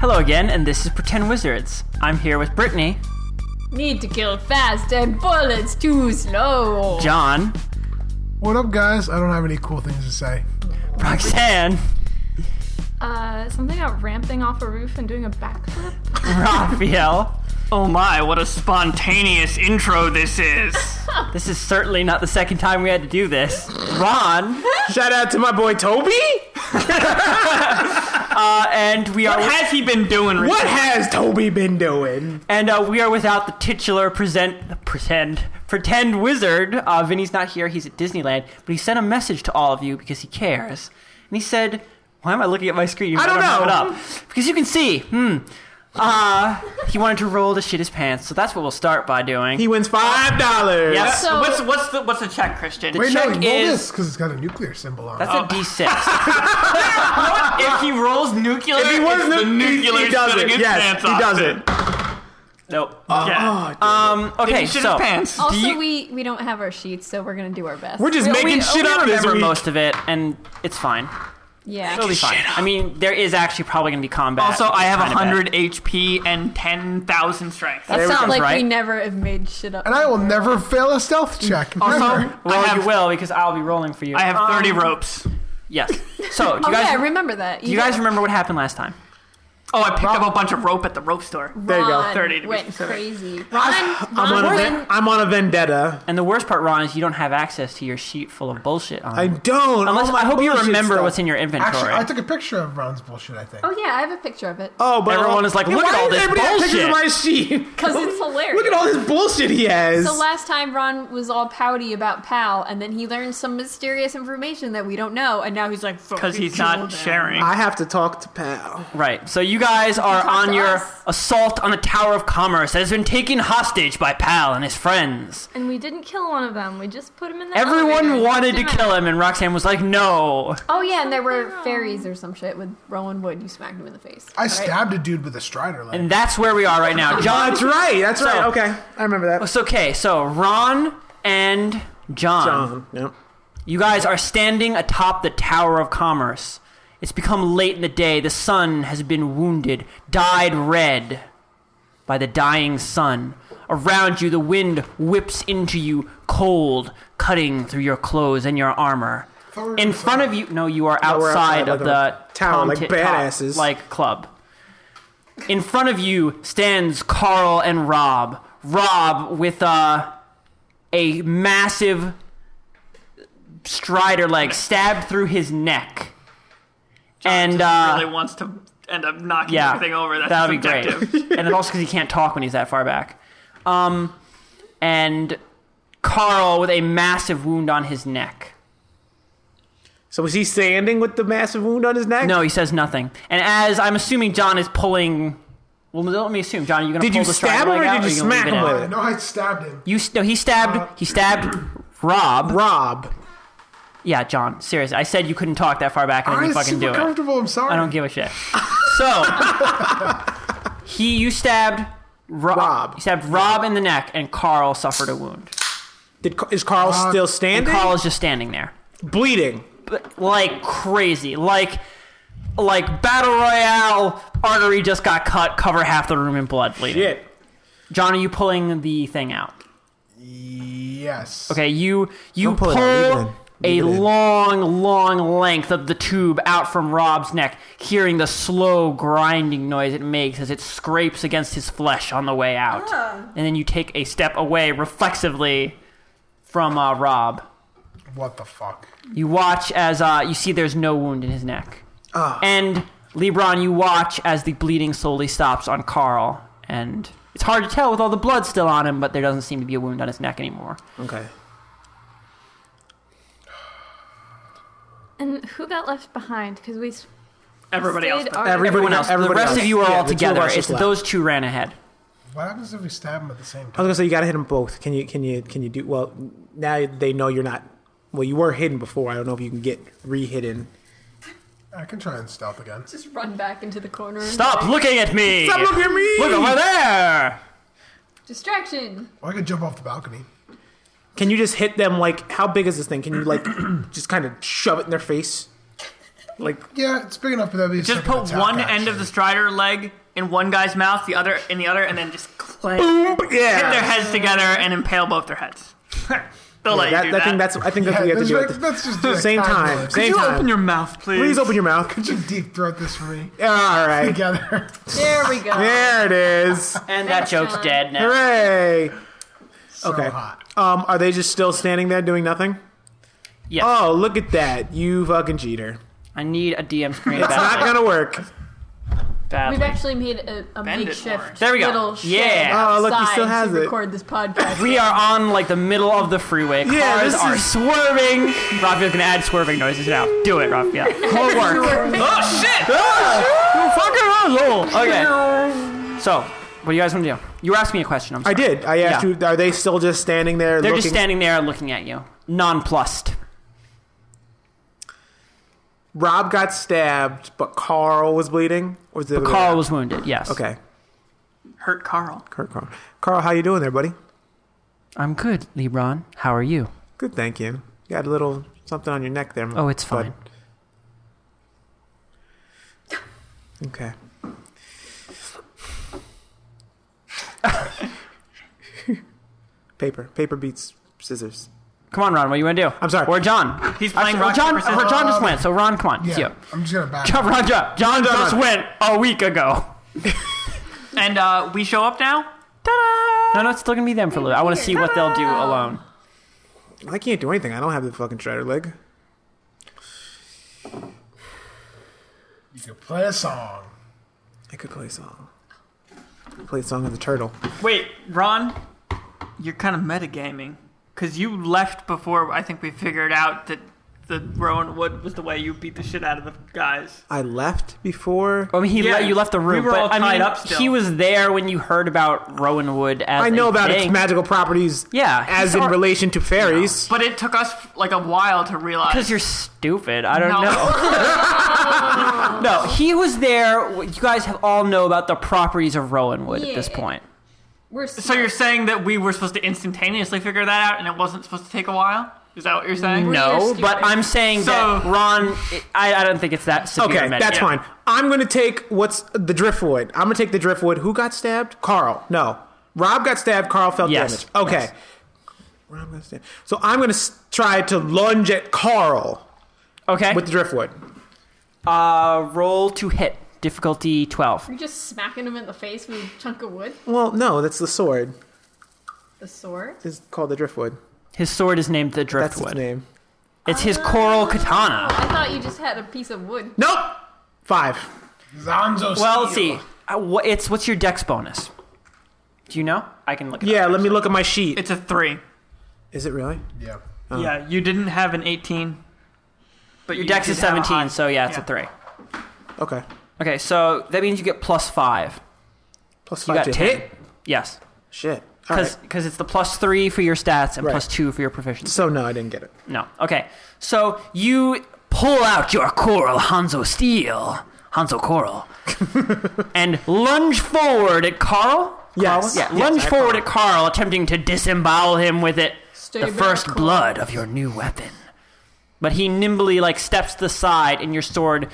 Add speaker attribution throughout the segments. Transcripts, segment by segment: Speaker 1: Hello again, and this is Pretend Wizards. I'm here with Brittany,
Speaker 2: Need to kill fast and bullets too slow.
Speaker 1: John,
Speaker 3: What up, guys? I don't have any cool things to say.
Speaker 1: Roxanne,
Speaker 2: Uh, something about ramping off a roof and doing a backflip?
Speaker 1: Raphael.
Speaker 4: Oh my, what a spontaneous intro this is!
Speaker 1: This is certainly not the second time we had to do this. Ron,
Speaker 5: Shout out to my boy Toby.
Speaker 1: uh, and we are
Speaker 4: what has he been doing?
Speaker 5: What
Speaker 4: recently?
Speaker 5: has Toby been doing?
Speaker 1: and uh, we are without the titular present pretend pretend wizard. Uh, Vinny's not here; he's at Disneyland. But he sent a message to all of you because he cares, and he said, "Why am I looking at my screen?
Speaker 5: I don't
Speaker 1: have
Speaker 5: know.
Speaker 1: It up. Because you can see. Hmm. Uh, he wanted to roll to shit his pants, so that's what we'll start by doing.
Speaker 5: He wins five dollars.
Speaker 1: Yep.
Speaker 2: So-
Speaker 4: what's what's the what's the check, Christian?
Speaker 3: Wait, no,
Speaker 1: check
Speaker 3: roll
Speaker 1: is-
Speaker 3: this because it's got a nuclear symbol on it.
Speaker 1: that's a D6.
Speaker 4: if he rolls nuclear,
Speaker 5: If he
Speaker 4: it's
Speaker 5: wins
Speaker 4: the nuclear
Speaker 5: he, he does
Speaker 4: setting
Speaker 5: it.
Speaker 4: his
Speaker 5: Yes,
Speaker 4: pants
Speaker 5: he
Speaker 4: off
Speaker 5: does
Speaker 4: it.
Speaker 5: it.
Speaker 1: nope.
Speaker 4: Yeah.
Speaker 5: Oh, damn.
Speaker 1: Um, okay,
Speaker 4: He shit
Speaker 1: so
Speaker 4: his pants.
Speaker 2: Also,
Speaker 1: you-
Speaker 2: we, we don't have our sheets, so we're gonna do our best.
Speaker 5: we're just
Speaker 1: we-
Speaker 5: making
Speaker 1: we,
Speaker 5: shit
Speaker 1: we
Speaker 5: up this
Speaker 1: remember
Speaker 5: week.
Speaker 1: most of it, and it's fine.
Speaker 2: yeah.
Speaker 1: It'll be fine. I mean, there is actually probably going to be combat.
Speaker 4: Also, I have
Speaker 1: Kinda bad.
Speaker 4: 100 HP and 10,000 strength.
Speaker 1: That sounds
Speaker 2: like
Speaker 1: right.
Speaker 2: we never have made shit up.
Speaker 3: and I will never fail a stealth check.
Speaker 4: also,
Speaker 3: Never.
Speaker 1: Well,
Speaker 4: I have,
Speaker 1: you will because I'll be rolling for you.
Speaker 4: I have 30
Speaker 1: Um,
Speaker 4: ropes.
Speaker 1: Yes. So, do
Speaker 2: Oh
Speaker 1: you guys,
Speaker 2: yeah, remember that.
Speaker 1: do you guys remember what happened last time?
Speaker 4: Oh, I picked up a bunch of rope at the rope store.
Speaker 5: There you go.
Speaker 2: Ron
Speaker 4: 30 to be
Speaker 2: went
Speaker 4: specific.
Speaker 2: crazy.
Speaker 5: I'm on, a ven- I'm on a vendetta.
Speaker 1: And the worst part, Ron, is you don't have access to your sheet full of bullshit on.
Speaker 5: I
Speaker 1: it.
Speaker 5: don't.
Speaker 1: Unless
Speaker 5: all my
Speaker 1: I hope you
Speaker 5: bullshit
Speaker 1: remember
Speaker 5: stuff.
Speaker 1: what's in your inventory.
Speaker 3: Actually, I took a picture of Ron's bullshit, I think.
Speaker 2: Oh yeah, I have a picture of it.
Speaker 5: Oh, but
Speaker 1: Everyone is like,
Speaker 5: Yeah,
Speaker 1: look at
Speaker 5: why
Speaker 1: all
Speaker 5: does
Speaker 1: this
Speaker 5: everybody have pictures of my sheet.
Speaker 2: 'Cause it's hilarious.
Speaker 5: Look at all this bullshit he has.
Speaker 2: So last time Ron was all pouty about Pal, and then he learned some mysterious information that we don't know, and now he's like,
Speaker 4: Because he's not sharing.
Speaker 5: I have to talk to Pal.
Speaker 1: right. So you guys are
Speaker 2: talk to
Speaker 1: on your
Speaker 2: us.
Speaker 1: assault on the Tower of Commerce that has been taken hostage by Pal and his friends.
Speaker 6: And we didn't kill one of them. We just put him in the
Speaker 1: Everyone
Speaker 6: elevator.
Speaker 1: wanted to
Speaker 6: Didn't
Speaker 1: kill him, and Roxanne was like, "No."
Speaker 2: Oh yeah, and there were
Speaker 6: Something wrong.
Speaker 2: fairies or some shit with Rowan Wood. You smacked him in the face.
Speaker 3: I
Speaker 2: right?
Speaker 3: stabbed a dude with a strider leg.
Speaker 1: And that's where we are right now. John,
Speaker 5: That's right. That's right.
Speaker 1: So-
Speaker 5: Okay, I remember that.
Speaker 1: It's okay. So Ron and John,
Speaker 5: John. Yep.
Speaker 1: you guys are standing atop the Tower of Commerce. It's become late in the day. The sun has been wounded, dyed red by the dying sun. Around you, the wind whips into you, cold, cutting through your clothes and your armor.
Speaker 3: thought we were
Speaker 1: In
Speaker 3: inside.
Speaker 1: front of you, no, you are
Speaker 5: we're
Speaker 1: outside, of
Speaker 5: outside, like a
Speaker 1: the
Speaker 5: tower, like
Speaker 1: Tomtit
Speaker 5: badasses.
Speaker 1: Top, like club. In front of you stands Carl and Rob. Rob with uh, a massive strider leg stabbed through his neck. and uh,
Speaker 4: really wants to end up knocking
Speaker 1: yeah,
Speaker 4: everything over. That's
Speaker 1: that'd
Speaker 4: his
Speaker 1: be
Speaker 4: objective.
Speaker 1: great. and then also because he can't talk when he's that far back. Um, and Carl with a massive wound on his neck.
Speaker 5: So was he standing with the massive wound on his neck?
Speaker 1: No, he says nothing. And as I'm assuming, John is pulling. Well, let me assume, John, are you gonna
Speaker 5: Did
Speaker 1: pull
Speaker 5: you
Speaker 1: the
Speaker 5: stab
Speaker 1: strider
Speaker 5: him or
Speaker 1: leg out,
Speaker 5: did you
Speaker 1: gonna
Speaker 5: smack
Speaker 1: leave it
Speaker 5: him
Speaker 1: in?
Speaker 5: with it?
Speaker 3: no, I stabbed him.
Speaker 1: You s- no, he stabbed. He stabbed Rob.
Speaker 5: Rob.
Speaker 1: Yeah, John. Seriously, I said you couldn't talk that far back, and then
Speaker 3: I'm
Speaker 1: you fucking
Speaker 3: super
Speaker 1: do it.
Speaker 3: comfortable. I'm sorry.
Speaker 1: I don't give a shit. So he, you stabbed Rob.
Speaker 5: Rob.
Speaker 1: You stabbed Rob in the neck, and Carl suffered a wound.
Speaker 5: Did, is Carl
Speaker 3: Rob.
Speaker 5: still
Speaker 1: And
Speaker 5: standing?
Speaker 1: Carl is just standing there,
Speaker 5: bleeding.
Speaker 1: but like crazy, like like battle royale. Artery just got cut. Cover half the room in blood bleeding.
Speaker 5: Shit.
Speaker 1: John, are you pulling the thing out?
Speaker 3: Yes.
Speaker 1: Okay, you you
Speaker 5: Don't
Speaker 1: pull,
Speaker 5: pull it out. Leave it in.
Speaker 1: a
Speaker 5: Leave it in.
Speaker 1: long, long length of the tube out from Rob's neck, hearing the slow grinding noise it makes as it scrapes against his flesh on the way out. And then you take a step away reflexively from uh, Rob.
Speaker 3: What the fuck?
Speaker 1: You watch as uh, you see there's no wound in his neck.
Speaker 5: Ah.
Speaker 1: And Lebron, you watch as the bleeding slowly stops on Carl. And it's hard to tell with all the blood still on him, but there doesn't seem to be a wound on his neck anymore.
Speaker 5: Okay.
Speaker 6: And who got left behind? Because we. s-
Speaker 4: Everybody else.
Speaker 6: stayed
Speaker 4: but-
Speaker 6: our-
Speaker 1: Everyone else.
Speaker 5: Everybody
Speaker 1: the rest
Speaker 5: else.
Speaker 1: of you are
Speaker 5: Yeah,
Speaker 1: all
Speaker 5: the two of
Speaker 1: together.
Speaker 5: us just
Speaker 1: It's
Speaker 5: left.
Speaker 1: those two ran ahead.
Speaker 3: What happens if we stab him at the same
Speaker 5: I was
Speaker 3: time?
Speaker 5: gonna say you gotta hit them both. Can you? Can you? Can you do? Well, now they know you're not. Well, you were hidden before. I don't know if you can get re-hidden.
Speaker 3: I can try and stealth again.
Speaker 2: Just run back into the corner. and
Speaker 1: Stop
Speaker 2: like,
Speaker 1: looking at me!
Speaker 5: Stop looking at me!
Speaker 1: Look over there!
Speaker 2: Distraction.
Speaker 3: Or I could jump off the balcony.
Speaker 5: Can you just hit them like? How big is this thing? Can you like just kind of shove it in their face? Like
Speaker 3: Yeah, it's big enough, but that'd be a
Speaker 4: Just
Speaker 3: second
Speaker 4: put
Speaker 3: attack
Speaker 4: one
Speaker 3: action.
Speaker 4: end of the strider leg in one guy's mouth, the other in the other, and then just clank. Hit their
Speaker 5: yeah.
Speaker 4: heads together and impale both their heads. They'll let
Speaker 5: That,
Speaker 4: you do
Speaker 5: I
Speaker 4: that.
Speaker 5: think that's I think that's
Speaker 3: Yeah,
Speaker 5: what we have to
Speaker 3: let's,
Speaker 5: do. at
Speaker 3: make,
Speaker 5: the-
Speaker 3: let's just do a
Speaker 5: Same
Speaker 3: time.
Speaker 5: time.
Speaker 3: loop.
Speaker 5: Same
Speaker 4: you
Speaker 5: time.
Speaker 4: open your mouth, please.
Speaker 5: Please open your mouth.
Speaker 3: Could you deep throat this for me
Speaker 5: All right.
Speaker 3: together?
Speaker 2: There we go.
Speaker 5: There it is.
Speaker 1: And that joke's
Speaker 6: John.
Speaker 1: dead now.
Speaker 5: Hooray!
Speaker 3: so
Speaker 5: Okay.
Speaker 3: hot.
Speaker 5: Um, are they just still standing there doing nothing?
Speaker 1: Yes.
Speaker 5: Oh, look at that. You fucking cheater.
Speaker 1: I need a DM screen.
Speaker 5: It's not gonna work.
Speaker 2: We've actually made a, a
Speaker 4: Bend it more.
Speaker 2: makeshift
Speaker 1: There we go.
Speaker 2: little shed
Speaker 1: Yeah.
Speaker 5: Oh, look, he still
Speaker 2: outside
Speaker 5: has
Speaker 2: to
Speaker 5: it.
Speaker 2: record this podcast.
Speaker 1: we are on like the middle of the freeway. Cars
Speaker 5: Yeah, this
Speaker 1: are
Speaker 5: is-
Speaker 1: swerving. Raphael's gonna add swerving noises now. Do it, Raphael. Call it work.
Speaker 4: Oh shit!
Speaker 1: Ah, you fucking asshole. Okay. So, what do you guys want to do? You were asking me a question. I'm
Speaker 5: I
Speaker 1: sorry.
Speaker 5: did. I asked
Speaker 1: Yeah.
Speaker 5: you. Are they still just standing there?
Speaker 1: They're
Speaker 5: looking?
Speaker 1: just standing there looking at you, nonplussed.
Speaker 5: Rob got stabbed, but Carl was bleeding. Or was it the other way
Speaker 1: Carl
Speaker 5: around?
Speaker 1: was wounded. Yes.
Speaker 5: Okay.
Speaker 4: Hurt Carl.
Speaker 5: Carl, Carl. Carl, how you doing there, buddy?
Speaker 1: I'm good, Lebron. How are you?
Speaker 5: Good, thank you. You got a little something on your neck there.
Speaker 1: Oh, it's
Speaker 5: bud.
Speaker 1: fine.
Speaker 5: Okay. paper. Paper beats scissors.
Speaker 1: Come on, Ron. What do you want to do?
Speaker 5: I'm sorry.
Speaker 1: Or John.
Speaker 4: He's playing
Speaker 1: Actually, or
Speaker 4: rock,
Speaker 1: John.
Speaker 4: paper, scissors.
Speaker 1: or John just went. So Ron, come on. It's
Speaker 3: Yeah,
Speaker 1: you.
Speaker 3: I'm just gonna back.
Speaker 1: John, Ron, John. John just
Speaker 5: John.
Speaker 1: went a week ago.
Speaker 4: And uh, we show up now.
Speaker 1: No, no, it's still gonna be them for a little. I want to see what they'll do alone.
Speaker 5: I can't do anything. I don't have the fucking shredder leg.
Speaker 3: You could play a song.
Speaker 5: I could play a song. Play a song of the turtle.
Speaker 4: Wait, Ron, you're kind of metagaming. Because you left before I think we figured out that the Rowan Wood was the way you beat the shit out of the guys.
Speaker 5: I left before.
Speaker 1: I mean, he
Speaker 4: Yeah,
Speaker 1: le- you left the
Speaker 4: we
Speaker 1: room,
Speaker 4: were
Speaker 1: but
Speaker 4: all
Speaker 1: I mean,
Speaker 4: tied up still.
Speaker 1: he was there when you heard about Rowan Wood. As
Speaker 5: I know
Speaker 1: a
Speaker 5: about its
Speaker 1: thing.
Speaker 5: magical properties.
Speaker 1: Yeah,
Speaker 5: As
Speaker 1: he's
Speaker 5: in
Speaker 1: our-
Speaker 5: relation to fairies.
Speaker 4: But it took us like a while to realize.
Speaker 1: Because you're stupid. I don't
Speaker 4: No.
Speaker 1: know. no, he was there. You guys have all know about the properties of Rowan Wood at this
Speaker 2: Yeah.
Speaker 1: point.
Speaker 2: We're
Speaker 4: So you're saying that we were supposed to instantaneously figure that out and it wasn't supposed to take a while? Is that what you're saying?
Speaker 1: No,
Speaker 2: stupid.
Speaker 1: but I'm saying that
Speaker 4: So-
Speaker 1: Ron. I, I don't think it's that severe.
Speaker 5: Okay,
Speaker 1: meta-
Speaker 5: that's
Speaker 1: yeah.
Speaker 5: fine. I'm gonna take what's the driftwood. I'm gonna take the driftwood. Who got stabbed? Carl. No, Rob got stabbed. Carl felt
Speaker 1: Yes.
Speaker 5: damage. Okay. Rob got stabbed. So I'm gonna s- try to lunge at Carl
Speaker 1: Okay.
Speaker 5: with the driftwood.
Speaker 1: uh, roll to hit. Difficulty twelve.
Speaker 2: We're just smacking him in the face with a chunk of wood.
Speaker 5: Well, no, that's the sword.
Speaker 2: The sword.
Speaker 5: It's called the driftwood.
Speaker 1: His sword is named the
Speaker 5: That's
Speaker 1: Driftwood.
Speaker 5: its name.
Speaker 1: It's his coral katana.
Speaker 2: I thought you just had a piece of wood.
Speaker 5: Nope. Five.
Speaker 3: Zanzo.
Speaker 1: Well, let's
Speaker 3: Steel.
Speaker 1: see. Uh, wha- it's what's your dex bonus? Do you know? I can look. It
Speaker 5: Yeah,
Speaker 1: up.
Speaker 5: let me look at my sheet.
Speaker 4: It's a three.
Speaker 5: Is it really?
Speaker 3: Yeah.
Speaker 4: Yeah, you didn't have an 18. But
Speaker 1: Your dex is seventeen, so yeah, it's
Speaker 4: yeah.
Speaker 1: a three.
Speaker 5: Okay.
Speaker 1: Okay, so that means you get plus five.
Speaker 5: Plus
Speaker 1: You
Speaker 5: five
Speaker 1: got
Speaker 5: to
Speaker 1: ten.
Speaker 5: hit.
Speaker 1: Yes,
Speaker 5: Shit. All
Speaker 1: because
Speaker 5: right.
Speaker 1: it's the plus three for your stats and
Speaker 5: Right.
Speaker 1: plus two for your proficiency.
Speaker 5: So no, I didn't get it.
Speaker 1: No. Okay. So you pull out your coral Hanzo steel, Hanzo coral, and lunge forward at Carl.
Speaker 5: Yes.
Speaker 1: Yeah,
Speaker 5: Yes,
Speaker 1: lunge
Speaker 5: I-
Speaker 1: forward at Carl, attempting to disembowel him with it.
Speaker 2: Stay
Speaker 1: the
Speaker 2: back,
Speaker 1: first
Speaker 2: Carl.
Speaker 1: blood of your new weapon. But he nimbly like steps to the side, and your sword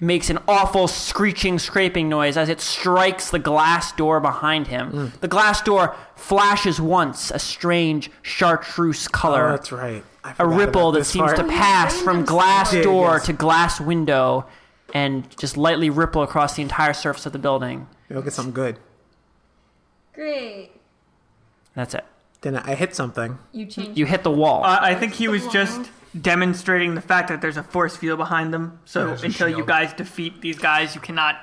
Speaker 1: makes an awful screeching, scraping noise as it strikes the glass door behind him. The glass door flashes once, a strange chartreuse color
Speaker 5: Oh, that's right. I
Speaker 1: a
Speaker 5: forgot
Speaker 1: ripple
Speaker 5: about
Speaker 1: that
Speaker 5: this
Speaker 1: seems
Speaker 5: part.
Speaker 1: to pass
Speaker 2: Random
Speaker 1: from glass
Speaker 5: Yeah,
Speaker 1: door
Speaker 5: yes.
Speaker 1: to glass window and just lightly ripple across the entire surface of the building.
Speaker 5: Maybe I'll get something good.
Speaker 2: Great.
Speaker 1: That's it.
Speaker 5: Then I hit something.
Speaker 2: You changed.
Speaker 1: You hit the wall.
Speaker 4: Uh, I think he was just demonstrating the fact that there's a force field behind them. So
Speaker 3: There's a
Speaker 4: until you
Speaker 3: shield.
Speaker 4: guys defeat these guys, you cannot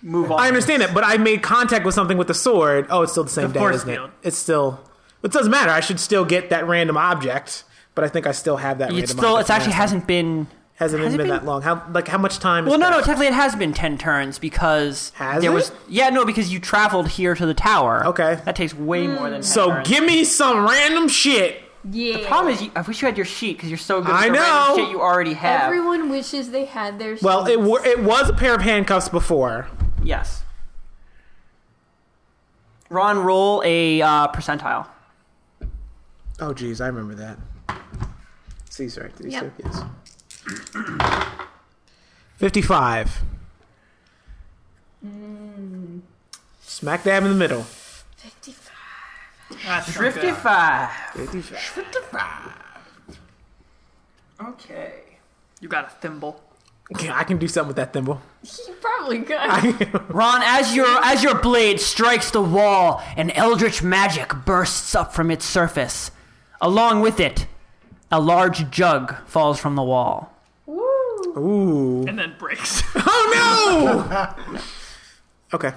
Speaker 4: move on.
Speaker 5: I understand it, but I made contact with something with the sword. Oh, it's still the same
Speaker 4: The
Speaker 5: day,
Speaker 4: force
Speaker 5: isn't it?
Speaker 4: field.
Speaker 5: It's still. It doesn't matter. I should still get that random object, but I think I still have that.
Speaker 1: it's
Speaker 5: random
Speaker 1: still.
Speaker 5: object
Speaker 1: It's actually
Speaker 5: from last time.
Speaker 1: hasn't been.
Speaker 5: hasn't
Speaker 1: has
Speaker 5: even
Speaker 1: it
Speaker 5: been,
Speaker 1: been-
Speaker 5: that long. How like how much time?
Speaker 1: Well,
Speaker 5: has
Speaker 1: no, no.
Speaker 5: passed?
Speaker 1: Technically, it has been ten turns because
Speaker 5: Has
Speaker 1: there
Speaker 5: it?
Speaker 1: was. Yeah, no, because you traveled here to the tower.
Speaker 5: Okay.
Speaker 1: that takes way more than. 10
Speaker 5: so
Speaker 1: turns.
Speaker 5: give me some random shit.
Speaker 2: yeah.
Speaker 1: The problem is, you, I wish you had your sheet because you're so good. At
Speaker 5: I
Speaker 1: the random
Speaker 5: know.
Speaker 1: shit you already have.
Speaker 2: everyone wishes they had their.
Speaker 5: Well, it
Speaker 2: sheets.
Speaker 5: were, it was a pair of handcuffs before.
Speaker 1: Yes. Ron, roll a uh, percentile.
Speaker 5: Oh, geez, I remember that. Caesar, Caesar,
Speaker 2: Yep.
Speaker 5: yes. 55. Smack dab in the middle.
Speaker 4: That's not good.
Speaker 1: Fifty-five.
Speaker 5: 55.
Speaker 4: Okay. You got a thimble.
Speaker 5: I can do something with that thimble.
Speaker 2: You probably could.
Speaker 1: Ron, as your as your blade strikes the wall, an eldritch magic bursts up from its surface. Along with it, a large jug falls from the wall.
Speaker 5: Ooh.
Speaker 4: And then breaks.
Speaker 5: Oh no! okay.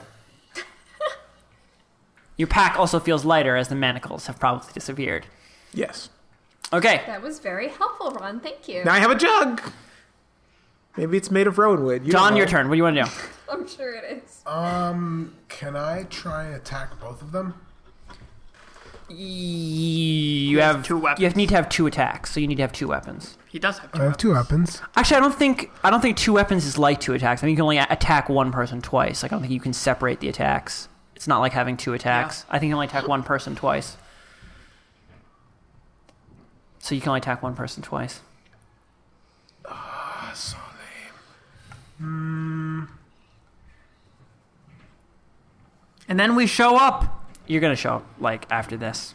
Speaker 1: Your pack also feels lighter as the manacles have probably disappeared.
Speaker 5: Yes.
Speaker 1: Okay,
Speaker 2: that was very helpful, Ron. Thank you.
Speaker 5: Now I have a jug. Maybe it's made of rowan wood. You don't
Speaker 1: John,
Speaker 5: know.
Speaker 1: your turn. What do you want to do?
Speaker 2: I'm sure it is.
Speaker 3: Um, can I try and attack both of them?
Speaker 1: You have
Speaker 4: two weapons.
Speaker 1: You have, need to have two attacks, so you need to have two weapons.
Speaker 4: he does have two.
Speaker 3: I have two weapons.
Speaker 1: Actually, I don't think I don't think two weapons is like two attacks. I think you can only a- attack one person twice. Like I don't think you can separate the attacks. It's not like having two attacks. I think you only attack one person twice. So you can only attack one person twice.
Speaker 3: So lame.
Speaker 4: And then we show up.
Speaker 1: You're gonna show up like after this.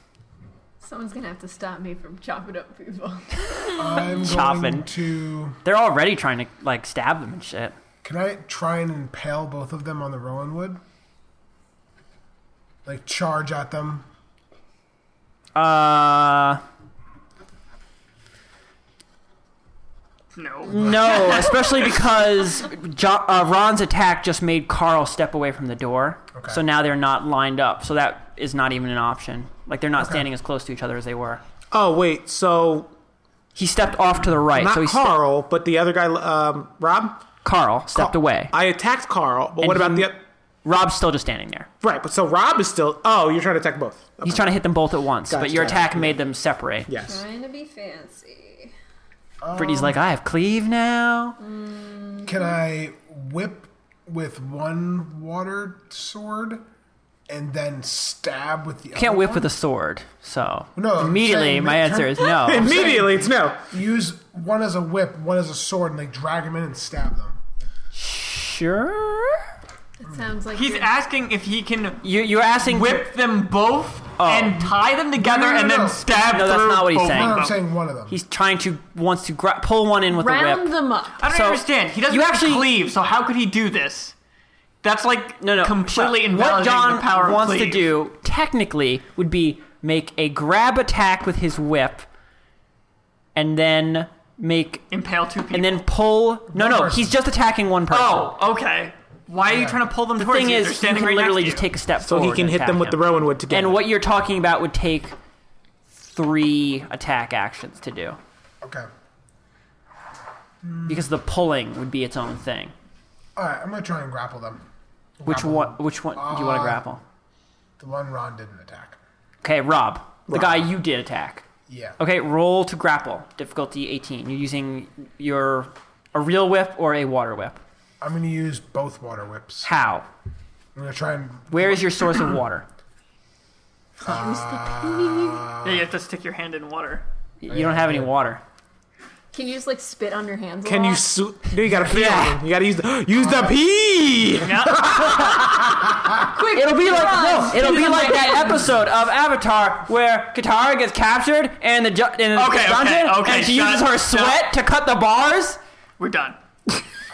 Speaker 2: Someone's gonna have to stop me from chopping up people.
Speaker 3: I'm
Speaker 1: Chopping.
Speaker 3: going to.
Speaker 1: They're already trying to like stab them and shit.
Speaker 3: Can I try and impale both of them on the rowan wood? Like charge at them.
Speaker 1: Uh,
Speaker 4: No.
Speaker 1: no, especially because jo- uh, Ron's attack just made Carl step away from the door.
Speaker 3: Okay.
Speaker 1: So now they're not lined up. So that is not even an option. Like they're not standing as close to each other as they were.
Speaker 5: Oh wait, so
Speaker 1: He stepped off to the right.
Speaker 5: not
Speaker 1: so he ste-
Speaker 5: Carl, but the other guy, um, Rob.
Speaker 1: Carl stepped away.
Speaker 5: I attacked Carl, but what
Speaker 1: And
Speaker 5: about
Speaker 1: he-
Speaker 5: the oth-
Speaker 1: Rob's still just standing there.
Speaker 5: right? But so Rob is still. Oh, you're trying to attack both. Okay.
Speaker 1: He's trying to hit them both at once, but
Speaker 5: Gotcha.
Speaker 1: your attack made them separate.
Speaker 5: Yes.
Speaker 2: Trying to be fancy.
Speaker 1: Brittany's like, I have cleave now.
Speaker 3: Can I whip with one water sword and then stab with the other?
Speaker 1: Can't whip with a sword. So
Speaker 3: No, I'm
Speaker 1: immediately,
Speaker 3: saying
Speaker 1: my
Speaker 3: that-
Speaker 1: answer is no.
Speaker 5: Immediately, it's no.
Speaker 3: Use one as a whip, one as a sword, and like drag them in and stab them.
Speaker 1: sure.
Speaker 2: It sounds like
Speaker 4: He's
Speaker 2: you're-
Speaker 4: asking if he can
Speaker 1: You, you're asking.
Speaker 4: whip them both and tie them together
Speaker 3: No, no, no,
Speaker 4: and
Speaker 3: no.
Speaker 4: then stab
Speaker 1: No, that's
Speaker 4: through
Speaker 1: not what he's
Speaker 4: both of
Speaker 1: saying.
Speaker 3: No,
Speaker 1: Bang,
Speaker 3: I'm
Speaker 4: them.
Speaker 3: saying one of them.
Speaker 1: He's trying to wants to gra- pull one in with the
Speaker 2: round
Speaker 1: whip.
Speaker 2: them up.
Speaker 4: I don't
Speaker 1: So,
Speaker 4: understand. He doesn't
Speaker 1: you
Speaker 4: have
Speaker 1: actually-
Speaker 4: actually, cleave, so how could he do this? That's like
Speaker 1: no, no.
Speaker 4: completely
Speaker 1: shut-
Speaker 4: invalidating
Speaker 1: What John
Speaker 4: the power of
Speaker 1: wants to
Speaker 4: cleave.
Speaker 1: do technically would be make a grab attack with his whip, and then make
Speaker 4: Impale two people.
Speaker 1: and then pull. No,
Speaker 3: One
Speaker 1: no,
Speaker 3: person.
Speaker 1: he's just attacking one person.
Speaker 4: oh, okay. Why are you trying to pull them
Speaker 1: the
Speaker 4: towards
Speaker 1: thing
Speaker 4: you?
Speaker 1: is,
Speaker 4: They're
Speaker 1: he
Speaker 4: standing
Speaker 1: can
Speaker 4: right next
Speaker 1: literally
Speaker 4: to
Speaker 1: just
Speaker 4: you.
Speaker 1: take a step
Speaker 5: So
Speaker 1: forward.
Speaker 5: he can
Speaker 1: and
Speaker 5: hit
Speaker 1: attack
Speaker 5: them with
Speaker 1: him.
Speaker 5: the rowan wood together.
Speaker 1: And what you're talking about would take three attack actions to do
Speaker 3: okay.
Speaker 1: because the pulling would be its own thing.
Speaker 3: All right, I'm gonna try and grapple them.
Speaker 1: Which
Speaker 3: Grapple
Speaker 1: one? Which one do you want to
Speaker 3: Uh,
Speaker 1: grapple?
Speaker 3: The one Ron didn't attack.
Speaker 1: Okay, Rob, the guy you did attack.
Speaker 3: Yeah.
Speaker 1: Okay, roll to grapple. Difficulty 18. You're using your a real whip or a water whip.
Speaker 3: I'm gonna use both water whips.
Speaker 1: How?
Speaker 3: I'm gonna try and
Speaker 1: Where is your source of water?
Speaker 4: Yeah, you have to stick your hand in water.
Speaker 1: You don't have any water.
Speaker 2: Can you just like spit on your hands? a
Speaker 5: Can you
Speaker 2: lot?
Speaker 5: su- dude, you gotta pee on him. You gotta use the use the pee.
Speaker 4: Yeah.
Speaker 2: Quick,
Speaker 1: It'll be like no, it'll be like that episode of Avatar where Katara gets captured and the ju- in the
Speaker 4: Okay, okay,
Speaker 1: dungeon
Speaker 4: okay,
Speaker 1: and she
Speaker 4: shut
Speaker 1: uses
Speaker 4: up.
Speaker 1: her sweat to cut the bars.
Speaker 4: We're done.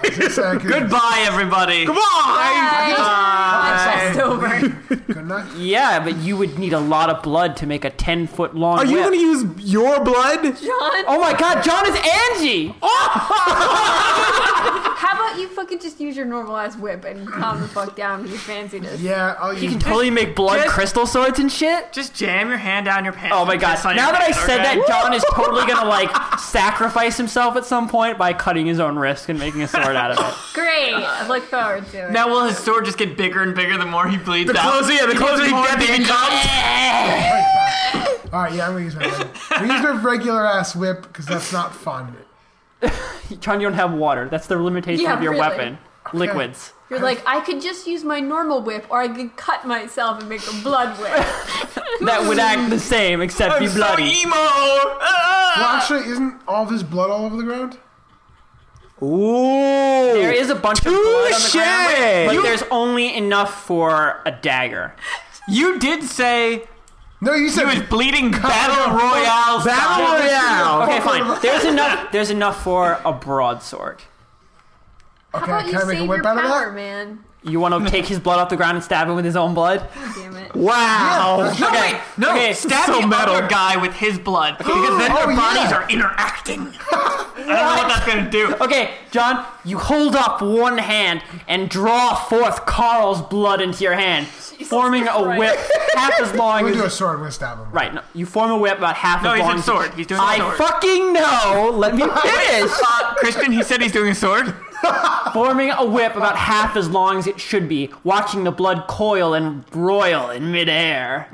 Speaker 3: Good
Speaker 4: Goodbye, everybody. Come on.
Speaker 2: My chest over.
Speaker 3: Good night.
Speaker 1: Yeah, but you would need a lot of blood to make a 10 foot long
Speaker 5: Are you
Speaker 1: whip.
Speaker 5: gonna use your blood?
Speaker 2: John,
Speaker 1: oh my god, John is Angie!
Speaker 2: how about you fucking just use your normalized whip and calm the fuck down with your fanciness?
Speaker 3: Yeah, I'll use.
Speaker 1: You can totally make blood
Speaker 4: Just-
Speaker 1: crystal swords and shit.
Speaker 4: Just jam your hand down your pants.
Speaker 1: Oh my
Speaker 4: and
Speaker 1: gosh.
Speaker 4: piss on your
Speaker 1: Now that I
Speaker 4: hand,
Speaker 1: said
Speaker 4: okay?
Speaker 1: that, John is totally gonna like sacrifice himself at some point by cutting his own wrist and making a sword out of it.
Speaker 2: Great. I look forward to it.
Speaker 4: Now will his sword just get bigger and bigger the more he bleeds
Speaker 5: The
Speaker 4: out?
Speaker 5: closer, yeah, the closer he
Speaker 4: more
Speaker 5: gets, he
Speaker 4: damage.
Speaker 5: becomes.
Speaker 3: All right, yeah, I'm gonna use my. Regular, I'm gonna use my regular ass whip because that's not fun.
Speaker 1: John, you don't have water. That's the limitation
Speaker 2: Yeah,
Speaker 1: of your
Speaker 2: really.
Speaker 1: weapon. Liquids.
Speaker 2: You're like, I could just use my normal whip, or I could cut myself and make a blood whip.
Speaker 1: That would act the same except
Speaker 4: I'm
Speaker 1: be
Speaker 4: so
Speaker 1: bloody.
Speaker 4: emo. Ah!
Speaker 3: Well, actually, isn't all of his blood all over the ground?
Speaker 5: Ooh.
Speaker 1: There is a bunch of blood on the ground,
Speaker 5: Touche!
Speaker 1: but
Speaker 5: You-
Speaker 1: there's only enough for a dagger.
Speaker 4: You did say
Speaker 3: No, you
Speaker 4: he
Speaker 3: said
Speaker 4: was bleeding battle royale.
Speaker 5: Battle
Speaker 4: style.
Speaker 5: Royale.
Speaker 1: Okay,
Speaker 2: Oh.
Speaker 1: fine. There's enough. There's enough for a broadsword.
Speaker 3: Okay,
Speaker 2: How about
Speaker 3: can
Speaker 2: you
Speaker 3: I make a
Speaker 2: save your
Speaker 3: whip out of
Speaker 2: power,
Speaker 3: that?
Speaker 2: man?
Speaker 1: You want to take his blood off the ground and stab him with his own blood?
Speaker 2: Damn it.
Speaker 5: Wow.
Speaker 4: No,
Speaker 1: Okay.
Speaker 4: wait, no.
Speaker 1: Okay,
Speaker 4: Stab
Speaker 5: so
Speaker 4: the
Speaker 5: metal.
Speaker 4: other guy with his blood because then
Speaker 3: Oh,
Speaker 4: their
Speaker 3: yeah.
Speaker 4: bodies are interacting. I don't know what that's gonna do.
Speaker 1: Okay, John, you hold up one hand and draw forth Carl's blood into your hand, forming a
Speaker 2: Christ.
Speaker 1: whip half as long
Speaker 3: We
Speaker 1: as
Speaker 3: do a sword. We stab him.
Speaker 1: Right, no, you form a whip about half
Speaker 4: No,
Speaker 1: as
Speaker 4: he
Speaker 1: long.
Speaker 4: said sword. He's doing
Speaker 1: I
Speaker 4: sword.
Speaker 1: fucking know. Let me finish.
Speaker 4: Uh, Christian, he said he's doing a sword.
Speaker 1: Forming a whip about half as long as it should be, watching the blood coil and roil in midair.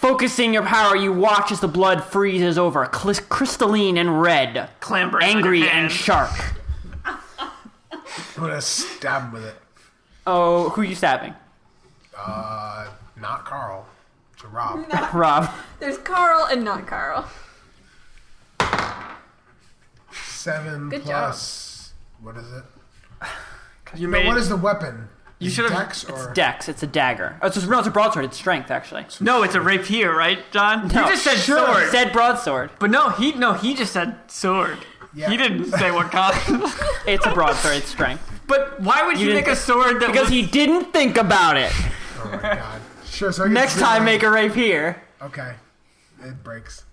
Speaker 1: Focusing your power, you watch as the blood freezes over, clis- crystalline and red,
Speaker 4: Clambering. on
Speaker 1: angry
Speaker 4: your
Speaker 1: and
Speaker 4: hand.
Speaker 1: sharp.
Speaker 3: I'm gonna stab him with it.
Speaker 1: Oh, who you stabbing?
Speaker 3: Uh, not Carl. To Rob.
Speaker 1: Rob.
Speaker 2: There's Carl and not Carl.
Speaker 3: Seven
Speaker 2: Good
Speaker 3: plus. What is it?
Speaker 4: You
Speaker 3: But
Speaker 4: made
Speaker 3: what is the weapon?
Speaker 4: You should have.
Speaker 3: Dex or
Speaker 1: Dex, it's a dagger. Oh, it's a, no, it's a broadsword. It's strength, actually.
Speaker 4: No, it's a rapier, right, John?
Speaker 1: No.
Speaker 4: He just said
Speaker 3: Sure.
Speaker 4: sword.
Speaker 1: Said broadsword.
Speaker 4: but no, he no, he just said sword.
Speaker 3: Yeah.
Speaker 4: He didn't say what kind.
Speaker 1: It's a broadsword. It's strength.
Speaker 4: but why would you,
Speaker 1: didn't
Speaker 4: make a
Speaker 1: thi-
Speaker 4: sword that
Speaker 1: Because
Speaker 4: was-
Speaker 1: he didn't think about it.
Speaker 3: Oh my god. Sure. So I get
Speaker 1: Next
Speaker 3: three
Speaker 1: time,
Speaker 3: of
Speaker 1: make a rapier.
Speaker 3: them. Okay. It breaks.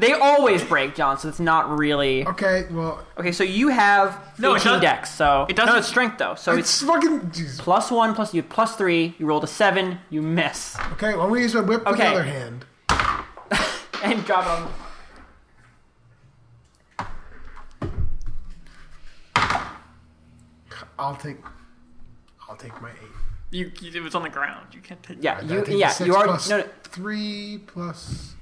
Speaker 1: They always break, John. So it's not really
Speaker 3: Okay. Well,
Speaker 1: okay. So you have
Speaker 4: No, it
Speaker 1: 18
Speaker 4: does-
Speaker 1: Dex. So
Speaker 4: it doesn't-
Speaker 1: No, it's strength though. So it's
Speaker 3: it's fucking. Jesus.
Speaker 1: plus one, plus you plus three. You rolled a seven. You miss
Speaker 3: Okay. Well, we use my whip with the
Speaker 1: Okay.
Speaker 3: other hand.
Speaker 1: and drop on.
Speaker 3: I'll take. I'll take my eight.
Speaker 4: you, it was on the ground? You can't take.
Speaker 1: Yeah,
Speaker 3: I
Speaker 1: you
Speaker 3: take the
Speaker 1: yeah
Speaker 3: six
Speaker 1: you are
Speaker 3: plus
Speaker 1: no, no,
Speaker 3: three plus.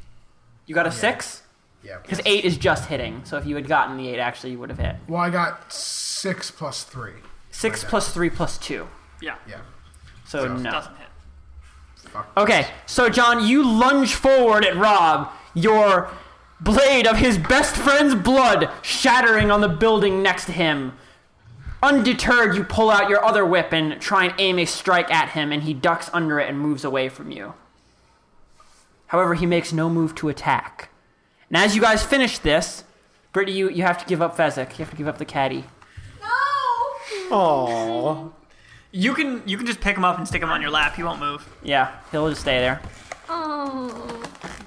Speaker 1: you got a six
Speaker 3: Yeah.
Speaker 1: because eight is just hitting. So if you had gotten the eight, actually, you would have hit
Speaker 3: Well, I got six plus three.
Speaker 1: six
Speaker 3: Right.
Speaker 1: plus three plus two.
Speaker 4: Yeah.
Speaker 3: Yeah.
Speaker 1: So no.
Speaker 4: Doesn't hit.
Speaker 1: Okay, so John, you lunge forward at Rob, your blade of his best friend's blood shattering on the building next to him. Undeterred, you pull out your other whip and try and aim a strike at him, and he ducks under it and moves away from you. However, he makes no move to attack. And as you guys finish this, Brittany, you, you have to give up Fezzik. You have to give up the caddy.
Speaker 2: No!
Speaker 5: Aw.
Speaker 4: You can you can just pick him up and stick him on your lap. He won't move.
Speaker 1: Yeah, he'll just stay there.
Speaker 6: Oh.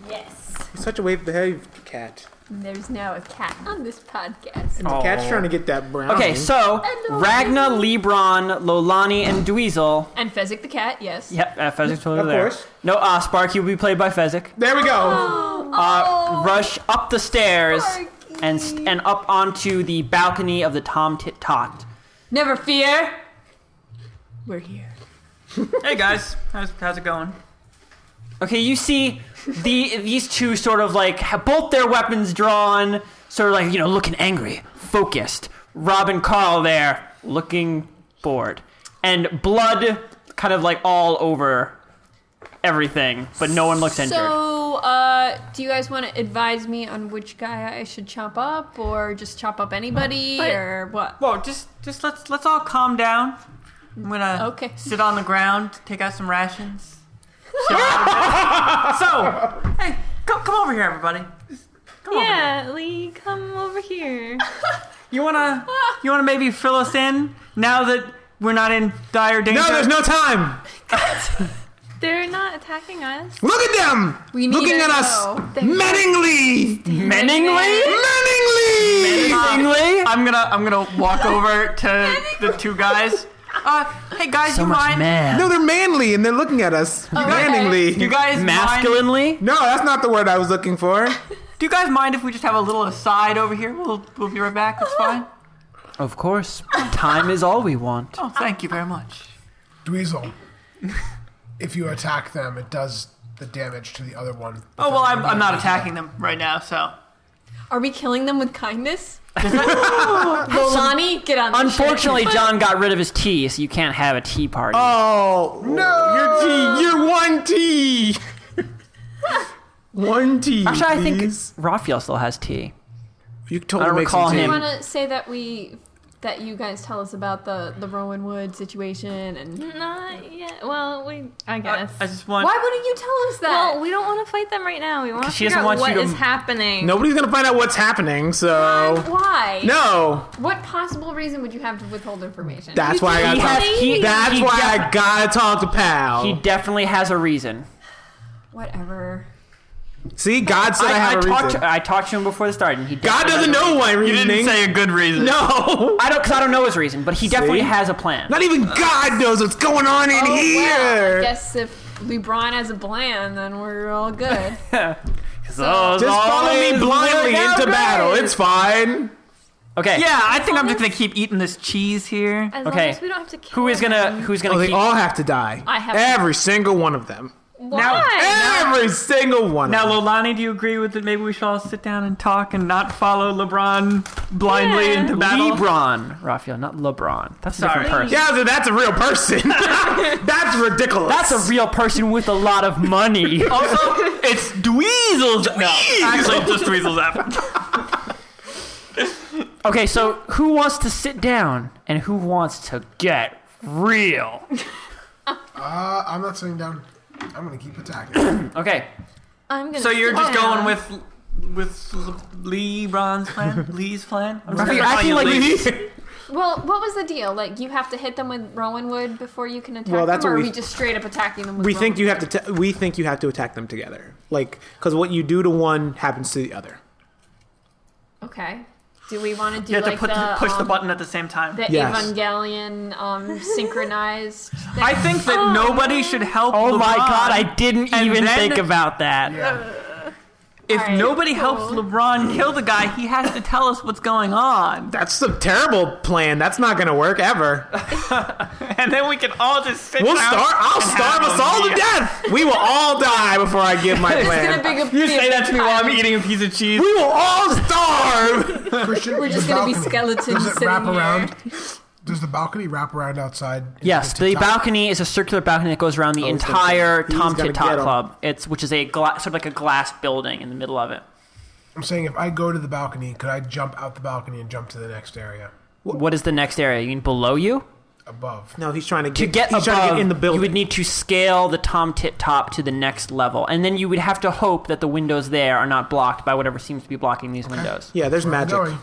Speaker 2: Yes.
Speaker 5: He's such a wave behaved cat.
Speaker 2: There's now a cat on this podcast.
Speaker 5: The cat's
Speaker 1: Aw.
Speaker 5: trying to get that brown.
Speaker 1: Okay, so
Speaker 2: Hello.
Speaker 1: Ragna, Lebron, Lolani, and Dweezil
Speaker 2: And Fezzik the cat, yes.
Speaker 1: Yep, uh, Fezzik's totally
Speaker 5: Of
Speaker 1: there.
Speaker 5: course.
Speaker 1: No, uh, Sparky will be played by Fezzik.
Speaker 5: There we go.
Speaker 2: Oh,
Speaker 1: Uh, rush up the stairs
Speaker 2: Sparky.
Speaker 1: and s- and up onto the balcony of the Tom Tit Tot.
Speaker 2: Never fear. We're here.
Speaker 4: Hey guys, how's how's it going?
Speaker 1: Okay, you see the these two sort of like have both their weapons drawn, sort of like you know looking angry, focused. Rob and Carl there looking bored, and blood kind of like all over everything, but no one looks injured.
Speaker 2: So, uh, do you guys want to advise me on which guy I should chop up, or just chop up anybody,
Speaker 4: But-
Speaker 2: or what?
Speaker 4: Whoa, just just let's let's all calm down. I'm gonna
Speaker 2: Okay.
Speaker 4: sit on the ground, take out some rations. so, hey, come come over here, everybody. Come over here.
Speaker 6: Yeah, Lee, come over here.
Speaker 4: You wanna you wanna maybe fill us in now that we're not in dire danger?
Speaker 5: No, there's no time.
Speaker 6: They're not attacking us.
Speaker 5: Look at them.
Speaker 2: We need
Speaker 5: Looking
Speaker 2: to
Speaker 5: at us.
Speaker 2: know.
Speaker 5: Manningly.
Speaker 1: Menningly,
Speaker 5: Manningly.
Speaker 1: Menningly.
Speaker 4: Uh, I'm gonna I'm gonna walk over to the two guys. Uh, hey guys, you mind?
Speaker 1: man.
Speaker 5: No, they're manly and they're looking at us.
Speaker 2: Oh,
Speaker 5: Manningly.
Speaker 4: You guys mind-
Speaker 1: masculinely.
Speaker 5: No, that's not the word I was looking for.
Speaker 4: Do you guys mind if we just have a little aside over here? We'll, we'll be right back. That's fine.
Speaker 1: Of course, time is all we want.
Speaker 4: Oh, thank you very much.
Speaker 3: Dweezil. if you attack them, it does the damage to the other one.
Speaker 4: Oh, well, I'm, I'm not attacking them right now, so.
Speaker 2: Are we killing them with kindness? Lonnie, get on. this shit.
Speaker 1: Unfortunately, John got rid of his tea, so you can't have a tea party.
Speaker 5: Oh no! Your T, your one T. one T.
Speaker 1: Actually, I think
Speaker 5: please.
Speaker 1: Raphael still has tea.
Speaker 5: You can totally
Speaker 1: I don't
Speaker 5: make some
Speaker 1: recall
Speaker 5: tea.
Speaker 2: I
Speaker 1: him.
Speaker 2: want to say that we that you guys tell us about the the Rowan Wood situation and
Speaker 6: Not yet. Well, we. I
Speaker 4: I,
Speaker 6: guess.
Speaker 4: Uh, I just want.
Speaker 2: why wouldn't you tell us that?
Speaker 6: well, we don't want to fight them right now. We want to
Speaker 1: 'Cause she
Speaker 6: figure
Speaker 1: doesn't
Speaker 6: out
Speaker 1: want
Speaker 6: what
Speaker 1: you to-
Speaker 6: is happening.
Speaker 5: Nobody's gonna find out what's happening, so
Speaker 2: why?
Speaker 5: no.
Speaker 2: What possible reason would you have to withhold information?
Speaker 5: That's why I gotta
Speaker 1: He
Speaker 5: talk.
Speaker 1: has- he-
Speaker 5: That's
Speaker 1: he
Speaker 5: why I
Speaker 1: defi-
Speaker 5: gotta talk to Pal.
Speaker 1: He definitely has a reason.
Speaker 2: Whatever.
Speaker 5: See, God said I,
Speaker 1: I, I
Speaker 5: have a
Speaker 1: talked.
Speaker 5: reason.
Speaker 1: To, I talked to him before the start, and he.
Speaker 5: God
Speaker 1: definitely
Speaker 5: doesn't
Speaker 1: has a
Speaker 5: know
Speaker 1: reason.
Speaker 5: my
Speaker 4: you
Speaker 5: reasoning.
Speaker 4: didn't say a good reason.
Speaker 5: no.
Speaker 1: I don't, because I don't know his reason, but he definitely has a plan.
Speaker 5: Not even God knows what's going on in
Speaker 2: Oh, well,
Speaker 5: here.
Speaker 2: I guess if LeBron has a plan, then we're all good.
Speaker 5: Just follow me blindly into battle. It's fine.
Speaker 1: okay.
Speaker 4: Yeah, I think I'm just gonna keep eating this cheese here.
Speaker 6: As
Speaker 1: Okay.
Speaker 6: long as we don't have to kill
Speaker 1: Who is gonna? Who's gonna?
Speaker 5: Oh, they
Speaker 1: keep,
Speaker 5: all have to die.
Speaker 2: I have-
Speaker 5: every single one of them.
Speaker 6: Why?
Speaker 5: Every single one.
Speaker 4: Now,
Speaker 5: of them.
Speaker 4: Lolani, do you agree with it? Maybe we should all sit down and talk and not follow LeBron blindly
Speaker 6: Yeah.
Speaker 4: into battle.
Speaker 1: LeBron, Raphael, not LeBron. That's a
Speaker 4: Sorry.
Speaker 1: different person.
Speaker 5: yeah, so that's a real person. that's ridiculous.
Speaker 1: That's a real person with a lot of money.
Speaker 4: Also, it's Dweezil's. No, actually, it's just Dweezil's effort.
Speaker 1: Okay, so who wants to sit down and who wants to get real?
Speaker 3: Uh, I'm not sitting down. I'm gonna keep attacking.
Speaker 1: Okay,
Speaker 6: I'm gonna
Speaker 4: So you're
Speaker 6: sit
Speaker 4: just going
Speaker 6: down.
Speaker 4: with with LeBron's plan, Lee's plan. I'm just
Speaker 1: Rafi,
Speaker 4: gonna
Speaker 1: I
Speaker 4: call
Speaker 1: feel
Speaker 4: you
Speaker 1: like
Speaker 4: Lee.
Speaker 2: well, what was the deal? Like, you have to hit them with Rowan Wood before you can attack
Speaker 5: Well, that's
Speaker 2: them, or
Speaker 5: what
Speaker 2: are
Speaker 5: we-
Speaker 2: we just straight up attacking them with
Speaker 5: we think
Speaker 2: Rowan
Speaker 5: you
Speaker 2: Wood?
Speaker 5: have to. ta we think you have to attack them together, like because what you do to one happens to the other.
Speaker 2: Okay. Do we want to do
Speaker 4: You have
Speaker 2: like
Speaker 4: to put,
Speaker 2: the,
Speaker 4: push the
Speaker 2: um,
Speaker 4: button at the same time.
Speaker 2: the
Speaker 5: Yes.
Speaker 2: Evangelion um, synchronized? Thing?
Speaker 4: I think that
Speaker 2: Oh.
Speaker 4: nobody should help.
Speaker 1: Oh my
Speaker 4: LeBron.
Speaker 1: god, I didn't
Speaker 4: And
Speaker 1: even
Speaker 4: then-
Speaker 1: think about that.
Speaker 4: If
Speaker 2: Alright,
Speaker 4: nobody helps
Speaker 2: cool.
Speaker 4: LeBron kill the guy, he has to tell us what's going on,
Speaker 5: That's a terrible plan. That's not going to work ever.
Speaker 4: and then we can all just sit
Speaker 5: We'll
Speaker 4: down
Speaker 5: starve. I'll
Speaker 4: and have
Speaker 5: starve us
Speaker 4: a
Speaker 5: all to
Speaker 4: meal.
Speaker 5: death. We will all die before I give my
Speaker 2: It's gonna
Speaker 5: plan.
Speaker 2: be a
Speaker 4: You
Speaker 2: big
Speaker 4: say that to me while I'm eating a piece of cheese.
Speaker 5: we will all starve.
Speaker 3: Christian,
Speaker 2: We're
Speaker 3: the
Speaker 2: just gonna be
Speaker 3: balcony-
Speaker 2: skeletons
Speaker 3: Does it
Speaker 2: sitting
Speaker 3: wrap
Speaker 2: here.
Speaker 3: around? Does the balcony wrap around outside?
Speaker 1: Yes,
Speaker 3: Into
Speaker 1: the
Speaker 3: top?
Speaker 1: balcony is a circular balcony that goes around the
Speaker 5: he's gonna-
Speaker 1: entire
Speaker 5: Oh, he's
Speaker 1: Tom
Speaker 5: gonna
Speaker 1: Tit
Speaker 5: get
Speaker 1: Tot
Speaker 5: 'em.
Speaker 1: Club. It's which is a gla- sort of like a glass building in the middle of it.
Speaker 3: I'm saying if I go to the balcony, could I jump out the balcony and jump to the next area
Speaker 1: What is the next area? You mean below you?
Speaker 3: above?
Speaker 5: No, he's trying to
Speaker 1: To
Speaker 5: get,
Speaker 1: get above,
Speaker 5: he's trying to get in the building.
Speaker 1: you would need to scale the Tom Tit Top to the next level, and then you would have to hope that the windows there are not blocked by whatever seems to be blocking these windows.
Speaker 5: yeah, there's
Speaker 3: Where am I
Speaker 5: magic.
Speaker 3: going?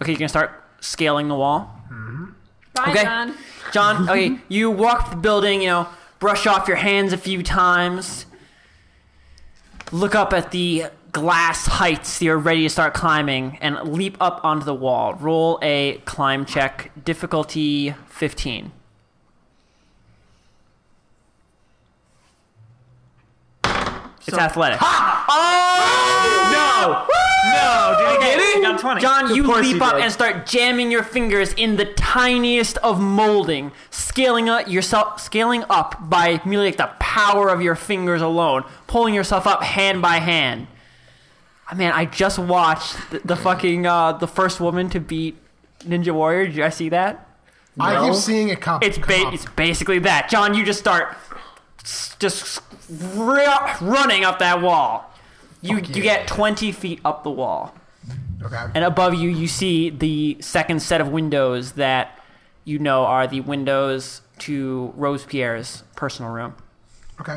Speaker 1: Okay, you're gonna start scaling the wall.
Speaker 2: Bye,
Speaker 1: Okay.
Speaker 2: John.
Speaker 1: John, okay, you walk up the building, you know, brush off your hands a few times, look up at the glass heights you're ready to start climbing, and leap up onto the wall. Roll a climb check, difficulty 15. It's athletic.
Speaker 5: No, no. Did I get
Speaker 4: I
Speaker 5: it?
Speaker 4: got 20.
Speaker 1: John, you
Speaker 5: course
Speaker 1: leap
Speaker 5: he
Speaker 1: up
Speaker 5: did.
Speaker 1: and start jamming your fingers in the tiniest of molding, scaling up yourself, scaling up by merely like the power of your fingers alone, pulling yourself up hand by hand. I mean, I just watched the, the fucking uh, the first woman to beat Ninja Warrior. Did I see that?
Speaker 3: I
Speaker 5: No.
Speaker 3: keep seeing it come.
Speaker 1: It's ba-
Speaker 3: come
Speaker 1: it's
Speaker 3: up.
Speaker 1: basically that. John, you just start s- just s- ru- running up that wall. You
Speaker 3: Fuck
Speaker 1: you
Speaker 3: yeah.
Speaker 1: get twenty feet up the wall.
Speaker 3: okay.
Speaker 1: And above you, you see the second set of windows that you know are the windows to Rose Pierre's personal room.
Speaker 3: Okay.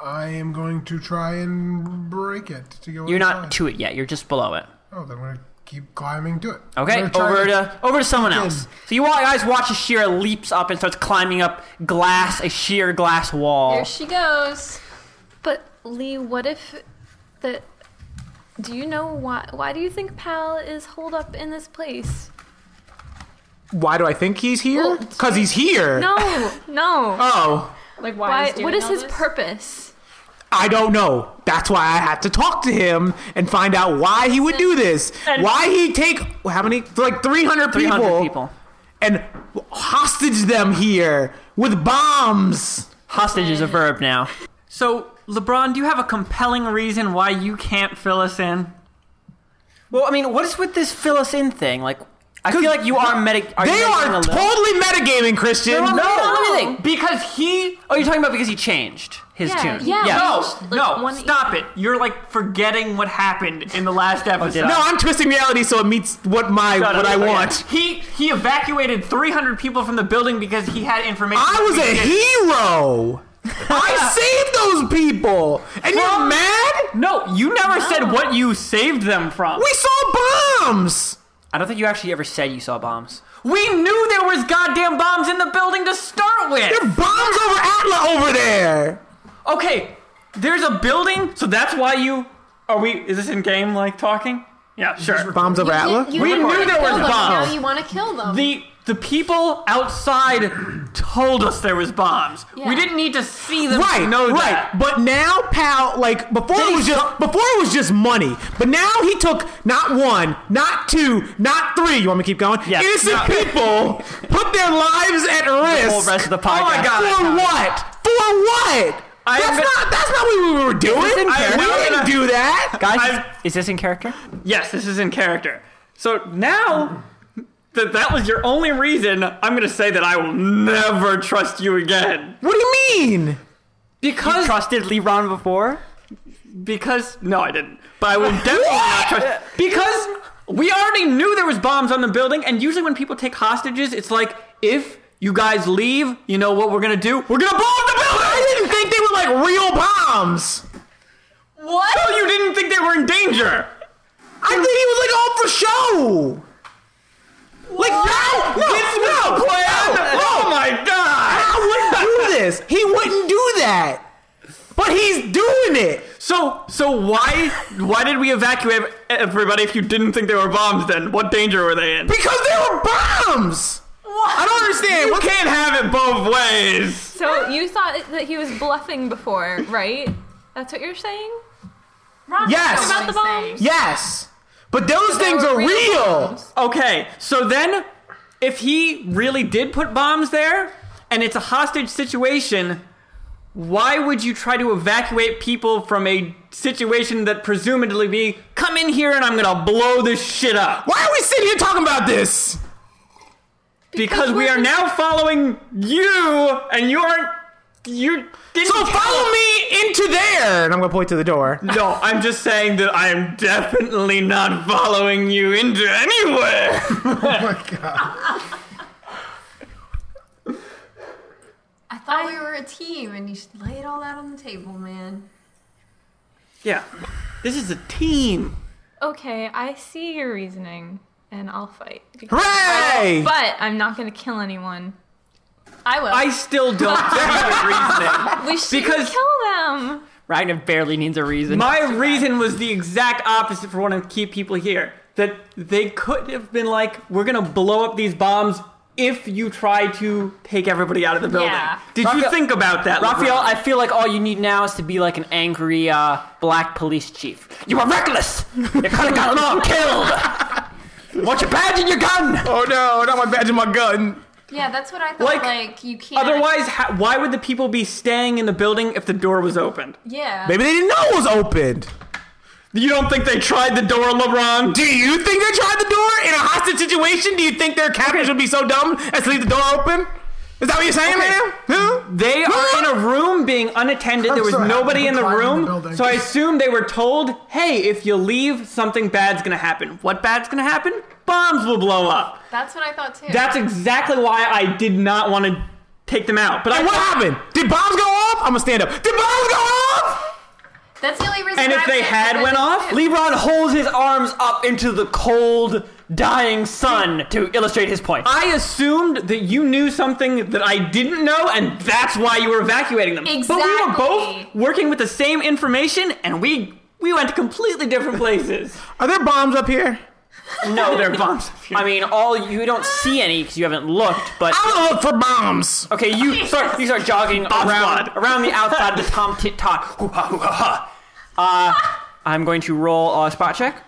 Speaker 3: I am going to try and break it to go.
Speaker 1: You're not
Speaker 3: inside.
Speaker 1: to it yet. You're just below it.
Speaker 3: Oh, then I'm gonna keep climbing to it.
Speaker 1: Okay,
Speaker 3: I'm gonna try
Speaker 1: over to over to someone else. So you all guys watch as Shira leaps up and starts climbing up glass, a sheer glass wall.
Speaker 2: There she goes.
Speaker 6: But Lee, what if the? Do you know why? Why do you think Pal is holed up in this place?
Speaker 5: Why do I think he's here?
Speaker 6: Well,
Speaker 5: Because he's here.
Speaker 6: No, no.
Speaker 5: Oh,
Speaker 2: Like, why?
Speaker 6: Why?
Speaker 2: is doing
Speaker 6: What is
Speaker 2: all
Speaker 6: his
Speaker 2: this?
Speaker 6: purpose?
Speaker 5: I don't know. That's why I had to talk to him and find out why he would do this. Why he take how many? Like 300
Speaker 1: Three hundred
Speaker 5: people.
Speaker 1: people,
Speaker 5: and hostage them here with bombs.
Speaker 1: hostage is a verb now.
Speaker 4: So, LeBron, do you have a compelling reason why you can't fill us in?
Speaker 1: Well, I mean, what is with this fill us in thing? Like, I feel like you are medic. Are
Speaker 5: They
Speaker 1: you meditating
Speaker 5: are
Speaker 1: a little?
Speaker 5: totally metagaming, Christian.
Speaker 1: No,
Speaker 6: No.
Speaker 1: no, no, because he. Oh, you're talking about because he changed his
Speaker 6: Yeah,
Speaker 1: tune.
Speaker 6: yeah.
Speaker 4: No,
Speaker 6: Like
Speaker 4: no,
Speaker 6: one- e-
Speaker 4: stop it. You're like forgetting what happened in the last episode.
Speaker 1: I?
Speaker 5: No, I'm twisting reality so it meets what my
Speaker 4: Shut
Speaker 5: what
Speaker 4: up.
Speaker 5: I
Speaker 4: Okay.
Speaker 5: want.
Speaker 4: He he evacuated 300 people from the building because he had information.
Speaker 5: I was a
Speaker 4: He did.
Speaker 5: hero. I saved those people, and you're mad.
Speaker 4: No, you never said what you saved them from.
Speaker 5: We saw bombs.
Speaker 1: I don't think you actually ever said you saw bombs.
Speaker 4: We knew there was goddamn bombs in the building to start with.
Speaker 5: There are bombs over Atla over there.
Speaker 4: Okay, there's a building, so that's why you are we is this in game like talking? Yeah, sure.
Speaker 5: Bombs over Atla.
Speaker 6: You- you
Speaker 4: We
Speaker 6: didn't
Speaker 4: knew
Speaker 6: wanna
Speaker 4: there
Speaker 6: kill
Speaker 4: was
Speaker 6: them,
Speaker 4: bombs.
Speaker 6: Now you want to kill them.
Speaker 4: The the people outside told us there was bombs.
Speaker 6: Yeah.
Speaker 4: We didn't need to see them
Speaker 5: Right,
Speaker 4: to know
Speaker 5: right.
Speaker 4: that.
Speaker 5: But now, pal, like before
Speaker 4: Then
Speaker 5: it
Speaker 4: he
Speaker 5: was just
Speaker 4: suck-
Speaker 5: before it was just money. But now he took not one, not two, not three. You want me to keep going?
Speaker 1: Yes.
Speaker 5: Innocent
Speaker 1: No.
Speaker 5: people put their lives at risk.
Speaker 1: whole rest of the
Speaker 5: Oh my
Speaker 1: podcast.
Speaker 5: god! For what? For what?
Speaker 4: I
Speaker 5: that's
Speaker 4: admit-
Speaker 5: not that's not what we were doing.
Speaker 1: in
Speaker 5: We
Speaker 1: character.
Speaker 5: didn't
Speaker 4: I'm gonna-
Speaker 5: do that.
Speaker 1: Guys,
Speaker 4: I'm-
Speaker 1: is this in character?
Speaker 4: Yes, this is in character. So now that that was your only reason, I'm going to say that I will never trust you again.
Speaker 5: What do you mean?
Speaker 1: You
Speaker 4: Because
Speaker 1: trusted Leron before?
Speaker 4: because no, I didn't. But I will definitely not trust because we already knew there was bombs on the building and usually when people take hostages, it's like if you guys leave, you know what we're going to do? We're going to blow up the building.
Speaker 5: I didn't think they were like real bombs.
Speaker 4: What? No, you didn't think they were in danger.
Speaker 5: I think he was like all for show. Like no, no, no, no,
Speaker 4: Oh my god.
Speaker 5: I wouldn't do this. He wouldn't do that. But he's doing it.
Speaker 4: So, so why why did we evacuate everybody if you didn't think they were bombs? Then what danger were they in?
Speaker 5: Because they were bombs. I don't understand.
Speaker 4: You
Speaker 5: What-
Speaker 4: can't have it both ways.
Speaker 6: so you thought that he was bluffing before, right? That's what you're saying?
Speaker 2: Ron,
Speaker 5: Yes.
Speaker 2: what
Speaker 6: About the bombs?
Speaker 2: saying?
Speaker 5: Yes. But those
Speaker 6: They
Speaker 5: things
Speaker 6: were
Speaker 5: are real.
Speaker 6: bombs.
Speaker 4: Okay, so then if he really did put bombs there and it's a hostage situation, why would you try to evacuate people from a situation that presumably be come in here and I'm gonna blow this shit up?
Speaker 5: Why are we sitting here talking about this?
Speaker 4: Because we
Speaker 6: we're
Speaker 4: are
Speaker 6: just-
Speaker 4: now following you and you aren't you didn't
Speaker 5: So follow me into there. And I'm going to point to the door.
Speaker 4: No, I'm just saying that I am definitely not following you into anywhere.
Speaker 3: Oh my god.
Speaker 2: I thought we were a team, and you should lay it all out on the table, man.
Speaker 4: Yeah. This is a team.
Speaker 6: Okay, I see your reasoning, and I'll fight. Because-
Speaker 5: Hooray!
Speaker 6: But I'm not gonna kill anyone.
Speaker 2: I will.
Speaker 4: I still don't see your reasoning.
Speaker 6: We should
Speaker 4: Because-
Speaker 6: kill them.
Speaker 1: Ragnar barely needs a reason.
Speaker 4: My reason was the exact opposite for wanting to keep people here. That they could have been like, we're gonna blow up these bombs if you try to take everybody out of the building.
Speaker 2: Yeah.
Speaker 4: Did you
Speaker 1: Raphael-
Speaker 4: think about that,
Speaker 1: Raphael,
Speaker 4: LeBron?
Speaker 1: I feel like all you need now is to be like an angry uh, black police chief. You were reckless! You could have gotten all killed! What's your badge and your gun?
Speaker 5: Oh no, not my badge and my gun.
Speaker 2: yeah, that's what I thought.
Speaker 4: Like,
Speaker 2: Like, you can't.
Speaker 4: Otherwise, ha- why would the people be staying in the building if the door was opened?
Speaker 2: yeah.
Speaker 5: Maybe they didn't know it was opened.
Speaker 4: You don't think they tried the door, LeBron?
Speaker 5: Do you think they tried the door in a hostage situation? Do you think their captors would be so dumb as to leave the door open? Is that what you're saying, man? Huh?
Speaker 4: They are in a room being unattended. There was
Speaker 3: so happy
Speaker 4: nobody
Speaker 3: to
Speaker 4: in the
Speaker 3: climb in the
Speaker 4: room.
Speaker 3: building.
Speaker 4: so I assume they were told, hey, if you leave, something bad's gonna happen. What bad's gonna happen? Bombs will blow up.
Speaker 2: that's what I thought too.
Speaker 4: That's exactly why I did not want to take them out. But I
Speaker 5: And what happened? Did bombs go off? I'm gonna stand up. Did bombs go off?
Speaker 2: That's the only reason.
Speaker 4: And if
Speaker 2: I
Speaker 4: they
Speaker 2: was-
Speaker 4: had went off,
Speaker 1: Lebron holds his arms up into the cold, dying sun to illustrate his point.
Speaker 4: I assumed that you knew something that I didn't know, and that's why you were evacuating them. But we were
Speaker 2: Exactly.
Speaker 4: both working with the same information, and we we went to completely different places.
Speaker 5: Are there bombs up here?
Speaker 4: no, they're bombs. up here.
Speaker 1: I mean, all you don't see any because you haven't looked, but
Speaker 5: I'm gonna look for bombs.
Speaker 1: okay, you start you start jogging around
Speaker 4: squad.
Speaker 1: around the outside of the Tom Tit Tot. Hoo ha hoo ha ha. Uh, I'm going to roll a spot check.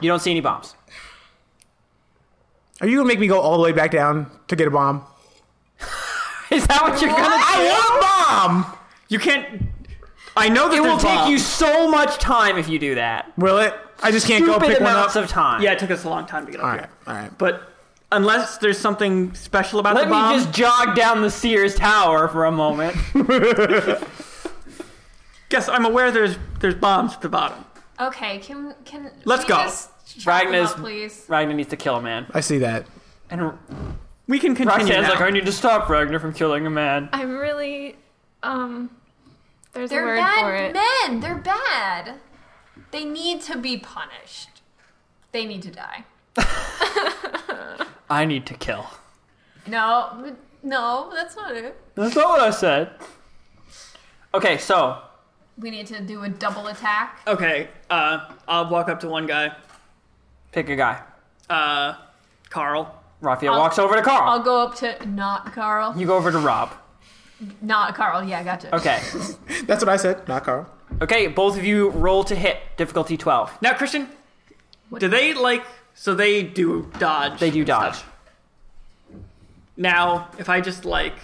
Speaker 1: You don't see any bombs.
Speaker 5: Are you gonna make me go all the way back down to get a bomb?
Speaker 1: Is that what you're gonna?
Speaker 5: I want a bomb.
Speaker 4: you can't. I know that
Speaker 1: It will
Speaker 4: there's
Speaker 1: take you
Speaker 4: bombs.
Speaker 1: so much time if you do that.
Speaker 5: Will it? I just can't go
Speaker 1: Stupid
Speaker 5: pick one
Speaker 1: amounts
Speaker 5: up.
Speaker 1: of time.
Speaker 4: Yeah, it took us a long time to get up
Speaker 5: all right,
Speaker 4: here.
Speaker 5: all right.
Speaker 4: But unless there's something special about
Speaker 1: Let
Speaker 4: the
Speaker 1: me
Speaker 4: bomb,
Speaker 1: just jog down the Sears Tower for a moment.
Speaker 4: guess I'm aware there's there's bombs at the bottom.
Speaker 2: Okay, can can
Speaker 4: Let's
Speaker 2: we
Speaker 4: go.
Speaker 2: just chop them
Speaker 1: Ragna's-
Speaker 2: up, please?
Speaker 1: Ragnar needs to kill a man.
Speaker 5: I see that.
Speaker 1: And
Speaker 4: We can continue.
Speaker 1: Roxanne's
Speaker 4: now.
Speaker 1: like, I need to stop Ragnar from killing a man.
Speaker 6: I'm really um. There's a
Speaker 2: They're
Speaker 6: word for
Speaker 2: bad
Speaker 6: it.
Speaker 2: men. They're bad. They need to be punished. They need to die.
Speaker 1: I need to kill.
Speaker 2: No, no, that's not it.
Speaker 1: That's not what I said. Okay, so
Speaker 2: We need to do a double attack.
Speaker 4: okay, uh, I'll walk up to one guy,
Speaker 1: pick a guy.
Speaker 4: uh, Carl.
Speaker 1: Raphael
Speaker 2: I'll-
Speaker 1: walks over to Carl.
Speaker 2: I'll go up to not Carl.
Speaker 1: you go over to Rob.
Speaker 2: Not Carl. Yeah, gotcha.
Speaker 1: Okay.
Speaker 5: That's what I said. Not Carl.
Speaker 1: Okay, both of you roll to hit. Difficulty 12.
Speaker 4: Now, Christian, do they like? So they do dodge.
Speaker 1: They do dodge.
Speaker 4: stuff. Now, if I just like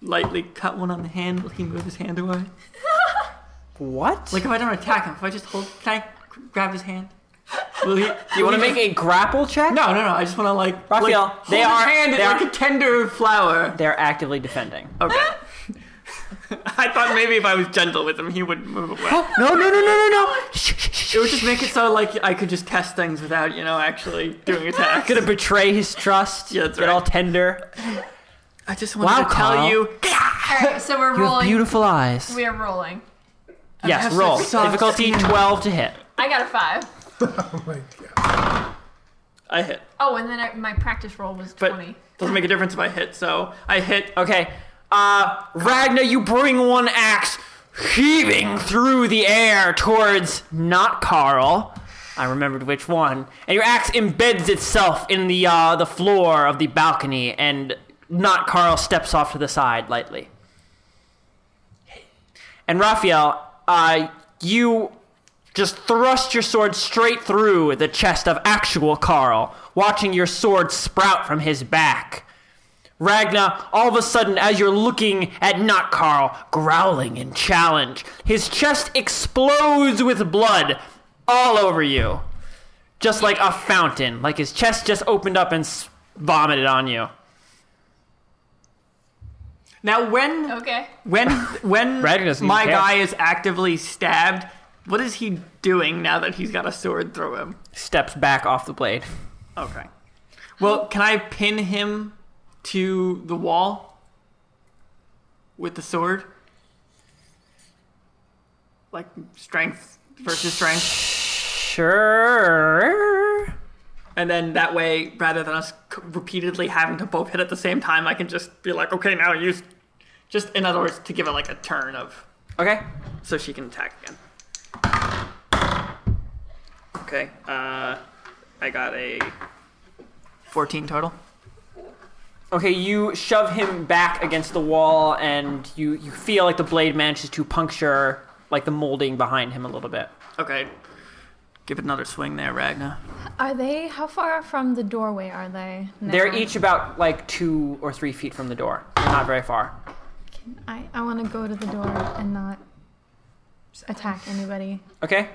Speaker 4: lightly cut one on the hand, will he move his hand away?
Speaker 1: What?
Speaker 4: Like if I don't attack him, if I just hold, can I g- grab his hand? Will he?
Speaker 1: you want to make a grapple check?
Speaker 4: No, no, no. I just want to like
Speaker 1: Raphael,
Speaker 4: Like, hold
Speaker 1: they
Speaker 4: his
Speaker 1: are-
Speaker 4: hand
Speaker 1: they
Speaker 4: like
Speaker 1: are-
Speaker 4: a tender flower.
Speaker 1: They're actively defending.
Speaker 4: Okay. I thought maybe if I was gentle with him, he would move away.
Speaker 5: No, no, no, no, no, no.
Speaker 4: it would just make it so like I could just test things without you know actually doing attacks.
Speaker 1: Gonna betray his trust.
Speaker 4: Yeah, that's
Speaker 1: get
Speaker 4: right.
Speaker 1: all tender.
Speaker 4: I just wanted
Speaker 1: Wow,
Speaker 4: to tell
Speaker 1: Carl.
Speaker 4: you.
Speaker 2: All right, so we're
Speaker 1: You have
Speaker 2: rolling.
Speaker 1: beautiful eyes.
Speaker 2: We are rolling.
Speaker 1: Yes,
Speaker 4: have
Speaker 1: roll.
Speaker 4: such soft
Speaker 1: Difficulty 12 to hit.
Speaker 2: I got a five.
Speaker 3: Oh my god.
Speaker 4: I hit,
Speaker 2: Oh, and then I, my practice roll was
Speaker 4: but
Speaker 2: twenty.
Speaker 4: doesn't make a difference if I hit. So I hit.
Speaker 1: Okay. Uh, Ragnar, you bring one axe heaving through the air towards not Carl. I remembered which one. And your axe embeds itself in the uh, the floor of the balcony, and not Carl steps off to the side lightly. And Raphael, uh, you just thrust your sword straight through the chest of actual Carl, watching your sword sprout from his back. Ragna, all of a sudden, as you're looking at Not Carl, growling in challenge, his chest explodes with blood all over you. Just like a fountain. Like his chest just opened up and s- vomited on you.
Speaker 4: Now when
Speaker 2: Okay.
Speaker 4: when when
Speaker 1: Brad doesn't
Speaker 4: my
Speaker 1: even care.
Speaker 4: guy is actively stabbed, what is he doing now that he's got a sword through him?
Speaker 1: Steps back off the blade.
Speaker 4: Okay. Well, can I pin him to the wall with the sword? Like strength versus strength,
Speaker 1: Sure.
Speaker 4: and then that way, rather than us c- repeatedly having to both hit at the same time, I can just be like, okay, now use. Just in other words, to give it like a turn of
Speaker 1: Okay.
Speaker 4: so she can attack again. Okay, uh, I got a 14 total.
Speaker 1: Okay, you shove him back against the wall, and you, you feel like the blade manages to puncture like the molding behind him a little bit.
Speaker 4: Okay, give it another swing there, Ragna.
Speaker 6: Are they? How far from the doorway are they? Now?
Speaker 1: They're each about like two or three feet from the door. They're not very far.
Speaker 6: I, I want to go to the door and not attack anybody.
Speaker 1: Okay.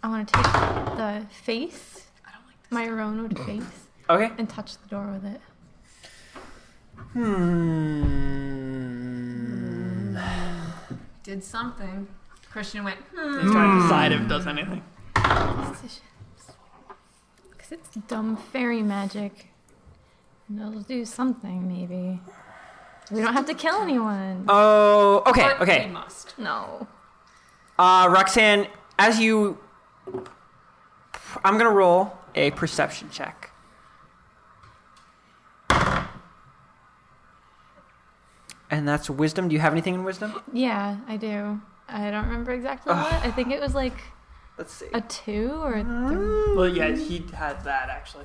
Speaker 6: I want to take the face,
Speaker 2: I don't like
Speaker 6: my Ronod face,
Speaker 1: Okay.
Speaker 6: and touch the door with it.
Speaker 1: Hmm.
Speaker 2: this. Did something. Christian went. Hmm.
Speaker 4: He's trying to decide if it does anything.
Speaker 6: Because it's dumb fairy magic. And it'll do something, maybe. We don't have to kill anyone.
Speaker 1: Oh. Okay.
Speaker 2: but We
Speaker 1: Okay.
Speaker 2: must.
Speaker 6: no.
Speaker 1: Uh, Roxanne, as you, I'm gonna roll a perception check. And that's wisdom. Do you have anything in wisdom?
Speaker 6: Yeah, I do. I don't remember exactly what. I think it was like
Speaker 1: Let's see. Mm-hmm.
Speaker 6: a two or a three.
Speaker 4: Well, yeah, he had that actually.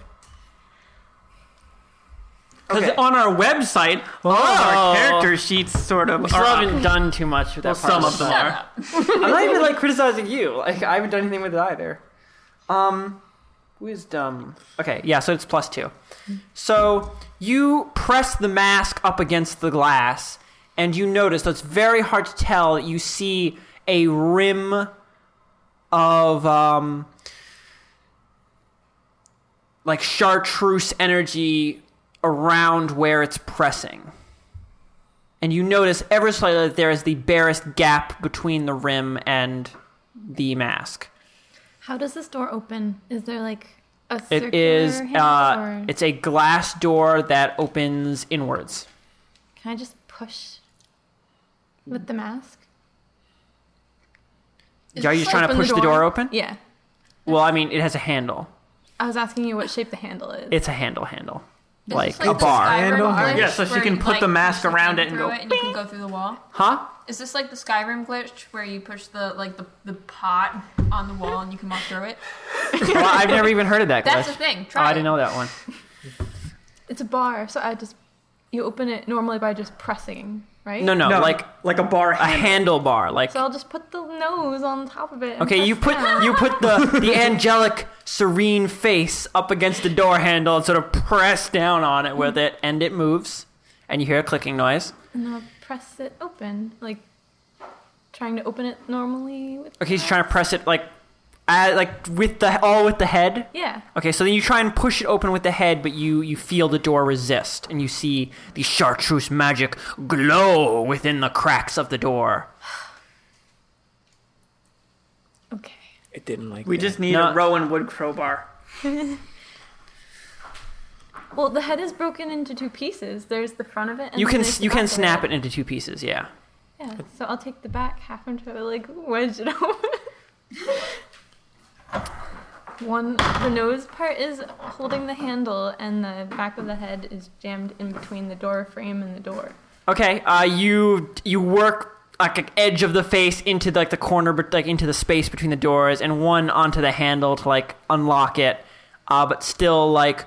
Speaker 4: Because
Speaker 1: Okay.
Speaker 4: on our website, all of
Speaker 1: Oh.
Speaker 4: our character sheets sort of
Speaker 1: We
Speaker 4: are
Speaker 1: still haven't done too much with that
Speaker 4: Well, some
Speaker 1: part.
Speaker 4: of them
Speaker 2: Shut
Speaker 4: are.
Speaker 2: up.
Speaker 1: I'm not even like criticizing you. Like I haven't done anything with it either. Um, wisdom. Okay, yeah. So it's plus two. So you press the mask up against the glass, and you notice, though it's very hard to tell, you see a rim of um, like chartreuse energy around where it's pressing. And you notice ever slightly that there is the barest gap between the rim and the mask.
Speaker 6: How does this door open? Is there like a circular
Speaker 1: It is
Speaker 6: handle,
Speaker 1: uh,
Speaker 6: or-
Speaker 1: it's a glass door that opens inwards.
Speaker 6: Can I just push with the mask?
Speaker 2: Is
Speaker 1: Are you
Speaker 2: this
Speaker 1: just trying to
Speaker 6: open the
Speaker 1: push the door,
Speaker 6: door?
Speaker 1: open?
Speaker 2: Yeah.
Speaker 1: Well, I mean, it has a handle.
Speaker 6: I was asking you what shape the handle is.
Speaker 1: It's a handle handle,
Speaker 2: It's
Speaker 1: like,
Speaker 2: just
Speaker 1: a bar,
Speaker 2: the Skyrim
Speaker 5: Handle?
Speaker 2: glitch
Speaker 4: Yeah, so she
Speaker 2: where
Speaker 4: can
Speaker 2: you,
Speaker 4: put the mask
Speaker 2: push
Speaker 4: around
Speaker 2: thing
Speaker 4: it and
Speaker 2: through
Speaker 4: go
Speaker 2: and you can go through the wall.
Speaker 1: huh?
Speaker 2: Is this like the Skyrim glitch where you push the like the, the pot on the wall and you can walk through it?
Speaker 1: Well, I've never even heard of that.
Speaker 2: That's
Speaker 1: glitch.
Speaker 2: the thing.
Speaker 1: Oh,
Speaker 2: Try
Speaker 1: I
Speaker 2: it.
Speaker 1: didn't know that one.
Speaker 6: It's a bar, so I just you open it normally by just pressing, right?
Speaker 1: No, no,
Speaker 4: No,
Speaker 1: like
Speaker 4: like a bar
Speaker 1: a
Speaker 4: handle.
Speaker 1: handlebar. Like
Speaker 6: So I'll just put the nose on top of it. and
Speaker 1: okay,
Speaker 6: press
Speaker 1: you put
Speaker 6: down.
Speaker 1: you put the the angelic serene face up against the door handle and sort of press down on it with it, and it moves, and you hear a clicking noise.
Speaker 6: and I'll press it open, like trying to open it normally. With
Speaker 1: Okay, he's trying to press it like, uh, like with the all with the head.
Speaker 6: Yeah.
Speaker 1: Okay, so then you try and push it open with the head, but you you feel the door resist, and you see the chartreuse magic glow within the cracks of the door.
Speaker 6: Okay.
Speaker 5: It didn't like
Speaker 4: We
Speaker 5: that.
Speaker 4: just need
Speaker 1: No.
Speaker 4: a Rowan wood crowbar.
Speaker 6: Well, the head is broken into two pieces. There's the front of it. And
Speaker 1: You
Speaker 6: then
Speaker 1: can
Speaker 6: there's the
Speaker 1: you can
Speaker 6: back of
Speaker 1: snap it into two pieces. Yeah.
Speaker 6: Yeah. So I'll take the back half and try to like wedge it open. One, the nose part is holding the handle, and the back of the head is jammed in between the door frame and the door.
Speaker 1: Okay. Uh, you you work like an edge of the face into like the corner, but like into the space between the doors, and one onto the handle to like unlock it. Uh, but still like.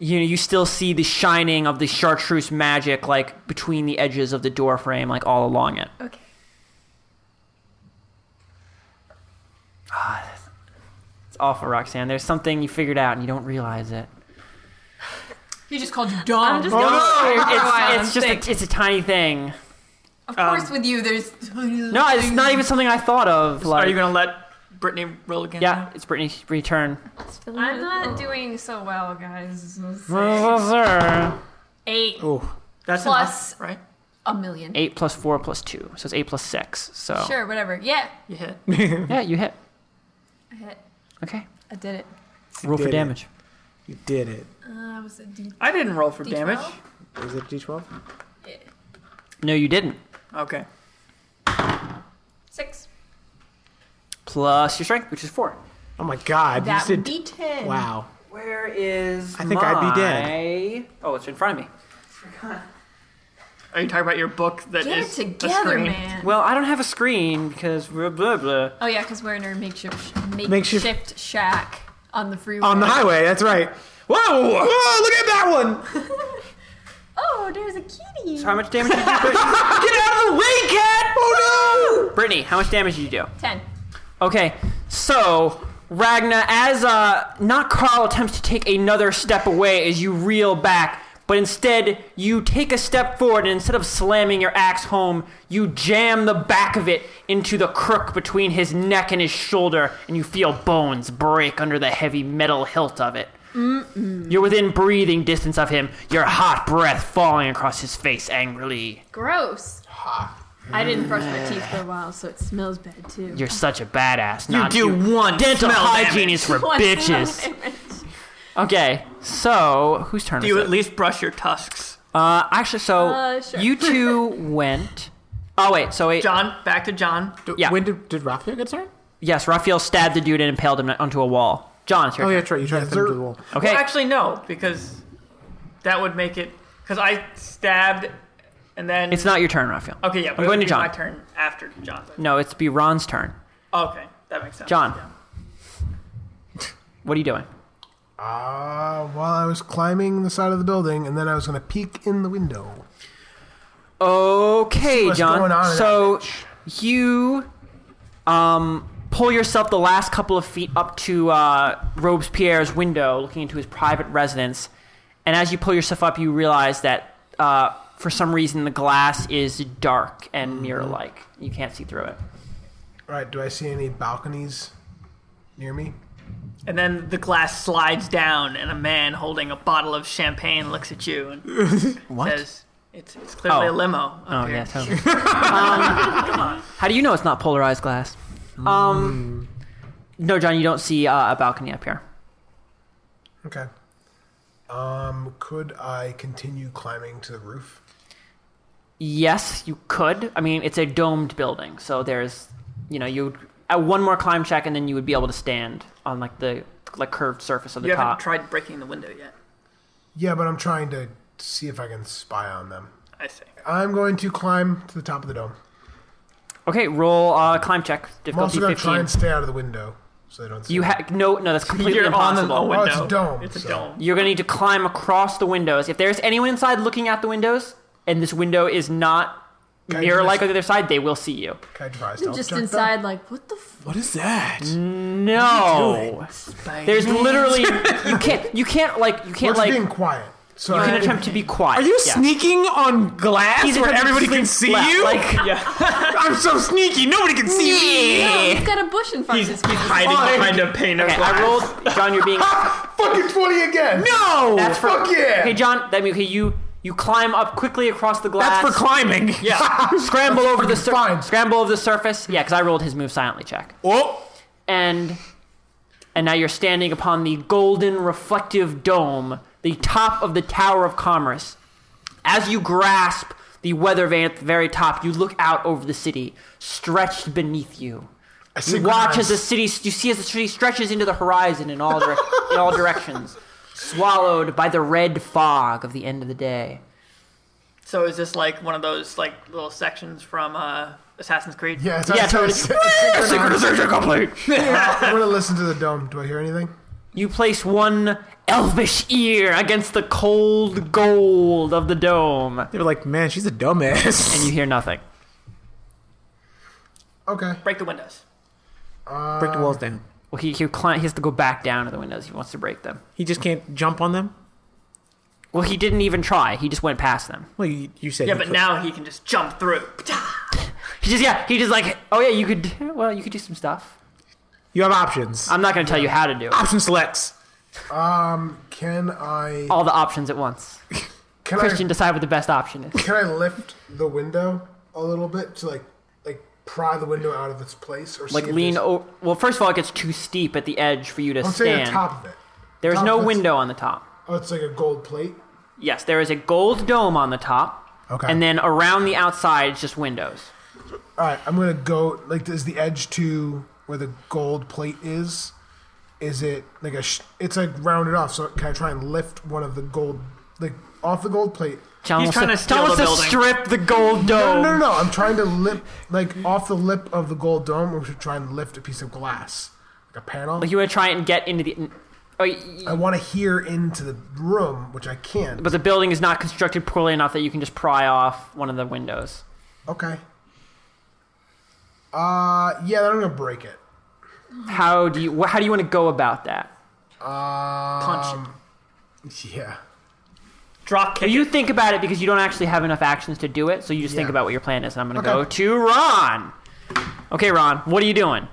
Speaker 1: You know, you still see the shining of the chartreuse magic, like between the edges of the door frame, like all along it.
Speaker 6: Okay.
Speaker 1: Ah, It's awful, Roxanne. There's something you figured out and you don't realize it.
Speaker 2: He just called you dumb.
Speaker 6: I'm just
Speaker 1: It's, it's just a, it's a tiny thing.
Speaker 2: of course, with you, there's
Speaker 1: No, it's not even something I thought of. Like,
Speaker 4: Are you gonna let Brittany roll again?
Speaker 1: yeah, it's Brittany's return.
Speaker 6: filling
Speaker 2: I'm
Speaker 6: it
Speaker 2: not
Speaker 6: with-
Speaker 2: doing so well, guys. Eight
Speaker 5: Oh,
Speaker 4: That's
Speaker 2: Plus-
Speaker 4: enough, right?
Speaker 2: a million.
Speaker 1: Eight plus four plus two, so it's eight plus six. So
Speaker 2: Sure, whatever. Yeah,
Speaker 4: You hit.
Speaker 1: yeah, you hit.
Speaker 2: I hit.
Speaker 1: Okay,
Speaker 2: I did it.
Speaker 1: roll for
Speaker 5: did it.
Speaker 1: damage.
Speaker 5: you did it.
Speaker 2: Uh, was it D-
Speaker 4: I didn't roll for
Speaker 2: D12?
Speaker 4: damage.
Speaker 5: Is it D12?
Speaker 1: No, you didn't.
Speaker 4: Okay.
Speaker 2: Six.
Speaker 1: Plus your strength, which is four.
Speaker 5: Oh my god,
Speaker 2: That
Speaker 5: you
Speaker 2: would
Speaker 5: said
Speaker 2: be ten.
Speaker 5: Wow.
Speaker 1: Where is
Speaker 5: I think I'd be
Speaker 1: dead. Oh, it's in front of me.
Speaker 4: Are you talking about your book that is
Speaker 2: Get it
Speaker 4: the
Speaker 2: together,
Speaker 4: screen?
Speaker 2: man.
Speaker 1: Well, I don't have a screen because blah blah blah.
Speaker 2: Oh yeah, because we're in our makeshift
Speaker 5: Makeshift-
Speaker 2: makeshift shack on the freeway.
Speaker 5: On the highway, that's right. Whoa! Whoa, look at that one!
Speaker 2: Oh, there's a kitty.
Speaker 1: How much damage did you do, Brittany?
Speaker 5: Get out of the way, cat! Oh no!
Speaker 1: Brittany, how much damage did you do?
Speaker 2: Ten.
Speaker 1: Okay, so Ragna, as uh, not Carl attempts to take another step away as you reel back, but instead you take a step forward and instead of slamming your axe home, you jam the back of it into the crook between his neck and his shoulder, and you feel bones break under the heavy metal hilt of it. You're within breathing distance of him, your hot breath falling across his face angrily.
Speaker 2: Gross. I didn't brush my teeth for a while, so it smells bad too.
Speaker 1: You're such a badass. You
Speaker 4: do one
Speaker 1: dental
Speaker 4: smell
Speaker 1: hygiene
Speaker 4: damage.
Speaker 1: is for
Speaker 2: One
Speaker 1: bitches.
Speaker 2: smell damage.
Speaker 1: Okay, so whose turn
Speaker 4: Do
Speaker 1: is
Speaker 4: you
Speaker 1: it?
Speaker 4: at least brush your tusks?
Speaker 1: uh, actually, so
Speaker 2: Uh, sure.
Speaker 1: you two went. Oh wait, so wait.
Speaker 4: John, back to John.
Speaker 5: Do-
Speaker 1: Yeah.
Speaker 5: When did, did Raphael get started?
Speaker 1: Yes, Raphael stabbed the dude and impaled him onto a wall. John, it's your
Speaker 5: Oh,
Speaker 1: turn.
Speaker 5: yeah, that's right. You tried to put
Speaker 3: sir.
Speaker 5: him to the wall.
Speaker 1: Okay,
Speaker 4: Well, actually, no, because that would make it. Because I stabbed, and then
Speaker 1: it's not your turn, Raphael.
Speaker 4: Okay, yeah, but
Speaker 1: I'm
Speaker 4: it
Speaker 1: going
Speaker 4: would
Speaker 1: to
Speaker 4: be
Speaker 1: John.
Speaker 4: My turn after John.
Speaker 1: No, it's be Ron's turn.
Speaker 4: Okay, that makes sense.
Speaker 1: John.
Speaker 4: Yeah.
Speaker 1: What are you doing?
Speaker 3: Uh, while I was climbing the side of the building, and then I was going to peek in the window.
Speaker 1: Okay,
Speaker 3: what's
Speaker 1: John.
Speaker 3: going on in
Speaker 1: so you um, pull yourself the last couple of feet up to uh, Robespierre's window, looking into his private residence. And as you pull yourself up, you realize that uh, for some reason the glass is dark and mirror-like. You can't see through it.
Speaker 3: All right, do I see any balconies near me?
Speaker 7: And then the glass slides down, and a man holding a bottle of champagne looks at you and says, "It's, it's clearly
Speaker 1: Oh.
Speaker 7: a limo." up
Speaker 1: Oh
Speaker 7: here."
Speaker 1: yeah, totally. um, how do you know it's not polarized glass? Um, no, John, you don't see uh, a balcony up here.
Speaker 3: Okay. Um, could I continue climbing to the roof?
Speaker 1: Yes, you could. I mean, it's a domed building, so there's, you know, you at one more climb check, and then you would be able to stand on like the like curved surface of the
Speaker 7: You haven't
Speaker 1: top.
Speaker 7: tried breaking the window yet.
Speaker 3: Yeah, but I'm trying to see if I can spy on them.
Speaker 7: I see.
Speaker 3: I'm going to climb to the top of the dome.
Speaker 1: okay, roll uh, climb check
Speaker 3: I'm
Speaker 1: difficulty
Speaker 3: also going to try
Speaker 1: fifteen.
Speaker 3: and stay out of the window so they don't see
Speaker 1: You
Speaker 3: me.
Speaker 1: ha- no, no, that's completely
Speaker 7: You're on the
Speaker 1: impossible.
Speaker 7: a
Speaker 3: Oh,
Speaker 7: window.
Speaker 3: it's a dome,
Speaker 7: It's a
Speaker 3: so-
Speaker 7: dome.
Speaker 1: You're gonna need to climb across the windows. If there's anyone inside looking out the windows, and this window is not
Speaker 3: Can I
Speaker 1: mirror like
Speaker 3: just-
Speaker 1: on the other side, they will see you.
Speaker 3: Can I try a stealth
Speaker 2: Just
Speaker 3: check, though?
Speaker 2: inside, like, what the f-
Speaker 5: What is that?
Speaker 1: Mm, No, there's literally you can't you can't like you
Speaker 3: We're
Speaker 1: can't
Speaker 3: just
Speaker 1: like
Speaker 3: being
Speaker 1: you
Speaker 3: quiet. So
Speaker 1: can
Speaker 3: I-
Speaker 1: attempt to be quiet.
Speaker 5: Are you
Speaker 1: yeah.
Speaker 5: sneaking on glass
Speaker 1: He's
Speaker 5: where
Speaker 1: attempting to
Speaker 5: everybody
Speaker 1: sleep
Speaker 5: can see
Speaker 1: left,
Speaker 5: you?
Speaker 1: Like,
Speaker 5: I'm so sneaky, nobody can see me.
Speaker 6: Eh.
Speaker 2: No, he's got a bush in front of his face.
Speaker 4: Hiding
Speaker 5: Oh,
Speaker 4: behind a pane of
Speaker 1: Okay,
Speaker 4: glass.
Speaker 1: I rolled. John, you're being.
Speaker 3: fucking twenty again.
Speaker 5: No,
Speaker 1: That's for.
Speaker 3: Fuck yeah!
Speaker 1: Okay, John. That mean, okay, you you climb up quickly across the glass.
Speaker 5: that's for climbing.
Speaker 1: Yeah. scramble over the
Speaker 3: fine.
Speaker 1: surface. Scramble over the surface. Yeah, because I rolled his move silently check.
Speaker 5: Oh,
Speaker 1: And and now you're standing upon the golden reflective dome, the top of the Tower of Commerce. As you grasp the weather vane at the very top, you look out over the city, stretched beneath you.
Speaker 3: I
Speaker 1: You watch as
Speaker 3: synchronize.
Speaker 1: the city. You see as the city stretches into the horizon in all direc- in all directions, swallowed by the red fog of the end of the day.
Speaker 7: So is this like one of those like little sections from uh, Assassin's Creed?
Speaker 3: Yeah, it's
Speaker 1: Yeah,
Speaker 3: yeah,
Speaker 1: totally.
Speaker 3: synchronization complete. I'm gonna listen to the dome. Do I hear anything?
Speaker 1: You place one elvish ear against the cold gold of the dome, and
Speaker 5: they were like, man, she's a dumbass.
Speaker 1: you hear nothing.
Speaker 3: Okay.
Speaker 7: Break the windows.
Speaker 5: break the walls down.
Speaker 1: Well, he he, cli- he has to go back down to the windows. He wants to break them.
Speaker 5: He just can't jump on them.
Speaker 1: Well, he didn't even try. He just went past them.
Speaker 5: Well, you, you said
Speaker 7: Yeah,
Speaker 5: he
Speaker 7: but
Speaker 5: could.
Speaker 7: now he can just jump through.
Speaker 1: He just yeah. He just like oh yeah. You could well you could do some stuff.
Speaker 5: you have options.
Speaker 1: I'm not gonna tell you how to do it.
Speaker 5: Option selects.
Speaker 3: Um, Can I?
Speaker 1: all the options at once.
Speaker 3: Can
Speaker 1: Christian, decide what the best option is.
Speaker 3: I? Can I lift the window a little bit to like, like pry the window out of its place, or see
Speaker 1: Like
Speaker 3: if
Speaker 1: lean
Speaker 3: there's-
Speaker 1: over. Well, first of all, it gets too steep at the edge for you to
Speaker 3: I'm saying
Speaker 1: stand.
Speaker 3: the top of it.
Speaker 1: there is
Speaker 3: top
Speaker 1: no
Speaker 3: is-
Speaker 1: window on the top.
Speaker 3: Oh, it's like a gold plate.
Speaker 1: Yes, there is a gold dome on the top,
Speaker 3: Okay.
Speaker 1: and then around the outside it's just windows.
Speaker 3: All right, I'm gonna go. Like, is the edge to where the gold plate is? Is it like a? Sh- it's like rounded off. So can I try and lift one of the gold, like off the gold plate?
Speaker 1: John
Speaker 7: He's
Speaker 1: wants
Speaker 7: trying
Speaker 1: to,
Speaker 7: to steal
Speaker 1: John
Speaker 7: the
Speaker 1: wants to
Speaker 7: building.
Speaker 1: strip the gold dome.
Speaker 3: No,
Speaker 5: Um,
Speaker 3: no, no, no. I'm trying to lip, like off the lip of the gold dome. We should try and lift a piece of glass, like a panel.
Speaker 1: Like you want to try and get into the. Oh, y- y-
Speaker 3: I want to hear into the room, which I can't.
Speaker 1: but the building is not constructed poorly enough that you can just pry off one of the windows.
Speaker 3: okay. Uh, yeah, then I'm gonna break it.
Speaker 1: How do you? wh- How do you want to go about that?
Speaker 7: Punch.
Speaker 3: Um, Yeah.
Speaker 7: Drop kick.
Speaker 1: You think about it because you don't actually have enough actions to do it, so you just think
Speaker 3: Yeah.
Speaker 1: about what your plan is. And I'm going to
Speaker 3: Okay.
Speaker 1: go to Ron. Okay, Ron, what are you doing?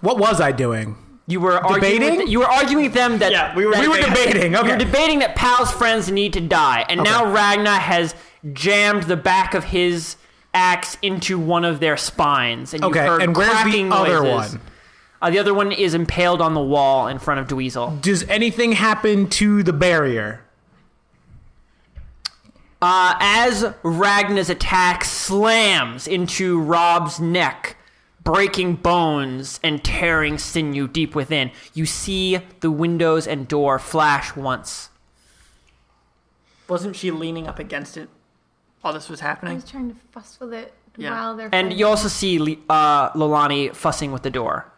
Speaker 5: What was I doing?
Speaker 1: You were arguing.
Speaker 5: Debating?
Speaker 1: With, you were arguing with them that
Speaker 7: Yeah, we were
Speaker 1: that-
Speaker 5: We were debating.
Speaker 1: You're
Speaker 5: Okay.
Speaker 1: debating that Pal's friends need to die, and now Ragnar has jammed the back of his axe into one of their spines, and
Speaker 5: Okay,
Speaker 1: you heard
Speaker 5: and where's the
Speaker 1: cracking
Speaker 5: other
Speaker 1: noises.
Speaker 5: one?
Speaker 1: Uh, the other one is impaled on the wall in front of Dweezil.
Speaker 5: Does anything happen to the barrier?
Speaker 1: Uh, as Ragnar's attack slams into Rob's neck, breaking bones and tearing sinew deep within, you see the windows and door flash once.
Speaker 7: Wasn't she leaning up against it while this was happening?
Speaker 6: He's trying to fuss with it
Speaker 7: Yeah.
Speaker 6: while they're.
Speaker 1: And you also see Le- uh, Lolani fussing with the door,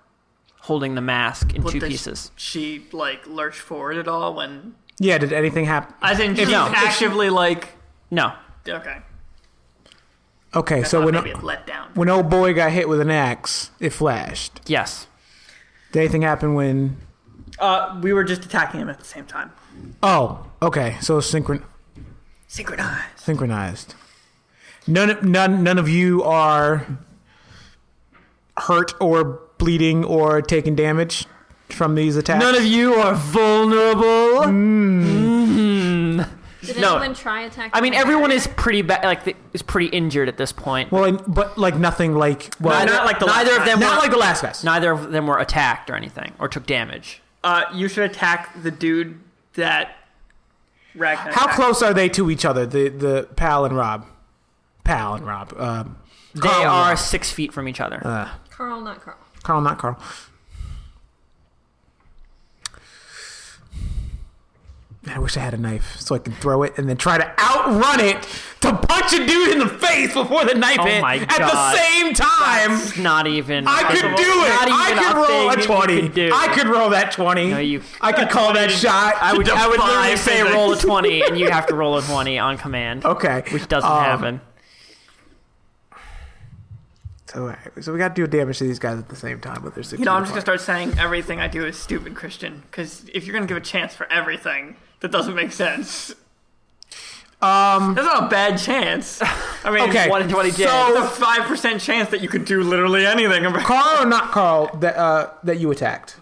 Speaker 1: holding the mask in
Speaker 7: But
Speaker 1: two
Speaker 7: does
Speaker 1: pieces.
Speaker 7: She like lurch forward at all when,
Speaker 5: Yeah, did anything happen?
Speaker 7: as in, she's
Speaker 1: no.
Speaker 7: actively like,
Speaker 1: No.
Speaker 7: okay.
Speaker 5: Okay, so
Speaker 7: Oh,
Speaker 5: when
Speaker 7: maybe a letdown.
Speaker 5: when old boy got hit with an axe, it flashed.
Speaker 1: Yes.
Speaker 5: Did anything happen when?
Speaker 7: Uh, we were just attacking him at the same time.
Speaker 5: Oh, okay, so synchron.
Speaker 7: Synchronize.
Speaker 5: synchronized. None, of- none, none of you are hurt or bleeding or taking damage from these attacks.
Speaker 4: None of you are vulnerable.
Speaker 6: Did
Speaker 1: No.
Speaker 6: anyone try attack?
Speaker 1: I mean, everyone is pretty ba- like th- is pretty injured at this point.
Speaker 5: well, and- but like nothing like well,
Speaker 1: Neither-
Speaker 4: not like the
Speaker 1: neither
Speaker 4: last
Speaker 1: of them.
Speaker 5: not
Speaker 1: were,
Speaker 5: like the last guys.
Speaker 1: Neither of them were attacked or anything or took damage.
Speaker 7: Uh, you should attack the dude that Ragnar.
Speaker 5: How
Speaker 7: attacked.
Speaker 5: close are they to each other? The the pal and Rob, pal and Rob. Um,
Speaker 1: They
Speaker 5: Carl and
Speaker 1: are
Speaker 5: Rob.
Speaker 1: six feet from each other.
Speaker 5: Uh,
Speaker 6: Carl, not Carl.
Speaker 5: Carl, not Carl. I wish I had a knife so I could throw it and then try to outrun it to punch a dude in the face before the knife
Speaker 1: Oh
Speaker 5: hit
Speaker 1: my
Speaker 5: at the
Speaker 1: God.
Speaker 5: same time.
Speaker 1: It's not even.
Speaker 5: I could do
Speaker 1: possible. Not
Speaker 5: it. I
Speaker 1: even
Speaker 5: could roll
Speaker 1: thing
Speaker 5: a
Speaker 1: you
Speaker 5: twenty.
Speaker 1: could do.
Speaker 5: I could roll that twenty.
Speaker 1: No, you-
Speaker 5: I could call that shot.
Speaker 1: I would. I would literally say
Speaker 5: physics.
Speaker 1: roll a twenty, and you have to roll a twenty on command.
Speaker 5: Okay,
Speaker 1: Which doesn't
Speaker 5: Um,
Speaker 1: happen.
Speaker 5: So, so we got to do damage to these guys at the same time, but there's
Speaker 7: You know, I'm just gonna start saying everything I do is stupid, Christian. Because if you're gonna give a chance for everything, that doesn't make sense. Um, that's not a bad chance. I mean,
Speaker 5: Okay.
Speaker 1: One in twenty.
Speaker 5: So-
Speaker 7: it's a five percent chance that you could do literally anything.
Speaker 5: Carl or not Carl that uh, that you attacked.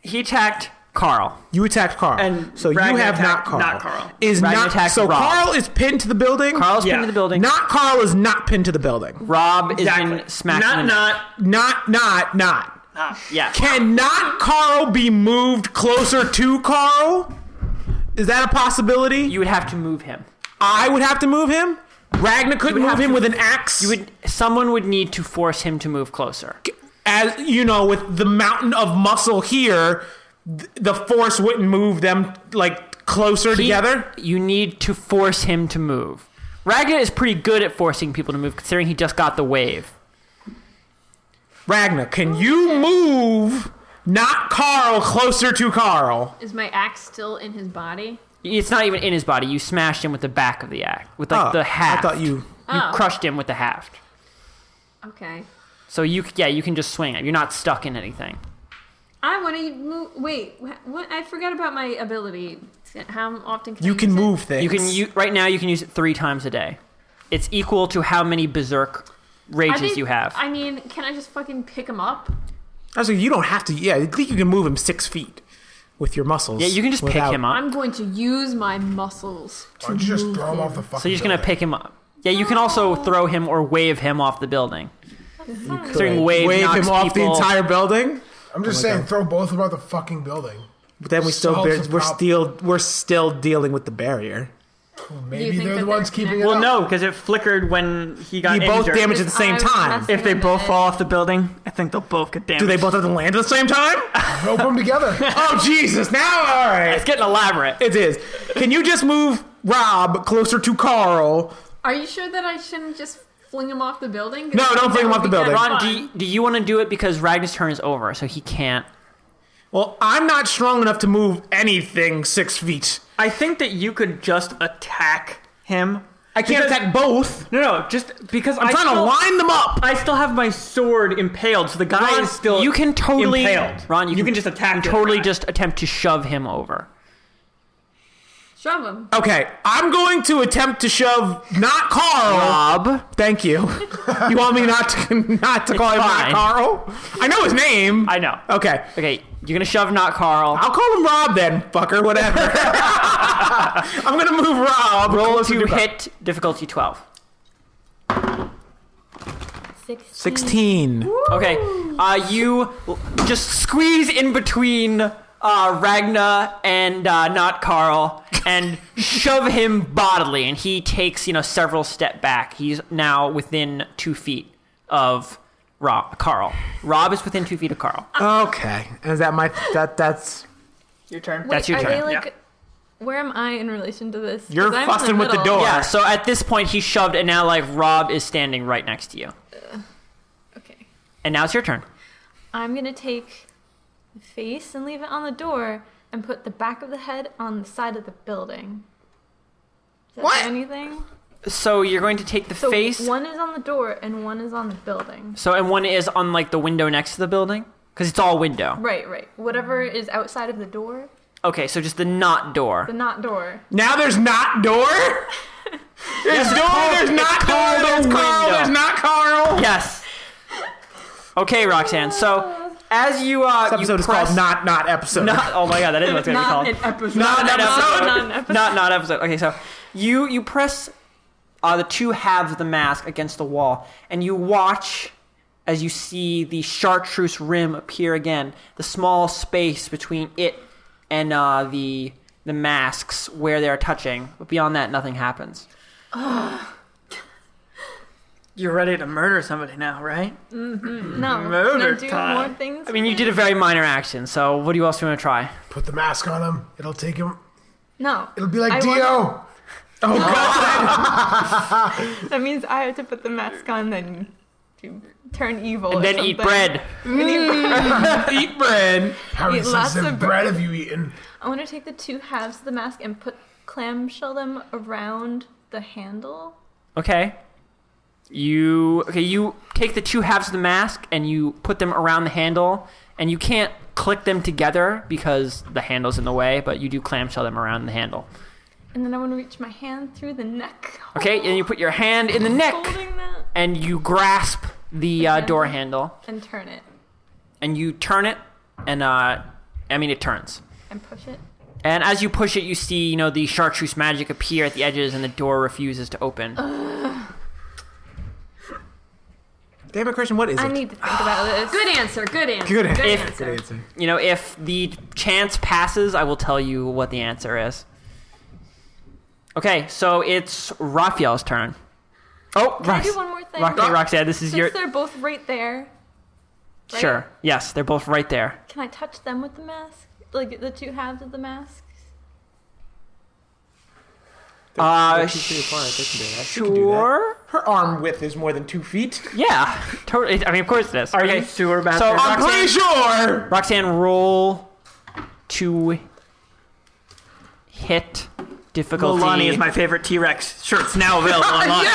Speaker 1: he attacked Carl.
Speaker 5: You attacked Carl,
Speaker 7: And
Speaker 5: so you
Speaker 7: Ragnar
Speaker 5: have not
Speaker 7: attacked-
Speaker 5: Carl.
Speaker 7: not Carl.
Speaker 5: is
Speaker 1: Ragnar
Speaker 5: not
Speaker 1: attacked
Speaker 5: so.
Speaker 1: Rob.
Speaker 5: Carl is pinned to the building.
Speaker 1: Carl's pinned
Speaker 7: Yeah.
Speaker 1: to the building.
Speaker 5: not Carl is not pinned to the building.
Speaker 1: Rob is
Speaker 7: Exactly.
Speaker 1: in smacking.
Speaker 7: not
Speaker 1: the-
Speaker 7: not.
Speaker 5: Not not not.
Speaker 7: not.
Speaker 1: Yeah.
Speaker 5: Cannot Carl be moved closer to Carl? Is that a possibility?
Speaker 1: You would have to move him.
Speaker 5: I would have to move him. Ragnar couldn't
Speaker 1: You would
Speaker 5: move
Speaker 1: have
Speaker 5: him
Speaker 1: to-
Speaker 5: with an axe.
Speaker 1: You would. Someone would need to force him to move closer.
Speaker 5: as you know, with the mountain of muscle here, th- the force wouldn't move them like closer
Speaker 1: He-
Speaker 5: together.
Speaker 1: You need to force him to move. Ragnar is pretty good at forcing people to move, considering he just got the wave.
Speaker 5: Ragnar, can you move not Carl closer to Carl?
Speaker 2: Is my axe still in his body?
Speaker 1: It's not even in his body. You smashed him with the back of the axe, with like
Speaker 5: Oh,
Speaker 1: the haft.
Speaker 5: I thought you.
Speaker 1: You
Speaker 2: Oh.
Speaker 1: crushed him with the haft.
Speaker 2: Okay.
Speaker 1: So you, yeah, you can just swing it. You're not stuck in anything.
Speaker 2: I want to move. Wait, wh- what? I forgot about my ability. How often can I
Speaker 5: You can
Speaker 2: use it?
Speaker 5: move things.
Speaker 1: You can you right now. You can use it three times a day. It's equal to how many berserk
Speaker 2: I
Speaker 1: rages
Speaker 2: think-
Speaker 1: you have.
Speaker 2: I mean, can I just fucking pick him up?
Speaker 5: I was like, you don't have to. Yeah, I think you can move him six feet with your muscles.
Speaker 1: yeah, you can just
Speaker 5: without-
Speaker 1: pick him up.
Speaker 2: I'm going to use my muscles.
Speaker 3: Why don't you just throw him off the fucking
Speaker 1: So you're just gonna
Speaker 3: building?
Speaker 1: pick him up. Yeah, you can also throw him or wave him off the building.
Speaker 5: Wave,
Speaker 1: Considering wave, knocks
Speaker 5: him off the
Speaker 1: people-
Speaker 5: entire building.
Speaker 3: I'm just saying, throw both of them out the fucking building.
Speaker 5: But then we still
Speaker 3: Solves
Speaker 5: bear,
Speaker 3: the
Speaker 5: we're
Speaker 3: problem.
Speaker 5: still we're still dealing with the barrier.
Speaker 2: you
Speaker 3: Maybe
Speaker 2: think
Speaker 3: they're
Speaker 2: that
Speaker 3: the ones
Speaker 2: they're
Speaker 3: keeping it
Speaker 2: connected?
Speaker 3: up.
Speaker 4: Well, no, because Oh, it flickered when he got
Speaker 1: Uh,
Speaker 5: You both
Speaker 4: injured.
Speaker 5: damage at the same
Speaker 2: I-
Speaker 5: time.
Speaker 2: that's-
Speaker 7: If they both fall off the building, I think they'll both get damaged.
Speaker 5: Do they both have to land at the same time?
Speaker 3: Rope them together.
Speaker 5: Oh Jesus! Now, all
Speaker 1: It's
Speaker 5: right,
Speaker 1: getting elaborate.
Speaker 5: it is. Can you just move Rob closer to Carl?
Speaker 2: Are you sure that I shouldn't just fling him off the building?
Speaker 5: No, don't fling him off the building.
Speaker 1: Ron, do you, do you want to do it because Ragnar's turn is over, so he can't?
Speaker 5: Well, I'm not strong enough to move anything six feet.
Speaker 7: I think that you could just attack him.
Speaker 5: I can't
Speaker 7: Because-
Speaker 5: attack both.
Speaker 7: No, no, just because I'm
Speaker 5: I'm trying to line them up.
Speaker 7: I still have my sword impaled, so the guy
Speaker 1: Ron,
Speaker 7: is still
Speaker 1: you can totally
Speaker 7: impaled.
Speaker 1: Ron, you,
Speaker 7: can, just attack.
Speaker 1: you
Speaker 7: him.
Speaker 1: totally just attempt to shove him over.
Speaker 2: Shove him.
Speaker 5: Okay, I'm going to attempt to shove not Carl.
Speaker 1: Rob,
Speaker 5: Thank you. You want me not to not to call him not
Speaker 1: fine.
Speaker 5: Carl? I know his name.
Speaker 1: I know.
Speaker 5: Okay,
Speaker 1: Okay, you're gonna shove not Carl.
Speaker 5: I'll call him Rob then, fucker. Whatever. I'm gonna move Rob.
Speaker 1: Roll
Speaker 5: closer
Speaker 1: to
Speaker 5: Carl.
Speaker 1: hit difficulty twelve.
Speaker 6: Sixteen.
Speaker 5: Sixteen.
Speaker 1: Okay, uh, you just squeeze in between uh, Ragna and uh, not Carl and shove him bodily, and he takes you know several step back. He's now within two feet of Rob. Carl. Rob is within two feet of Carl.
Speaker 5: Okay, is that my that that's
Speaker 7: Your turn.
Speaker 1: That's your
Speaker 6: Are
Speaker 1: turn.
Speaker 6: they like?
Speaker 7: Yeah.
Speaker 6: Where am I in relation to this? 'Cause
Speaker 5: You're
Speaker 6: I'm in
Speaker 5: fussing with the
Speaker 6: middle.
Speaker 5: door.
Speaker 1: Yeah. So at this point, he shoved, and now like Rob is standing right next to you,
Speaker 6: Okay.
Speaker 1: and now it's your turn.
Speaker 6: I'm gonna take the face and leave it on the door, and put the back of the head on the side of the building. Does that
Speaker 5: What?
Speaker 6: do anything?
Speaker 1: So you're going to take the
Speaker 6: So
Speaker 1: face.
Speaker 6: One is on the door, and one is on the building.
Speaker 1: So and one is on like the window next to the building because it's all window.
Speaker 6: Right, right. Whatever is outside of the door.
Speaker 1: Okay, so just the not door.
Speaker 6: The not door.
Speaker 5: Now there's not door. There's door. there's not door.
Speaker 1: called a
Speaker 5: There's Carl.
Speaker 1: window.
Speaker 5: There's not Carl.
Speaker 1: Yes. Okay, Roxanne. So as you uh,
Speaker 5: This episode
Speaker 1: you
Speaker 5: is called
Speaker 1: press-
Speaker 5: Not Not Episode.
Speaker 1: Not- oh my god, that is what it's gonna be
Speaker 2: Not
Speaker 1: called.
Speaker 2: an episode.
Speaker 1: not, not episode.
Speaker 6: Not an episode.
Speaker 1: Not not episode. Okay, so you you press uh, the two halves of the mask against the wall, and you watch as you see the chartreuse rim appear again. The small space between it and uh, the the masks where they are touching, but beyond that, nothing happens.
Speaker 7: You're ready to murder somebody now, right?
Speaker 6: No.
Speaker 7: Murder
Speaker 6: no, do
Speaker 7: time.
Speaker 6: more things.
Speaker 1: I mean, you did a very minor action, so what do you else you want to try?
Speaker 3: Put the mask on him. It'll take him.
Speaker 6: No.
Speaker 3: It'll be like
Speaker 6: I
Speaker 3: Dio.
Speaker 6: want-
Speaker 3: Oh god.
Speaker 6: That means I have to put the mask on, then to turn evil. or
Speaker 1: And then eat
Speaker 6: something.
Speaker 1: bread.
Speaker 6: And eat bread.
Speaker 5: Eat bread.
Speaker 3: How many
Speaker 6: Eat lots
Speaker 3: slices of
Speaker 6: of bre-
Speaker 3: bread have you eaten?
Speaker 6: I want to take the two halves of the mask and put clamshell them around the handle.
Speaker 1: Okay. You okay? You take the two halves of the mask and you put them around the handle, and you can't click them together because the handle's in the way. But you do clamshell them around the handle.
Speaker 6: And then I want to reach my hand through the neck.
Speaker 1: Okay, and you put your hand in the neck
Speaker 6: Holding that.
Speaker 1: and you grasp the uh, door handle
Speaker 6: And turn it.
Speaker 1: and you turn it, and uh, I mean it turns.
Speaker 6: And push it.
Speaker 1: And as you push it, you see you know the chartreuse magic appear at the edges, and the door refuses to open.
Speaker 5: Damn it, Christian. What is
Speaker 6: I
Speaker 5: it?
Speaker 6: need to think about this.
Speaker 2: Good answer. Good answer.
Speaker 5: Good
Speaker 2: Good
Speaker 1: If-
Speaker 2: answer.
Speaker 1: You know, if the chance passes, I will tell you what the answer is. Okay, so it's Raphael's turn. Oh,
Speaker 6: Can I
Speaker 1: Rox-
Speaker 6: do one more thing?
Speaker 1: Roxanne, Roxanne, this is
Speaker 6: Since
Speaker 1: your.
Speaker 6: they're both right there, right?
Speaker 1: Sure. Yes, they're both right there.
Speaker 6: can I touch them with the mask? Like the two halves of the mask?
Speaker 1: Uh,
Speaker 5: two feet apart. They can do that. She can do that.
Speaker 1: sure.
Speaker 5: Her arm width is more than two feet.
Speaker 1: Yeah, totally. I mean, of course it is. Are okay.
Speaker 7: you sewer bathroom?
Speaker 1: So
Speaker 5: I'm
Speaker 1: Roxanne,
Speaker 5: pretty sure.
Speaker 1: Roxanne, roll to hit difficulty.
Speaker 7: Milani is my favorite T Rex. Shirts now available online.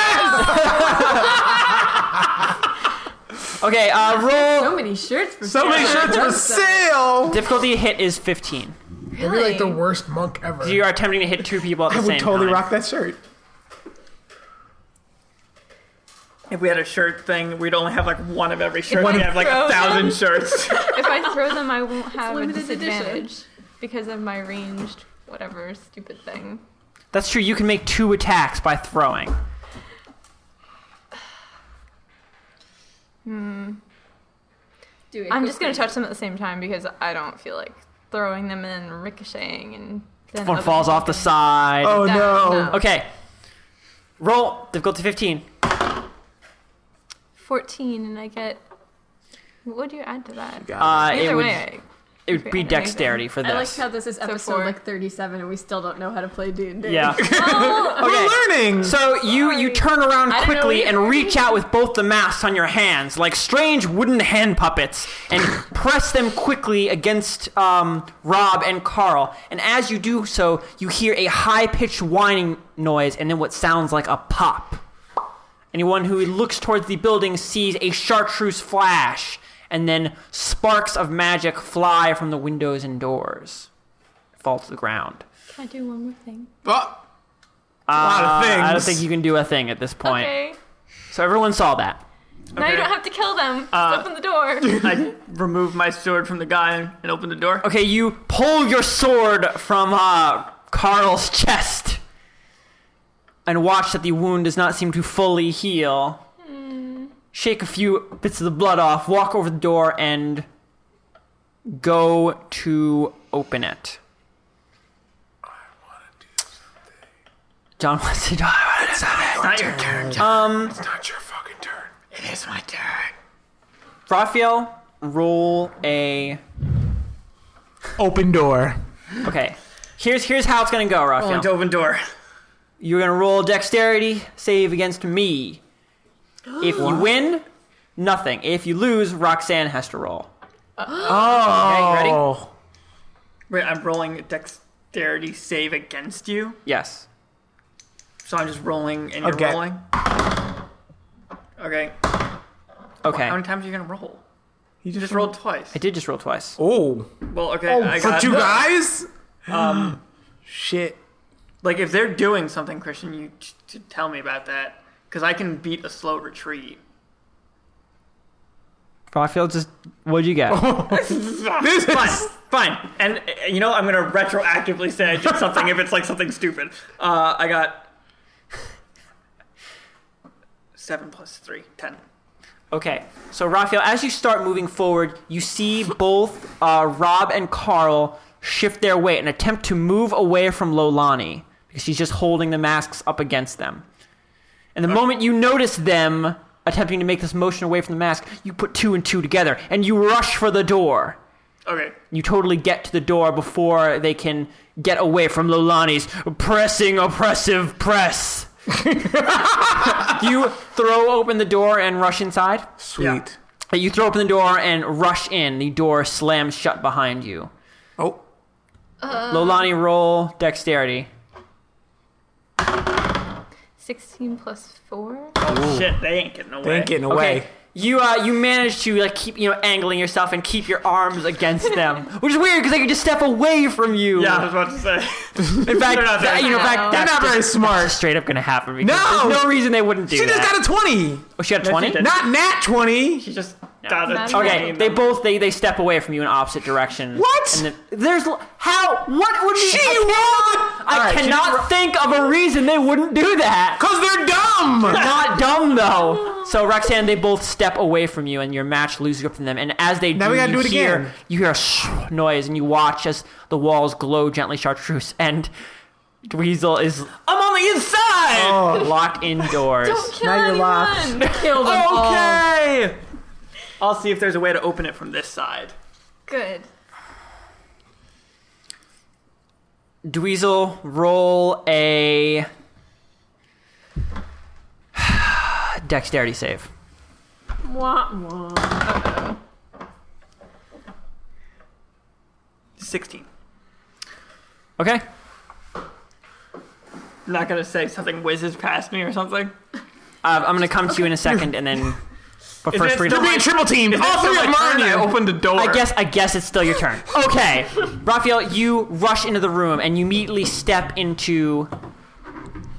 Speaker 1: okay. Uh, roll
Speaker 2: So many shirts for
Speaker 5: So many
Speaker 2: sale.
Speaker 5: shirts for sale.
Speaker 1: difficulty hit is fifteen.
Speaker 3: That'd be like the worst monk ever.
Speaker 1: You are attempting to hit two people at the
Speaker 5: I
Speaker 1: same
Speaker 5: would totally
Speaker 1: time.
Speaker 5: rock that shirt.
Speaker 7: If we had a shirt thing, we'd only have like one of every shirt.
Speaker 6: One
Speaker 7: We'd
Speaker 6: of-
Speaker 7: have like a
Speaker 1: Oh,
Speaker 6: Throw
Speaker 7: thousand shirts.
Speaker 6: if I throw them, I won't have a
Speaker 2: limited edition.
Speaker 6: disadvantage because of my ranged whatever stupid thing.
Speaker 1: That's true. You can make two attacks by throwing.
Speaker 2: Do it
Speaker 6: I'm just gonna
Speaker 2: quickly.
Speaker 6: touch them at the same time because I don't feel like throwing them and then ricocheting and then
Speaker 1: One
Speaker 6: other
Speaker 1: falls off the side.
Speaker 5: Oh
Speaker 6: That-
Speaker 5: no.
Speaker 6: no.
Speaker 1: Okay. Roll difficulty 15.
Speaker 6: Fourteen, and I get. What would you add to that?
Speaker 1: Uh,
Speaker 6: Either
Speaker 1: it would
Speaker 6: way,
Speaker 1: it would be dexterity for
Speaker 2: I like
Speaker 1: this.
Speaker 2: how this is episode
Speaker 6: four.
Speaker 2: like 37 and we still don't know how to play D&D.
Speaker 1: yeah.
Speaker 2: Oh.
Speaker 1: okay.
Speaker 5: We're learning.
Speaker 1: So you you turn around
Speaker 2: I don't know
Speaker 1: quickly
Speaker 2: either.
Speaker 1: and reach out with both the masks on your hands like strange wooden hand puppets and press them quickly against um, Rob and Carl. And as you do so, you hear a high pitched whining noise and then what sounds like a pop. Anyone who looks towards the building sees a chartreuse flash, and then sparks of magic fly from the windows and doors, fall to the ground.
Speaker 6: Can I do one more thing?
Speaker 5: Oh. a lot of
Speaker 1: Uh,
Speaker 5: things.
Speaker 1: I don't think you can do a thing at this point.
Speaker 6: Okay.
Speaker 1: So everyone saw that.
Speaker 6: Now
Speaker 7: Okay.
Speaker 6: you don't have to kill them. Just
Speaker 7: Uh,
Speaker 6: open the door.
Speaker 7: I remove my sword from the guy and open the door.
Speaker 1: Okay, you pull your sword from uh, Carl's chest and watch that the wound does not seem to fully heal. Shake a few bits of the blood off, walk over the door, and go to open it. John wants to do
Speaker 7: It's not your turn, John.
Speaker 1: Um,
Speaker 3: It's not your fucking turn.
Speaker 7: It is my turn.
Speaker 1: Raphael, roll a.
Speaker 5: Open door.
Speaker 1: Okay, here's here's how it's gonna go, Raphael.
Speaker 7: Going to open door.
Speaker 1: You're gonna roll dexterity save against me. If you win, nothing. If you lose, Roxanne has to roll.
Speaker 5: Oh.
Speaker 1: ready?
Speaker 7: Wait, I'm rolling a dexterity save against you.
Speaker 1: Yes.
Speaker 7: So I'm just rolling and you're
Speaker 5: Okay.
Speaker 7: rolling. Okay.
Speaker 1: Okay.
Speaker 7: How many times are you going to roll?
Speaker 5: You
Speaker 7: You just rolled twice.
Speaker 1: I did just roll twice.
Speaker 5: Oh.
Speaker 7: Well, okay.
Speaker 5: Oh,
Speaker 7: I
Speaker 5: for
Speaker 7: got
Speaker 5: two guys? Um, Shit.
Speaker 4: Like if they're doing something, Christian, you t- t- tell me about that because I can beat a slow retreat.
Speaker 1: Rockfield, just what'd you get?
Speaker 4: fine, fine. And uh, you know, I'm gonna retroactively say I did something if it's like something stupid. Uh, I got seven plus three, ten.
Speaker 1: Okay, so Raphael, as you start moving forward, you see both uh, Rob and Carl shift their weight and attempt to move away from Lolani because she's just holding the masks up against them. And the moment you notice them attempting to make this motion away from the mask, you put two and two together and you rush for the door.
Speaker 4: Okay,
Speaker 1: You totally get to the door before they can get away from Lolani's pressing oppressive press. you throw open the door and rush inside.
Speaker 5: Sweet.
Speaker 1: You throw open the door and rush in. The door slams shut behind you.
Speaker 5: Oh.
Speaker 1: Lolani, roll dexterity.
Speaker 6: 16 plus 4.
Speaker 4: shit, they ain't getting away.
Speaker 5: They ain't getting away.
Speaker 1: Okay. You uh, you manage to like keep you know angling yourself and keep your arms against them, which is weird because they can just step away from you.
Speaker 4: Yeah, I was about to say.
Speaker 1: In fact,
Speaker 4: They're
Speaker 1: that-
Speaker 4: not very
Speaker 1: you know, in
Speaker 6: smart.
Speaker 1: fact,
Speaker 6: They're
Speaker 1: that's
Speaker 5: not very
Speaker 1: just-
Speaker 5: smart.
Speaker 1: that's just straight up gonna happen. because
Speaker 5: No!
Speaker 1: there's no reason they wouldn't do
Speaker 5: She
Speaker 1: that.
Speaker 5: just got a 20.
Speaker 1: oh, she got twenty.
Speaker 4: didn't.
Speaker 5: Not nat 20.
Speaker 4: She just got
Speaker 6: Not
Speaker 4: a
Speaker 6: even.
Speaker 1: Okay, they both they, they step away from you in opposite directions.
Speaker 5: What?
Speaker 1: And then, there's l- how what would be
Speaker 5: She
Speaker 1: I
Speaker 5: won!
Speaker 1: I cannot think of a reason they wouldn't do that.
Speaker 5: Because they're dumb.
Speaker 1: Not dumb though. So Roxanne, they both step away from you, and your match loses grip from them. And as they do,
Speaker 5: we gotta
Speaker 1: you
Speaker 5: do it
Speaker 1: hear
Speaker 5: again.
Speaker 1: you hear a sh- noise, and you watch as the walls glow gently chartreuse, and Dweezil is
Speaker 4: I'm on the inside.
Speaker 1: locked indoors.
Speaker 6: Don't kill
Speaker 5: Now you're locked.
Speaker 6: anyone! Kill them
Speaker 4: Okay. I'll see if there's a way to open it from this side.
Speaker 6: Good.
Speaker 1: Dweezil, roll a dexterity save.
Speaker 8: Wah, wah.
Speaker 4: 16.
Speaker 1: Okay.
Speaker 4: Not gonna say something whizzes past me or something.
Speaker 1: Uh, I'm gonna come to you in a second, and then. But
Speaker 4: Is
Speaker 1: first,
Speaker 4: it
Speaker 1: we're
Speaker 4: still
Speaker 1: gonna-
Speaker 4: my-
Speaker 5: being triple teamed.
Speaker 4: is it
Speaker 5: All
Speaker 4: still
Speaker 5: three of
Speaker 4: my
Speaker 5: them are
Speaker 4: turn?
Speaker 5: on
Speaker 4: I
Speaker 5: you.
Speaker 4: opened the door.
Speaker 1: I guess I guess it's still your turn. Okay, Raphael, you rush into the room and you immediately step into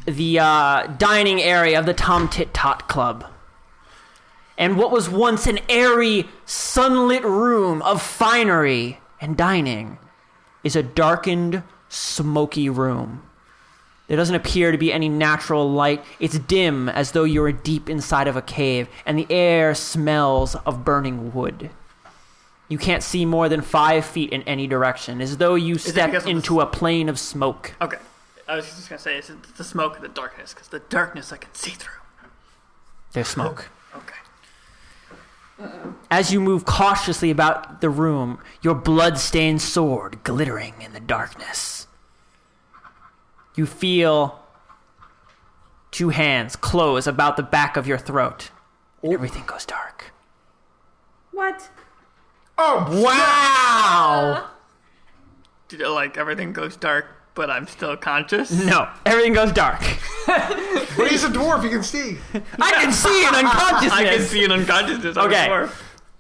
Speaker 1: the uh, dining area of the Tom Tit Tot Club. And what was once an airy, sunlit room of finery and dining is a darkened, smoky room. There doesn't appear to be any natural light. It's dim as though you were deep inside of a cave, and the air smells of burning wood. You can't see more than five feet in any direction, as though you
Speaker 4: it
Speaker 1: stepped
Speaker 4: because of the
Speaker 1: into a plane of smoke.
Speaker 4: Okay. I was just gonna say it's the smoke and the darkness, because the darkness I can see through.
Speaker 1: There's smoke.
Speaker 4: Okay.
Speaker 1: As you move cautiously about the room, your blood-stained sword glittering in the darkness. You feel two hands close about the back of your throat. And everything goes dark.
Speaker 8: What?
Speaker 3: Oh,
Speaker 5: Wow.
Speaker 4: Did, like everything goes dark, but I'm still conscious.
Speaker 1: No, everything goes dark.
Speaker 3: but he's a dwarf. He can see.
Speaker 1: I can see an unconsciousness.
Speaker 4: I can see an unconsciousness. on the
Speaker 1: Okay.
Speaker 4: floor.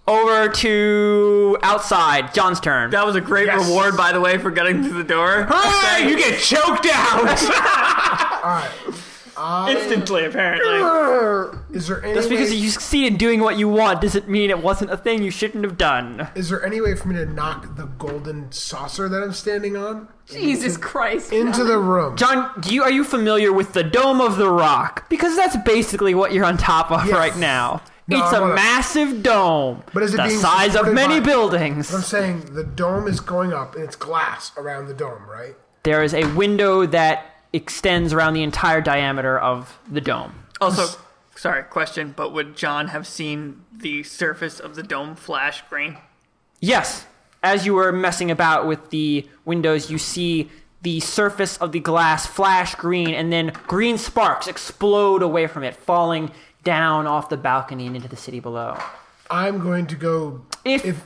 Speaker 1: Over to outside. John's turn.
Speaker 4: That was a great
Speaker 3: Yes.
Speaker 4: reward, by the way, for getting to the door.
Speaker 5: Hey, you get choked out.
Speaker 3: All right.
Speaker 4: Instantly, apparently.
Speaker 3: Is there any?
Speaker 1: Just because
Speaker 3: way,
Speaker 1: you succeed in doing what you want doesn't mean it wasn't a thing you shouldn't have done.
Speaker 3: is there any way for me to knock the golden saucer that I'm standing on
Speaker 8: Jesus Christ.
Speaker 3: into the room?
Speaker 1: John, do you are you familiar with the Dome of the Rock? Because that's basically what you're on top of
Speaker 3: Yes.
Speaker 1: right now.
Speaker 3: No,
Speaker 1: it's
Speaker 3: I'm
Speaker 1: a
Speaker 3: not.
Speaker 1: massive dome,
Speaker 3: But is it
Speaker 1: the
Speaker 3: being
Speaker 1: size of
Speaker 3: supported
Speaker 1: many
Speaker 3: by-
Speaker 1: buildings.
Speaker 3: I'm saying the dome is going up, and it's glass around the dome, right?
Speaker 1: There is a window that extends around the entire diameter of the dome.
Speaker 4: also, sorry, question, but would John have seen the surface of the dome flash green?
Speaker 1: Yes. As you were messing about with the windows, you see the surface of the glass flash green, and then green sparks explode away from it, falling down off the balcony and into the city below.
Speaker 3: I'm going to go.
Speaker 1: If-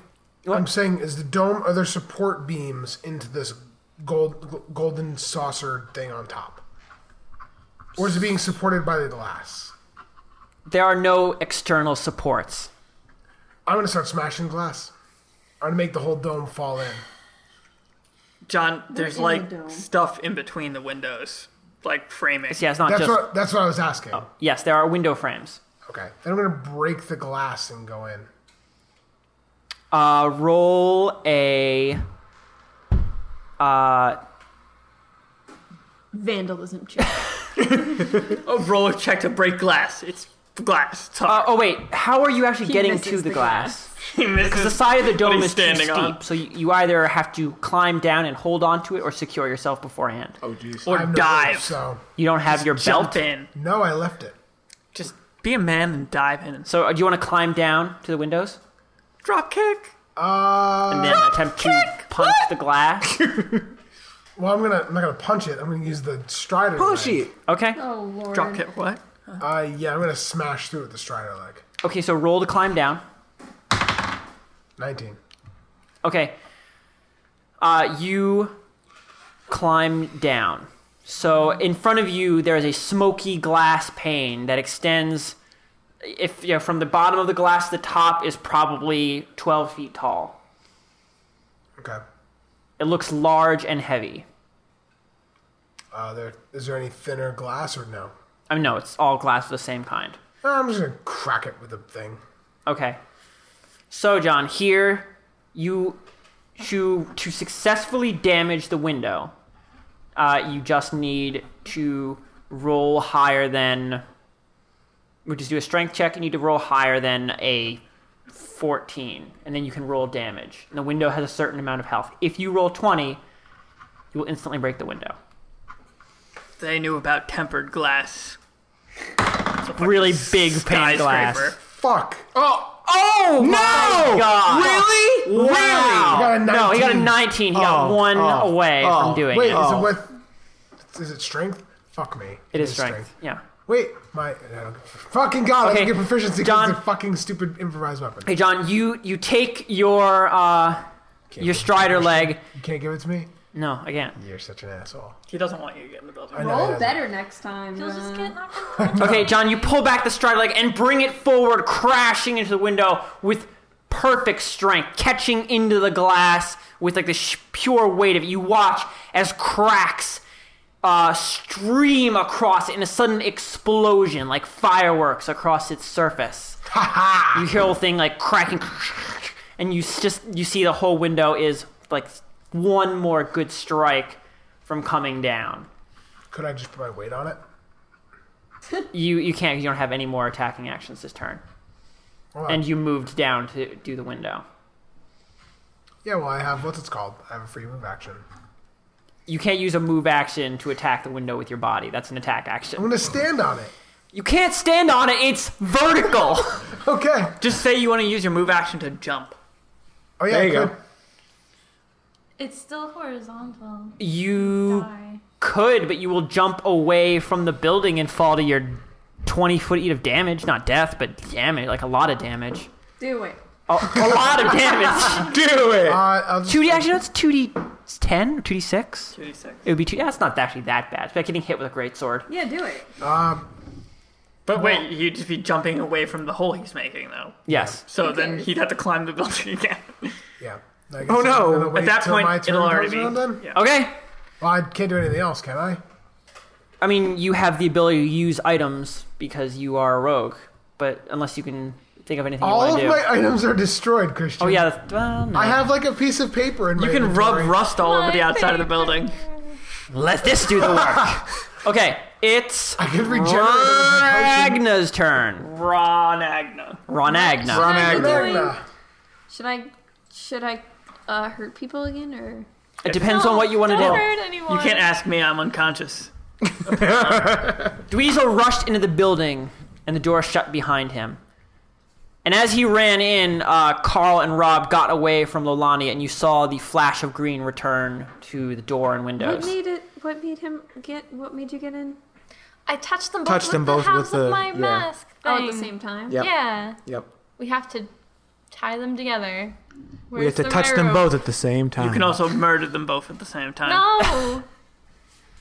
Speaker 3: I'm saying, is the dome are there support beams into this gold g- golden saucer thing on top, or is it being supported by the glass?
Speaker 1: There are no external supports.
Speaker 3: I'm gonna start smashing glass. I'm gonna make the whole dome fall in.
Speaker 7: John, there's
Speaker 2: in the
Speaker 7: like
Speaker 2: dome.
Speaker 7: stuff in between the windows, like framing.
Speaker 1: Yeah, it's not
Speaker 3: That's
Speaker 1: just. Oh.
Speaker 3: what that's what I was asking.
Speaker 1: Yes, there are window frames.
Speaker 3: Okay, then I'm gonna break the glass and go in.
Speaker 1: Uh, roll a. Uh,
Speaker 2: Vandalism check.
Speaker 7: A roll of check to break glass. It's glass. It's hard.
Speaker 1: uh, oh wait, how are you actually getting
Speaker 2: misses
Speaker 1: to the,
Speaker 2: the
Speaker 1: glass?
Speaker 7: He misses
Speaker 1: The side of the
Speaker 7: what
Speaker 1: dome
Speaker 7: he's
Speaker 1: is too
Speaker 7: standing
Speaker 1: steep,
Speaker 7: on.
Speaker 1: so you, you either have to climb down and hold onto it or secure yourself beforehand.
Speaker 9: Oh, jeez.
Speaker 7: or
Speaker 3: I'm no
Speaker 7: dive.
Speaker 3: wolf, so
Speaker 1: You don't have your belt.
Speaker 7: Jump in.
Speaker 3: no, I left it.
Speaker 7: Just be a man and dive in.
Speaker 1: So, uh, do you want to climb down to the windows
Speaker 7: Drop kick.
Speaker 3: Uh,
Speaker 1: and then attempt to punch the glass?
Speaker 3: well, I'm gonna I'm not gonna punch it. I'm gonna use the strider.
Speaker 9: Push
Speaker 3: leg.
Speaker 9: it.
Speaker 1: Okay.
Speaker 2: oh lord.
Speaker 7: Drop kick. What?
Speaker 3: Uh, yeah, I'm gonna smash through with the strider leg.
Speaker 1: Okay, so roll to climb down.
Speaker 3: Nineteen.
Speaker 1: Okay. Uh, you climb down. So in front of you, there is a smoky glass pane that extends. If you know, from the bottom of the glass, to the top is probably twelve feet tall.
Speaker 3: Okay.
Speaker 1: It looks large and heavy.
Speaker 3: Uh, there is there any thinner glass or no?
Speaker 1: I mean, no, it's all glass of the same kind.
Speaker 3: Uh, I'm just gonna crack it with the thing.
Speaker 1: Okay. So, John, here you to to successfully damage the window. Uh, you just need to roll higher than. We just do a strength check. You need to roll higher than a fourteen, and then you can roll damage. And the window has a certain amount of health. If you roll twenty, you will instantly break the window.
Speaker 7: They knew about tempered glass. It's a fucking
Speaker 1: Really big pane
Speaker 7: skyscraper.
Speaker 1: glass.
Speaker 3: Fuck.
Speaker 9: Oh,
Speaker 1: Oh no! God.
Speaker 9: really?
Speaker 1: Wow.
Speaker 3: got a
Speaker 1: No, Oh, he got a
Speaker 3: 19.
Speaker 1: 19. He got
Speaker 5: Oh,
Speaker 1: one
Speaker 5: oh,
Speaker 1: away
Speaker 5: oh.
Speaker 1: from doing
Speaker 3: Wait,
Speaker 1: it.
Speaker 3: is it with? Is it strength? Fuck me.
Speaker 1: It is strength. Yeah.
Speaker 3: Wait, my I don't- fucking god! I
Speaker 1: Okay,
Speaker 3: don't get proficiency because
Speaker 1: John-
Speaker 3: it's a fucking stupid improvised weapon.
Speaker 1: Hey, John, you you take your uh your strider leg.
Speaker 3: You can't give it to me.
Speaker 1: No, again.
Speaker 3: You're such an asshole.
Speaker 7: He doesn't want you to get in the building.
Speaker 3: I know.
Speaker 2: Roll
Speaker 3: yeah.
Speaker 2: better next time.
Speaker 6: You'll just
Speaker 2: uh,
Speaker 6: get knocked out.
Speaker 1: Okay, John, you pull back the strider leg and bring it forward, crashing into the window with perfect strength, catching into the glass with like the sh- pure weight of it. You watch as cracks uh, stream across it in a sudden explosion, like fireworks across its surface. you hear the whole thing like cracking, and you s- just you see the whole window is like one more good strike from coming down.
Speaker 3: Could I just put my weight on it?
Speaker 1: You you can't. 'cause You don't have any more attacking actions this turn.
Speaker 3: Well,
Speaker 1: And you moved down to do the window.
Speaker 3: yeah, well, I have what's it's called. I have a free move action.
Speaker 1: You can't use a move action to attack the window with your body. That's an attack
Speaker 3: I'm
Speaker 1: action.
Speaker 3: gonna stand on it.
Speaker 1: You can't stand on it. It's vertical.
Speaker 3: Okay.
Speaker 7: Just say you want to use your move action to jump.
Speaker 3: Oh yeah,
Speaker 9: There
Speaker 3: I
Speaker 9: you go.
Speaker 3: could.
Speaker 6: It's still horizontal.
Speaker 1: you
Speaker 6: Die.
Speaker 1: could, but you will jump away from the building and fall to your 20 foot eat of damage. Not death, but damage. Like a lot of damage.
Speaker 2: do it.
Speaker 1: A, a lot of damage.
Speaker 9: do it.
Speaker 3: Uh, I'll just,
Speaker 1: 2D, actually, no, it's 2D10 or 2D6.
Speaker 7: 2d6.
Speaker 1: It would be 2 That's not actually that bad. It's like getting hit with a great sword.
Speaker 2: Yeah, do it.
Speaker 7: But wait, he'd just be jumping away from the hole he's making, though.
Speaker 1: Yes.
Speaker 7: So then he'd have to climb the building again.
Speaker 3: yeah. I guess
Speaker 5: Oh,
Speaker 3: I'm
Speaker 5: no.
Speaker 3: gonna wait
Speaker 7: At that
Speaker 3: till
Speaker 7: point,
Speaker 3: my turn
Speaker 7: it'll already
Speaker 3: comes
Speaker 7: be.
Speaker 3: around then?
Speaker 7: Yeah.
Speaker 1: Okay.
Speaker 3: Well, I can't do anything else, can I?
Speaker 1: I mean, you have the ability to use items because you are a rogue, but unless you can think of anything you
Speaker 3: All
Speaker 1: want
Speaker 3: of
Speaker 1: to do.
Speaker 3: my items are destroyed, Christian.
Speaker 1: oh yeah, that's, well, no.
Speaker 3: I have like a piece of paper in my
Speaker 7: You can rub
Speaker 3: inventory.
Speaker 7: rust all over
Speaker 6: My
Speaker 7: the outside of the building.
Speaker 1: Let this do the work. okay, it's
Speaker 3: I can regenerate it with my potion.
Speaker 1: Ragna's turn.
Speaker 7: Ron Agna.
Speaker 1: Ronagna.
Speaker 6: Should I be
Speaker 3: Magna.
Speaker 6: doing-
Speaker 2: Should I should I uh, hurt people again or
Speaker 1: It depends on
Speaker 6: No,
Speaker 1: what you want to
Speaker 6: don't
Speaker 1: do.
Speaker 6: hurt anyone.
Speaker 7: You can't ask me, I'm unconscious.
Speaker 1: Dweezil rushed into the building, and the door shut behind him. And as he ran in, uh, Carl and Rob got away from Lolani, and you saw the flash of green return to the door and
Speaker 2: what
Speaker 1: windows.
Speaker 2: made it what made him get what made you get in?
Speaker 6: I touched them both
Speaker 5: Touched
Speaker 6: with
Speaker 5: them both
Speaker 6: the halves
Speaker 5: with the-
Speaker 6: of my
Speaker 5: yeah.
Speaker 6: mask.
Speaker 2: Oh at the
Speaker 6: thing.
Speaker 2: same time?
Speaker 5: Yep.
Speaker 6: Yeah.
Speaker 5: Yep.
Speaker 6: We have to tie them together.
Speaker 5: We have to touch them both at the same time.
Speaker 7: You can also murder them both at the same time.
Speaker 6: No.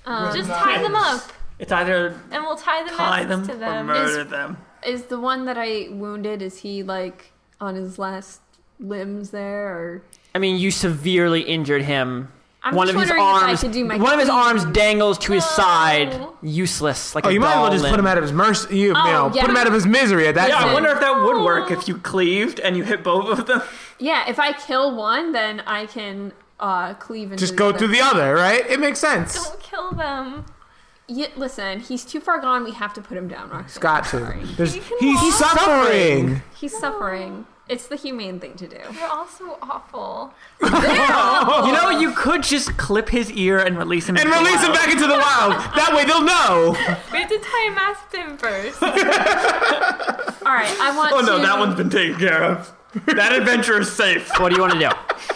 Speaker 2: Um,
Speaker 6: Just tie them up,
Speaker 7: It's either
Speaker 6: and we'll tie the
Speaker 7: tie
Speaker 6: masks
Speaker 7: them
Speaker 6: to
Speaker 7: or
Speaker 6: them.
Speaker 7: murder them.
Speaker 2: is the one that I wounded, is he like on his last limbs there or
Speaker 1: I mean, you severely injured him
Speaker 6: I'm
Speaker 1: one of
Speaker 6: just
Speaker 1: his
Speaker 6: wondering if I
Speaker 1: arms,
Speaker 6: could do my
Speaker 1: one of his arms dangles to his
Speaker 6: No.
Speaker 1: side, useless like
Speaker 5: Oh,
Speaker 1: a
Speaker 5: you might as well
Speaker 1: doll
Speaker 5: just put
Speaker 1: limb.
Speaker 5: him out of his mercy. You, you
Speaker 6: Oh,
Speaker 5: know,
Speaker 6: yeah.
Speaker 5: put him out of his misery at that
Speaker 6: Yeah,
Speaker 4: Yeah, I
Speaker 5: point.
Speaker 4: wonder if that would work if you cleaved and you hit both of them.
Speaker 2: Yeah, if I kill one, then I can uh, cleave and
Speaker 5: Just go
Speaker 2: the.
Speaker 5: through the other, right? It makes sense.
Speaker 6: Don't kill them.
Speaker 2: Yeah, listen, he's too far gone. We have to put him down, Roxanne.
Speaker 5: It's got to.
Speaker 2: Sorry.
Speaker 5: There's,
Speaker 6: You can
Speaker 5: he's
Speaker 6: walk.
Speaker 5: suffering.
Speaker 2: He's suffering. It's the humane thing to do.
Speaker 6: You're all so awful.
Speaker 4: You know, you could just clip his ear and release him.
Speaker 5: And
Speaker 4: into the
Speaker 5: release him
Speaker 4: wild.
Speaker 5: back into the wild. That way they'll know.
Speaker 6: We have to tie a mask to him first.
Speaker 2: All right, I want
Speaker 7: Oh no,
Speaker 2: to.
Speaker 7: that one's been taken care of. That adventure is safe.
Speaker 1: What do you want to do?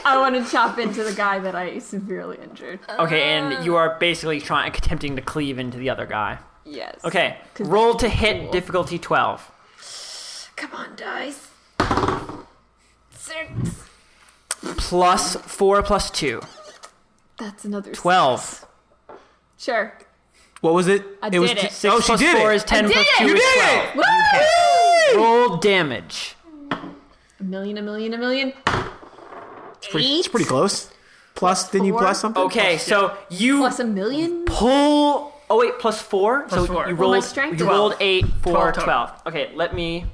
Speaker 2: I want to chop into the guy that I severely injured.
Speaker 1: Okay, and you are basically trying attempting to cleave into the other guy.
Speaker 2: yes.
Speaker 1: Okay,
Speaker 2: 'Cause
Speaker 1: roll to hit, difficulty twelve.
Speaker 2: Come on, dice.
Speaker 6: Six.
Speaker 1: Plus four, plus two.
Speaker 2: That's another six.
Speaker 1: Twelve.
Speaker 2: Sure.
Speaker 5: What was it?
Speaker 2: I
Speaker 5: was
Speaker 2: did
Speaker 5: ju-
Speaker 2: it.
Speaker 1: Six
Speaker 5: oh, she
Speaker 1: plus
Speaker 5: did
Speaker 1: four
Speaker 5: it.
Speaker 1: is ten.
Speaker 2: I did
Speaker 1: plus
Speaker 2: it!
Speaker 1: two
Speaker 5: You
Speaker 1: is
Speaker 5: did
Speaker 1: twelve.
Speaker 5: it.
Speaker 2: Woo!
Speaker 1: Roll damage.
Speaker 2: A million, a million, a million.
Speaker 5: It's pretty, it's pretty close. Plus, then you
Speaker 2: four.
Speaker 5: plus something.
Speaker 1: Okay, so you
Speaker 2: Plus a million.
Speaker 1: pull. Oh wait, plus four. so
Speaker 7: four.
Speaker 1: you
Speaker 7: Well,
Speaker 1: rolled.
Speaker 2: my strength
Speaker 1: you
Speaker 2: is-
Speaker 1: rolled eight for
Speaker 7: Twelve
Speaker 1: twelve.
Speaker 7: total.
Speaker 1: Okay, let me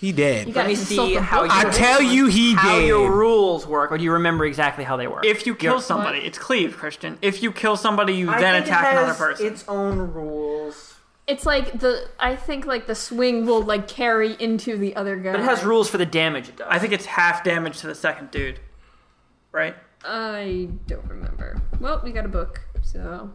Speaker 5: He did.
Speaker 1: let me
Speaker 2: consult
Speaker 1: see
Speaker 2: the
Speaker 1: how
Speaker 2: book.
Speaker 1: you
Speaker 5: I tell you, he
Speaker 1: how
Speaker 5: did.
Speaker 1: your rules work, or do you remember exactly how they work?
Speaker 7: If you kill
Speaker 1: You're-
Speaker 7: somebody, it's cleave, Christian. If you kill somebody, you then attack another person.
Speaker 1: Its own rules.
Speaker 2: It's like the. I think like the swing will like carry into the other guy.
Speaker 1: But it has rules for the damage it does.
Speaker 7: I think it's half damage to the second dude, right?
Speaker 2: I don't remember. Well, we got a book, so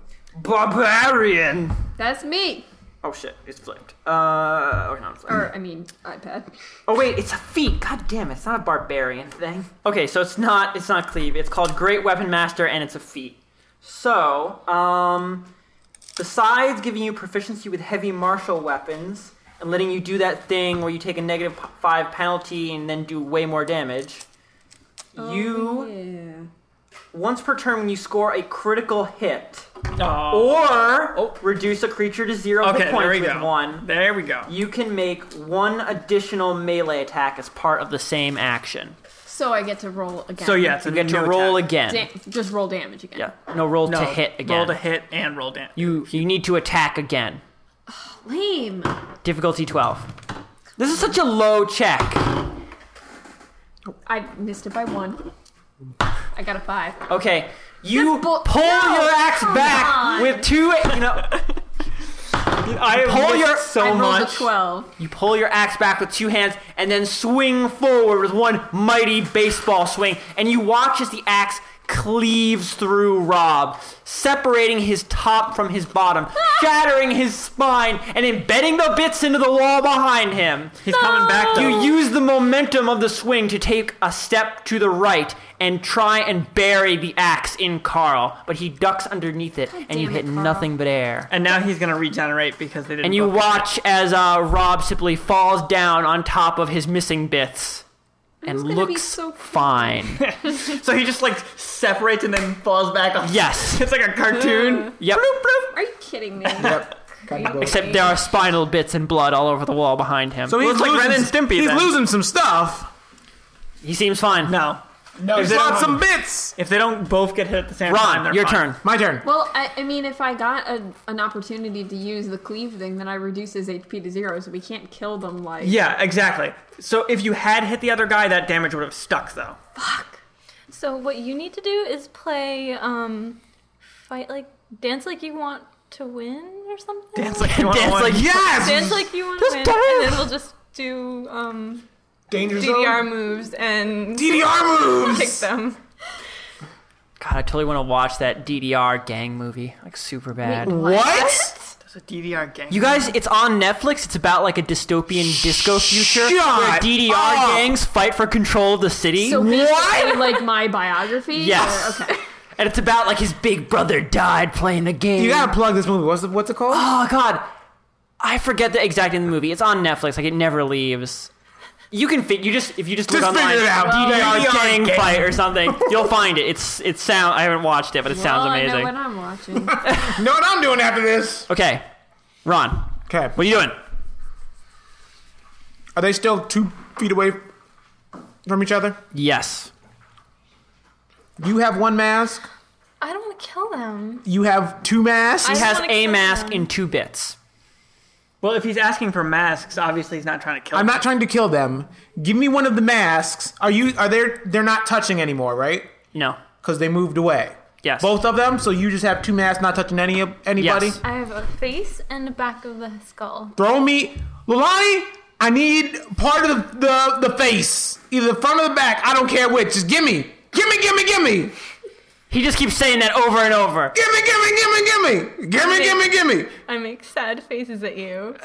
Speaker 1: Barbarian.
Speaker 2: that's me.
Speaker 1: Oh shit, it's flipped. Uh, okay, no, it's flipped.
Speaker 2: Or I mean, iPad.
Speaker 1: Oh wait, it's a feat. God damn, it, it's not a barbarian thing. Okay, so it's not it's not cleave. It's called Great Weapon Master, and it's a feat. So, um, besides giving you proficiency with heavy martial weapons and letting you do that thing where you take a negative p- five penalty and then do way more damage,
Speaker 7: Oh,
Speaker 1: you
Speaker 2: Yeah.
Speaker 1: once per turn when you score a critical hit
Speaker 7: Oh,
Speaker 1: or reduce a creature to zero hit
Speaker 7: okay.
Speaker 1: points
Speaker 7: There we
Speaker 1: with
Speaker 7: go.
Speaker 1: one.
Speaker 7: There we go.
Speaker 1: You can make one additional melee attack as part of the same action.
Speaker 2: So I get to roll again.
Speaker 7: So yeah, it's
Speaker 1: You
Speaker 7: a
Speaker 1: get to
Speaker 7: new
Speaker 1: roll
Speaker 7: attack.
Speaker 1: again.
Speaker 2: Da- just roll damage again.
Speaker 1: Yeah. No, roll
Speaker 7: No,
Speaker 1: to hit again.
Speaker 7: Roll to hit and roll down.
Speaker 1: You you need to attack again.
Speaker 2: Lame.
Speaker 1: Difficulty 12. This is such a low check.
Speaker 2: I missed it by one. I got a five.
Speaker 1: Okay. You
Speaker 2: That's bull-
Speaker 1: pull
Speaker 2: No,
Speaker 1: your axe
Speaker 2: come
Speaker 1: back
Speaker 2: on.
Speaker 1: with two you know
Speaker 7: I
Speaker 1: pull
Speaker 7: missed
Speaker 1: your-
Speaker 7: so
Speaker 2: I rolled
Speaker 7: much.
Speaker 2: a twelve.
Speaker 1: You pull your axe back with two hands and then swing forward with one mighty baseball swing. And you watch as the axe cleaves through Rob, separating his top from his bottom, shattering his spine, and embedding the bits into the wall behind him.
Speaker 7: He's coming back though.
Speaker 1: You use the momentum of the swing to take a step to the right and try and bury the axe in Carl, but he ducks underneath it, and you
Speaker 2: damn
Speaker 1: hit
Speaker 2: it, Carl.
Speaker 1: nothing but air.
Speaker 7: and now he's gonna regenerate because they didn't.
Speaker 1: And you
Speaker 7: both-
Speaker 1: watch as uh, Rob simply falls down on top of his missing bits and
Speaker 2: gonna be
Speaker 1: looks
Speaker 2: so cute.
Speaker 1: fine.
Speaker 7: So he just like separates and then falls back on.
Speaker 1: yes.
Speaker 7: It's like a cartoon.
Speaker 1: Yep.
Speaker 2: Are you kidding me?
Speaker 1: Except there are spinal bits and blood all over the wall behind him.
Speaker 5: So he's
Speaker 7: Looks like Ren and
Speaker 5: s-
Speaker 7: Stimpy
Speaker 5: He's
Speaker 7: then.
Speaker 5: losing some stuff.
Speaker 1: he seems fine.
Speaker 7: no.
Speaker 3: No,
Speaker 7: Is
Speaker 3: he's
Speaker 7: it
Speaker 3: not-
Speaker 5: Lost some bits.
Speaker 7: If they don't both get hit at the same time,
Speaker 1: Ron,
Speaker 7: they're
Speaker 1: your
Speaker 7: fine.
Speaker 1: turn.
Speaker 5: My turn.
Speaker 2: Well, I, I mean, if I got a, an opportunity to use the cleave thing, then I reduce his HP to zero, so we can't kill them. Like,
Speaker 7: Yeah, exactly. So if you had hit the other guy, that damage would have stuck though.
Speaker 6: So what you need to do is play um fight like dance like you want to win or something.
Speaker 7: Dance like you want
Speaker 1: Dance
Speaker 7: one.
Speaker 1: like-
Speaker 5: Yes.
Speaker 6: Dance like you want to
Speaker 1: Just
Speaker 6: win.
Speaker 1: dance.
Speaker 6: And then we'll just do um
Speaker 3: danger zone.
Speaker 6: DDR moves and
Speaker 5: DDR moves.
Speaker 6: kick them.
Speaker 1: God, I totally want to watch that DDR gang movie. Like, super bad.
Speaker 5: What?
Speaker 7: There's a DDR gang.
Speaker 1: You guys, it's on Netflix. It's about like a dystopian disco future where
Speaker 5: Shut
Speaker 1: DDR
Speaker 5: up.
Speaker 1: gangs fight for control of the city.
Speaker 2: So basically,
Speaker 5: What?
Speaker 2: like my biography.
Speaker 1: Yes.
Speaker 2: Or, okay.
Speaker 1: and it's about like his big brother died playing the game.
Speaker 5: You gotta plug this movie. What's it, what's it called?
Speaker 1: Oh God, I forget the exact name of the movie. It's on Netflix. Like it never leaves. You can fit. You just if you just,
Speaker 5: Just
Speaker 1: look online,
Speaker 5: figure it out.
Speaker 1: DDR
Speaker 5: DDR
Speaker 1: gang
Speaker 5: gang.
Speaker 1: fight or something. You'll find it. It's it sound. I haven't watched it, but it sounds
Speaker 2: Well, Oh, I know
Speaker 1: amazing.
Speaker 2: what I'm watching.
Speaker 5: You know what I'm doing after this?
Speaker 1: Okay, Ron,
Speaker 5: Okay.
Speaker 1: what are you doing?
Speaker 5: Are they still two feet away from each other?
Speaker 1: Yes.
Speaker 5: You have one mask.
Speaker 6: I don't want to kill them.
Speaker 5: You have two masks.
Speaker 6: I
Speaker 1: He
Speaker 6: just
Speaker 1: has
Speaker 6: wanna
Speaker 1: a
Speaker 6: kill
Speaker 1: mask
Speaker 6: them.
Speaker 1: in two bits.
Speaker 7: Well, if he's asking for masks, obviously he's not trying to kill.
Speaker 5: I'm not trying to kill them. Give me one of the masks. Are you? Are they? They're not touching anymore, right?
Speaker 1: No.
Speaker 5: Because they moved away.
Speaker 1: Yes.
Speaker 5: Both of them. So you just have two masks, not touching any of anybody.
Speaker 1: Yes.
Speaker 6: I have a face and the back of the skull.
Speaker 5: Throw me, Lilani. I need part of the, the the face, either the front or the back. I don't care which. Just give me, give me, give me, give me.
Speaker 1: He just keeps saying that over and over.
Speaker 5: Gimme, gimme, gimme, gimme! Gimme, gimme, gimme!
Speaker 6: I make sad faces at you.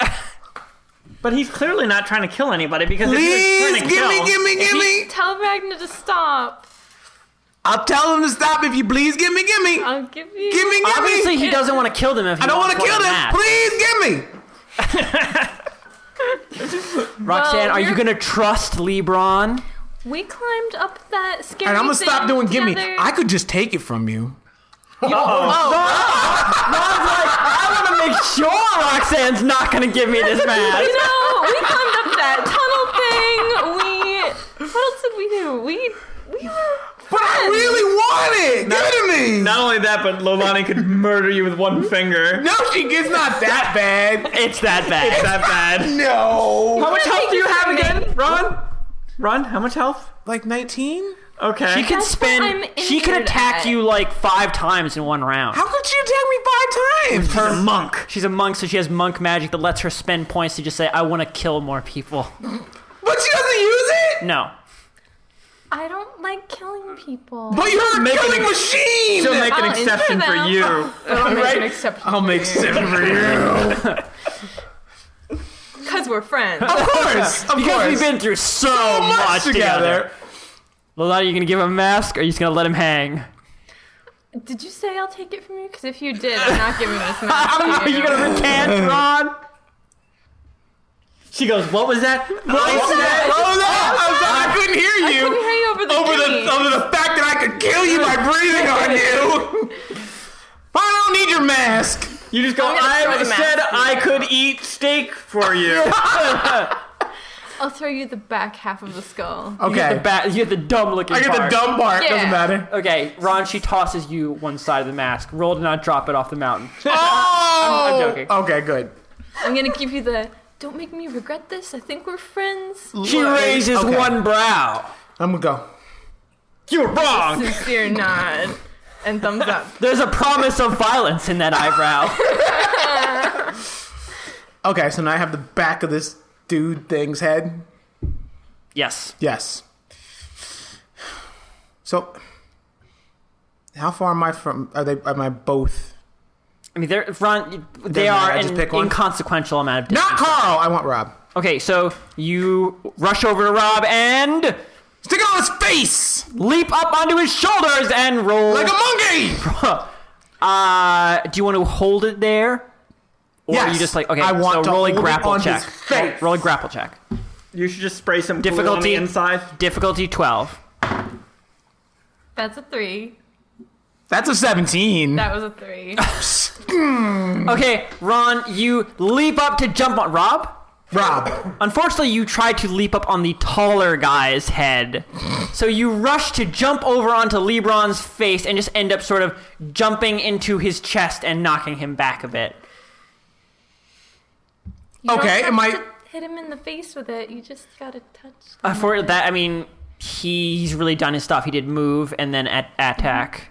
Speaker 7: But he's clearly not trying to kill anybody because
Speaker 5: Please,
Speaker 7: if he was trying to
Speaker 5: gimme,
Speaker 7: kill,
Speaker 5: gimme, gimme!
Speaker 6: Tell Ragnar to stop.
Speaker 5: I'll tell him to stop if you please gimme, gimme! Gimme,
Speaker 6: I'll give you.
Speaker 5: gimme!
Speaker 1: Obviously, he doesn't want to kill them if he
Speaker 5: I don't
Speaker 1: want
Speaker 5: want to kill them! Please, gimme!
Speaker 1: Roxanne,
Speaker 6: Well,
Speaker 1: are you
Speaker 6: you're-
Speaker 1: going to trust LeBron?
Speaker 6: We climbed up that scary.
Speaker 5: And I'm gonna stop
Speaker 6: thing
Speaker 5: doing gimme.
Speaker 6: together.
Speaker 5: I could just take it from you.
Speaker 1: I want to make sure Roxanne's not going to give me this mask.
Speaker 6: No, we climbed up that tunnel thing. We. What else did we do? We. We were.
Speaker 5: But I really want it! give it to me!
Speaker 4: Not only that, but Lolani could murder you with one finger.
Speaker 5: No, she gets not that bad.
Speaker 1: It's that bad.
Speaker 4: That bad.
Speaker 5: No.
Speaker 4: How much health do you have
Speaker 6: Maybe.
Speaker 4: again, Ron? Ron, how much health?
Speaker 5: Like 19?
Speaker 4: Okay.
Speaker 1: She can
Speaker 6: That's what
Speaker 1: spend.
Speaker 6: I'm
Speaker 1: She can
Speaker 6: injured
Speaker 1: attack
Speaker 6: at.
Speaker 1: you like five times in one round.
Speaker 5: How could you attack me five times?
Speaker 7: her monk.
Speaker 1: She's a monk, so she has monk magic that lets her spend points to just say, "I want to kill more people."
Speaker 5: But she doesn't use it?
Speaker 1: No,
Speaker 6: I don't like killing people.
Speaker 5: But you're a
Speaker 4: Make an
Speaker 5: killing
Speaker 4: ex-
Speaker 5: machine!
Speaker 4: She'll make an
Speaker 6: I'll injure
Speaker 4: exception for
Speaker 6: them.
Speaker 4: you.
Speaker 2: I'll make an exception
Speaker 5: I'll make seven for you.
Speaker 2: because we're friends.
Speaker 5: Of course, of
Speaker 1: because
Speaker 5: course.
Speaker 1: we've been through so,
Speaker 5: much together.
Speaker 1: Lola, are you gonna give him a mask, or are you just gonna let him hang?
Speaker 6: Did you say I'll take it from you? Because if you did, I'm not giving this mask.
Speaker 1: Are you gonna recant, Ron?
Speaker 4: She goes, "What was that? What was that?"
Speaker 5: Oh no! I'm sorry, I couldn't hear
Speaker 6: I
Speaker 5: you.
Speaker 6: couldn't hear you over the
Speaker 5: over the
Speaker 6: green.
Speaker 5: over the fact that I could kill you by breathing on you. I don't need your mask.
Speaker 4: You just go.
Speaker 6: I'm gonna throw
Speaker 4: I
Speaker 6: the mask
Speaker 4: said
Speaker 6: to
Speaker 4: I could eat steak for you.
Speaker 6: I'll throw you the back half of the skull.
Speaker 1: You get the
Speaker 5: Okay,
Speaker 1: ba- you get the dumb looking.
Speaker 5: I get the
Speaker 1: part.
Speaker 5: dumb part.
Speaker 6: Yeah.
Speaker 5: Doesn't matter.
Speaker 1: Okay, Ron, she tosses you one side of the mask. Roll to not drop it off the mountain.
Speaker 5: Oh,
Speaker 1: I'm joking.
Speaker 5: Okay, good.
Speaker 6: I'm gonna give you the. Don't make me regret this. I think we're friends.
Speaker 1: She raises
Speaker 5: Okay.
Speaker 1: one brow.
Speaker 5: I'm gonna go.
Speaker 4: You're wrong.
Speaker 2: Sincere nod and thumbs up.
Speaker 1: There's a promise of violence in that eyebrow.
Speaker 5: Okay, so now I have the back of this dude thing's head.
Speaker 1: yes.
Speaker 5: Yes. So, how far am I from? Are they? Am I both?
Speaker 1: I mean, they're, Ron, they are
Speaker 5: Doesn't matter, I just
Speaker 1: an
Speaker 5: pick one.
Speaker 1: inconsequential amount of distance.
Speaker 5: Not Carl. I want Rob.
Speaker 1: Okay, so you rush over to Rob and
Speaker 5: Stick it on his face
Speaker 1: leap up onto his shoulders and roll.
Speaker 5: like a monkey.
Speaker 1: uh, do you want to hold it there? Or are
Speaker 5: Yes.
Speaker 1: you just like, okay,
Speaker 5: I want
Speaker 1: so
Speaker 5: to
Speaker 1: roll a
Speaker 5: hold it
Speaker 1: grapple
Speaker 5: on
Speaker 1: check.
Speaker 5: his face.
Speaker 1: Roll a grapple check.
Speaker 4: You should just spray some glue on
Speaker 1: Difficulty-
Speaker 4: the inside.
Speaker 1: Difficulty 12.
Speaker 6: That's a three.
Speaker 5: That's a 17.
Speaker 6: That was a three.
Speaker 1: Okay, Ron, you leap up to jump on Rob.
Speaker 5: Rob.
Speaker 1: Unfortunately, you try to leap up on the taller guy's head. So you rush to jump over onto LeBron's face and just end up sort of jumping into his chest and knocking him back a bit.
Speaker 6: You don't
Speaker 5: Okay,
Speaker 6: have
Speaker 5: am I-
Speaker 6: to hit him in the face with it. You just gotta touch.
Speaker 1: Uh, for that, I mean, he's really done his stuff. He did move and then at attack.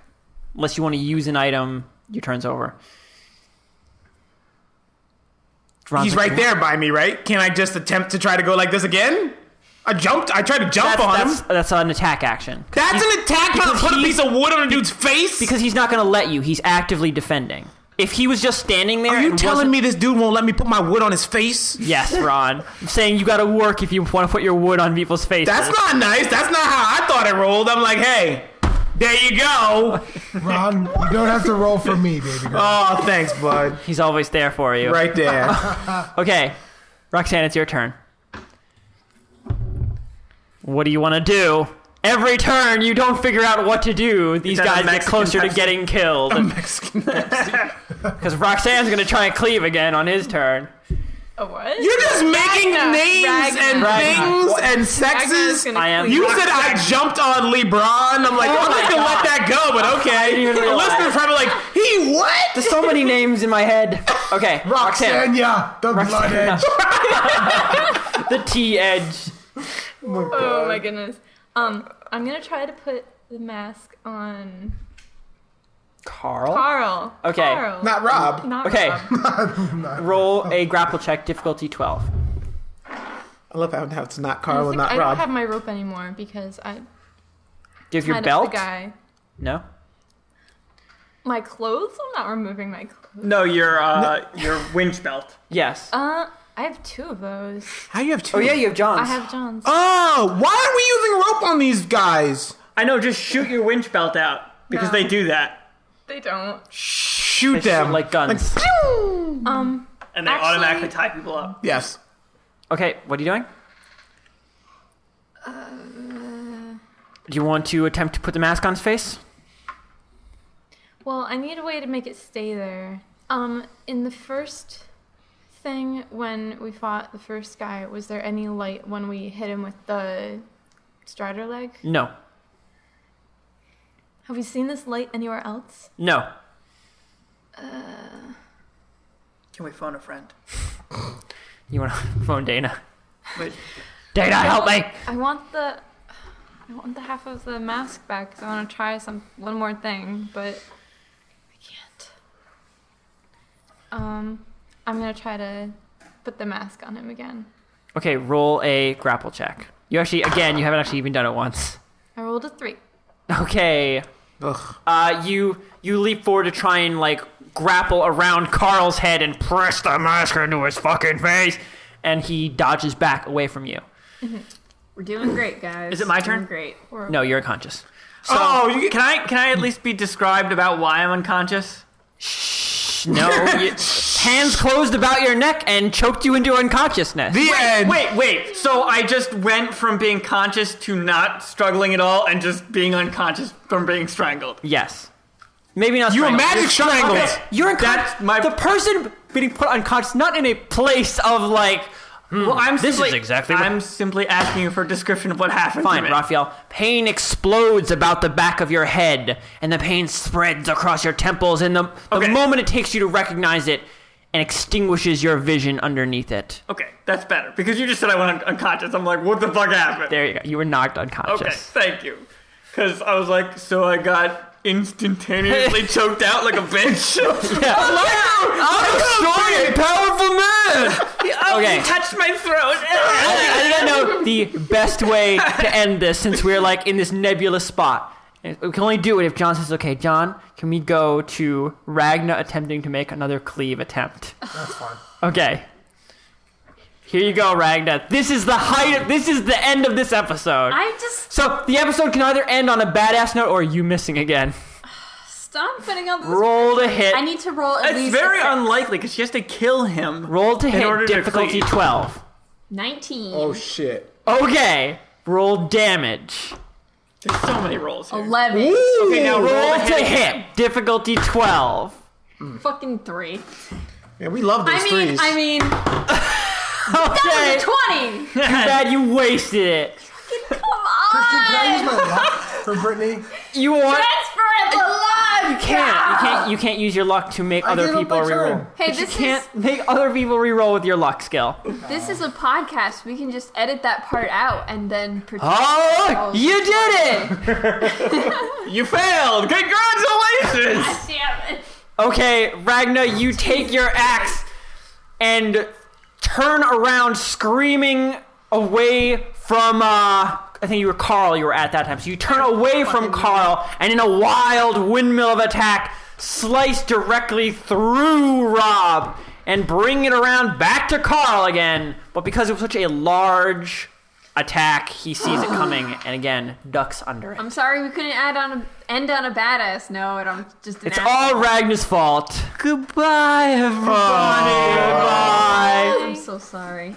Speaker 1: Unless you want to use an item, your turn's over. Ron's
Speaker 5: He's
Speaker 1: like,
Speaker 5: right there by me, right? Can I just attempt to try to go like this again? I jumped. I tried to jump
Speaker 1: That's,
Speaker 5: on
Speaker 1: that's,
Speaker 5: him.
Speaker 1: that's an attack action.
Speaker 5: That's an attack. I'm
Speaker 1: because
Speaker 5: put a
Speaker 1: he-
Speaker 5: piece of wood on a dude's face.
Speaker 1: Because he's not going to let you. He's actively defending. If he was just standing there,
Speaker 5: are you
Speaker 1: and
Speaker 5: telling
Speaker 1: wasn't-
Speaker 5: me this dude won't let me put my wood on his face?
Speaker 1: Yes, Ron. I'm saying you got to work if you want to put your wood on people's faces.
Speaker 5: That's not nice. That's not how I thought it rolled. I'm like, hey, there you go.
Speaker 3: Ron, you don't have to roll for me, baby girl.
Speaker 5: Oh, thanks, bud.
Speaker 1: He's always there for you.
Speaker 5: Right there.
Speaker 1: Okay, Roxanne, it's your turn. What do you want to do? Every turn, you don't figure out what to do. These
Speaker 4: that a
Speaker 1: guys get
Speaker 4: Mexican
Speaker 1: closer to
Speaker 4: Pepsi?
Speaker 1: getting killed. Because Roxanne's going to try and cleave again on his turn.
Speaker 6: A what?
Speaker 5: You're just making
Speaker 6: Ragna.
Speaker 5: names
Speaker 6: Ragna.
Speaker 5: and
Speaker 1: Ragna.
Speaker 5: things and
Speaker 6: Ragna's
Speaker 5: sexes.
Speaker 6: gonna
Speaker 1: I am-
Speaker 6: clean
Speaker 5: You
Speaker 6: up.
Speaker 5: said I jumped on LeBron. I'm like, I'm not gonna let that go, but okay.
Speaker 1: even
Speaker 5: The
Speaker 1: realize.
Speaker 5: listener's probably like, he what?
Speaker 1: There's so many names in my head. Okay, Roxanne.
Speaker 3: Roxanne, yeah, the blood edge.
Speaker 1: The T edge.
Speaker 6: Oh my goodness. Um, I'm gonna try to put the mask on
Speaker 1: Carl.
Speaker 6: Carl.
Speaker 1: Okay.
Speaker 6: Carl.
Speaker 3: Not Rob.
Speaker 6: Not
Speaker 1: Okay.
Speaker 6: Rob.
Speaker 1: Roll a grapple check, difficulty 12.
Speaker 5: I love how now it's not
Speaker 6: I,
Speaker 5: Carl and
Speaker 6: think
Speaker 5: not
Speaker 6: I don't
Speaker 5: Rob.
Speaker 6: have my rope anymore because I
Speaker 1: Do you have your
Speaker 6: tied up
Speaker 1: belt?
Speaker 6: the guy.
Speaker 1: No?
Speaker 6: My clothes? I'm not removing my clothes.
Speaker 4: No, your uh, your winch belt.
Speaker 1: Yes.
Speaker 6: Uh, I have two of those.
Speaker 5: How you have two?
Speaker 1: oh, yeah, you have John's.
Speaker 6: I have John's.
Speaker 5: Oh, why are we using rope on these guys?
Speaker 4: I know. Just shoot your winch belt out because
Speaker 6: No.
Speaker 4: they do that.
Speaker 6: They don't.
Speaker 5: Shoot
Speaker 1: They shoot
Speaker 5: them
Speaker 1: like guns.
Speaker 5: pew!
Speaker 6: Um,
Speaker 7: And they
Speaker 6: Actually-
Speaker 7: automatically tie people up.
Speaker 5: yes.
Speaker 1: Okay, what are you doing? Do you want to attempt to put the mask on his face?
Speaker 6: well, I need a way to make it stay there. Um, in the first thing when we fought the first guy, was there any light when we hit him with the strider leg?
Speaker 1: No.
Speaker 6: Have we seen this light anywhere else?
Speaker 1: No.
Speaker 7: Can we phone a friend?
Speaker 1: You want to phone Dana?
Speaker 7: Wait,
Speaker 1: Dana, help me!
Speaker 6: I want the I want the half of the mask back because I want to try some one more thing, but I can't. Um, I'm gonna try to put the mask on him again.
Speaker 1: Okay, roll a grapple check. You actually, again, you haven't actually even done it once.
Speaker 6: I rolled a three.
Speaker 1: Okay.
Speaker 5: Ugh.
Speaker 1: Uh, you you leap forward to try and like grapple around Carl's head and press the mask into his fucking face, and he dodges back away from you.
Speaker 2: We're doing great, guys.
Speaker 7: Is it my
Speaker 2: Doing
Speaker 7: turn?
Speaker 2: great.
Speaker 6: Or
Speaker 1: No, you're unconscious.
Speaker 4: oh, you, can I can I at least be described about why I'm unconscious?
Speaker 1: No, you, hands closed about your neck and choked you into unconsciousness.
Speaker 5: The end.
Speaker 4: Wait, wait. So I just went from being conscious to not struggling at all, and just being unconscious from being strangled.
Speaker 1: yes, maybe not.
Speaker 5: you were
Speaker 1: strangled.
Speaker 5: magic strangled.
Speaker 4: Okay.
Speaker 1: You're unconscious.
Speaker 4: That's my-
Speaker 1: The person being put unconscious, not in a place of like. hmm,
Speaker 4: Well, I'm
Speaker 1: this
Speaker 4: simply,
Speaker 1: is exactly what
Speaker 4: I'm simply asking you for a description of what happened.
Speaker 1: Fine,
Speaker 4: to me.
Speaker 1: Raphael. Pain explodes about the back of your head, and the pain spreads across your temples. And the, the
Speaker 4: Okay.
Speaker 1: moment it takes you to recognize it, and extinguishes your vision underneath it.
Speaker 4: Okay, that's better because you just said I went un- unconscious. I'm like, what the fuck happened?
Speaker 1: There you go. You were knocked
Speaker 4: okay,
Speaker 1: unconscious.
Speaker 4: thank you. Because I was like, so I got instantaneously choked out like a bitch.
Speaker 1: Oh, I'm a strong and Oh, powerful man.
Speaker 7: Oh,
Speaker 1: Okay.
Speaker 7: you touched my throat.
Speaker 1: I think I know the best way to end this, since we're like in this nebulous spot. And We can only do it if John says, "Okay, John, can we go to Ragna attempting to make another cleave attempt?"
Speaker 3: That's fine.
Speaker 1: Okay. Here you go, Ragna. This is the height. Of, this is the end of this episode.
Speaker 2: I'm just
Speaker 1: so the episode can either end on a badass note or you missing again.
Speaker 2: stop putting on this.
Speaker 1: Roll to hit.
Speaker 2: I need to roll at
Speaker 4: it's
Speaker 2: least
Speaker 4: very
Speaker 2: a-
Speaker 4: unlikely because she has to kill him.
Speaker 1: Roll to
Speaker 4: in
Speaker 1: hit.
Speaker 4: order to
Speaker 1: difficulty
Speaker 4: cleave.
Speaker 1: twelve.
Speaker 2: nineteen.
Speaker 5: Oh shit.
Speaker 1: Okay. Roll damage.
Speaker 4: There's so many rolls. Here.
Speaker 2: Eleven.
Speaker 4: Okay, now roll
Speaker 1: Roll
Speaker 4: the
Speaker 1: to
Speaker 4: hit.
Speaker 1: hit. Difficulty twelve.
Speaker 2: Fucking three.
Speaker 5: Yeah, we love those
Speaker 2: I mean,
Speaker 5: threes.
Speaker 2: I mean,
Speaker 1: Okay. Too
Speaker 2: twenty.
Speaker 1: bad you wasted it.
Speaker 2: Come on.
Speaker 3: Can I use my luck for Brittany?
Speaker 1: You want?
Speaker 2: That's for the love.
Speaker 1: You can't. You can't. You can't use your luck to make other
Speaker 3: gave up
Speaker 1: people
Speaker 3: my turn.
Speaker 1: reroll.
Speaker 2: Hey,
Speaker 1: But you
Speaker 2: this
Speaker 1: can't make other people reroll with your luck skill.
Speaker 2: This is a podcast. We can just edit that part out and then pretend.
Speaker 1: Oh, look, you did it!
Speaker 4: You failed. Congratulations.
Speaker 2: Damn it.
Speaker 1: Okay, Ragna, you take your axe and turn around screaming away from, uh, I think you were Carl you were at that time. So you turn away from Carl and in a wild windmill of attack, slice directly through Rob and bring it around back to Carl again. But because it was such a large attack, he sees it coming and again ducks under it.
Speaker 2: I'm sorry we couldn't add on a, end on a badass No, and I'm just an
Speaker 1: It's all
Speaker 2: asshole.
Speaker 1: Ragnar's Oh. fault. Goodbye, everybody. Bye.
Speaker 2: I'm so sorry.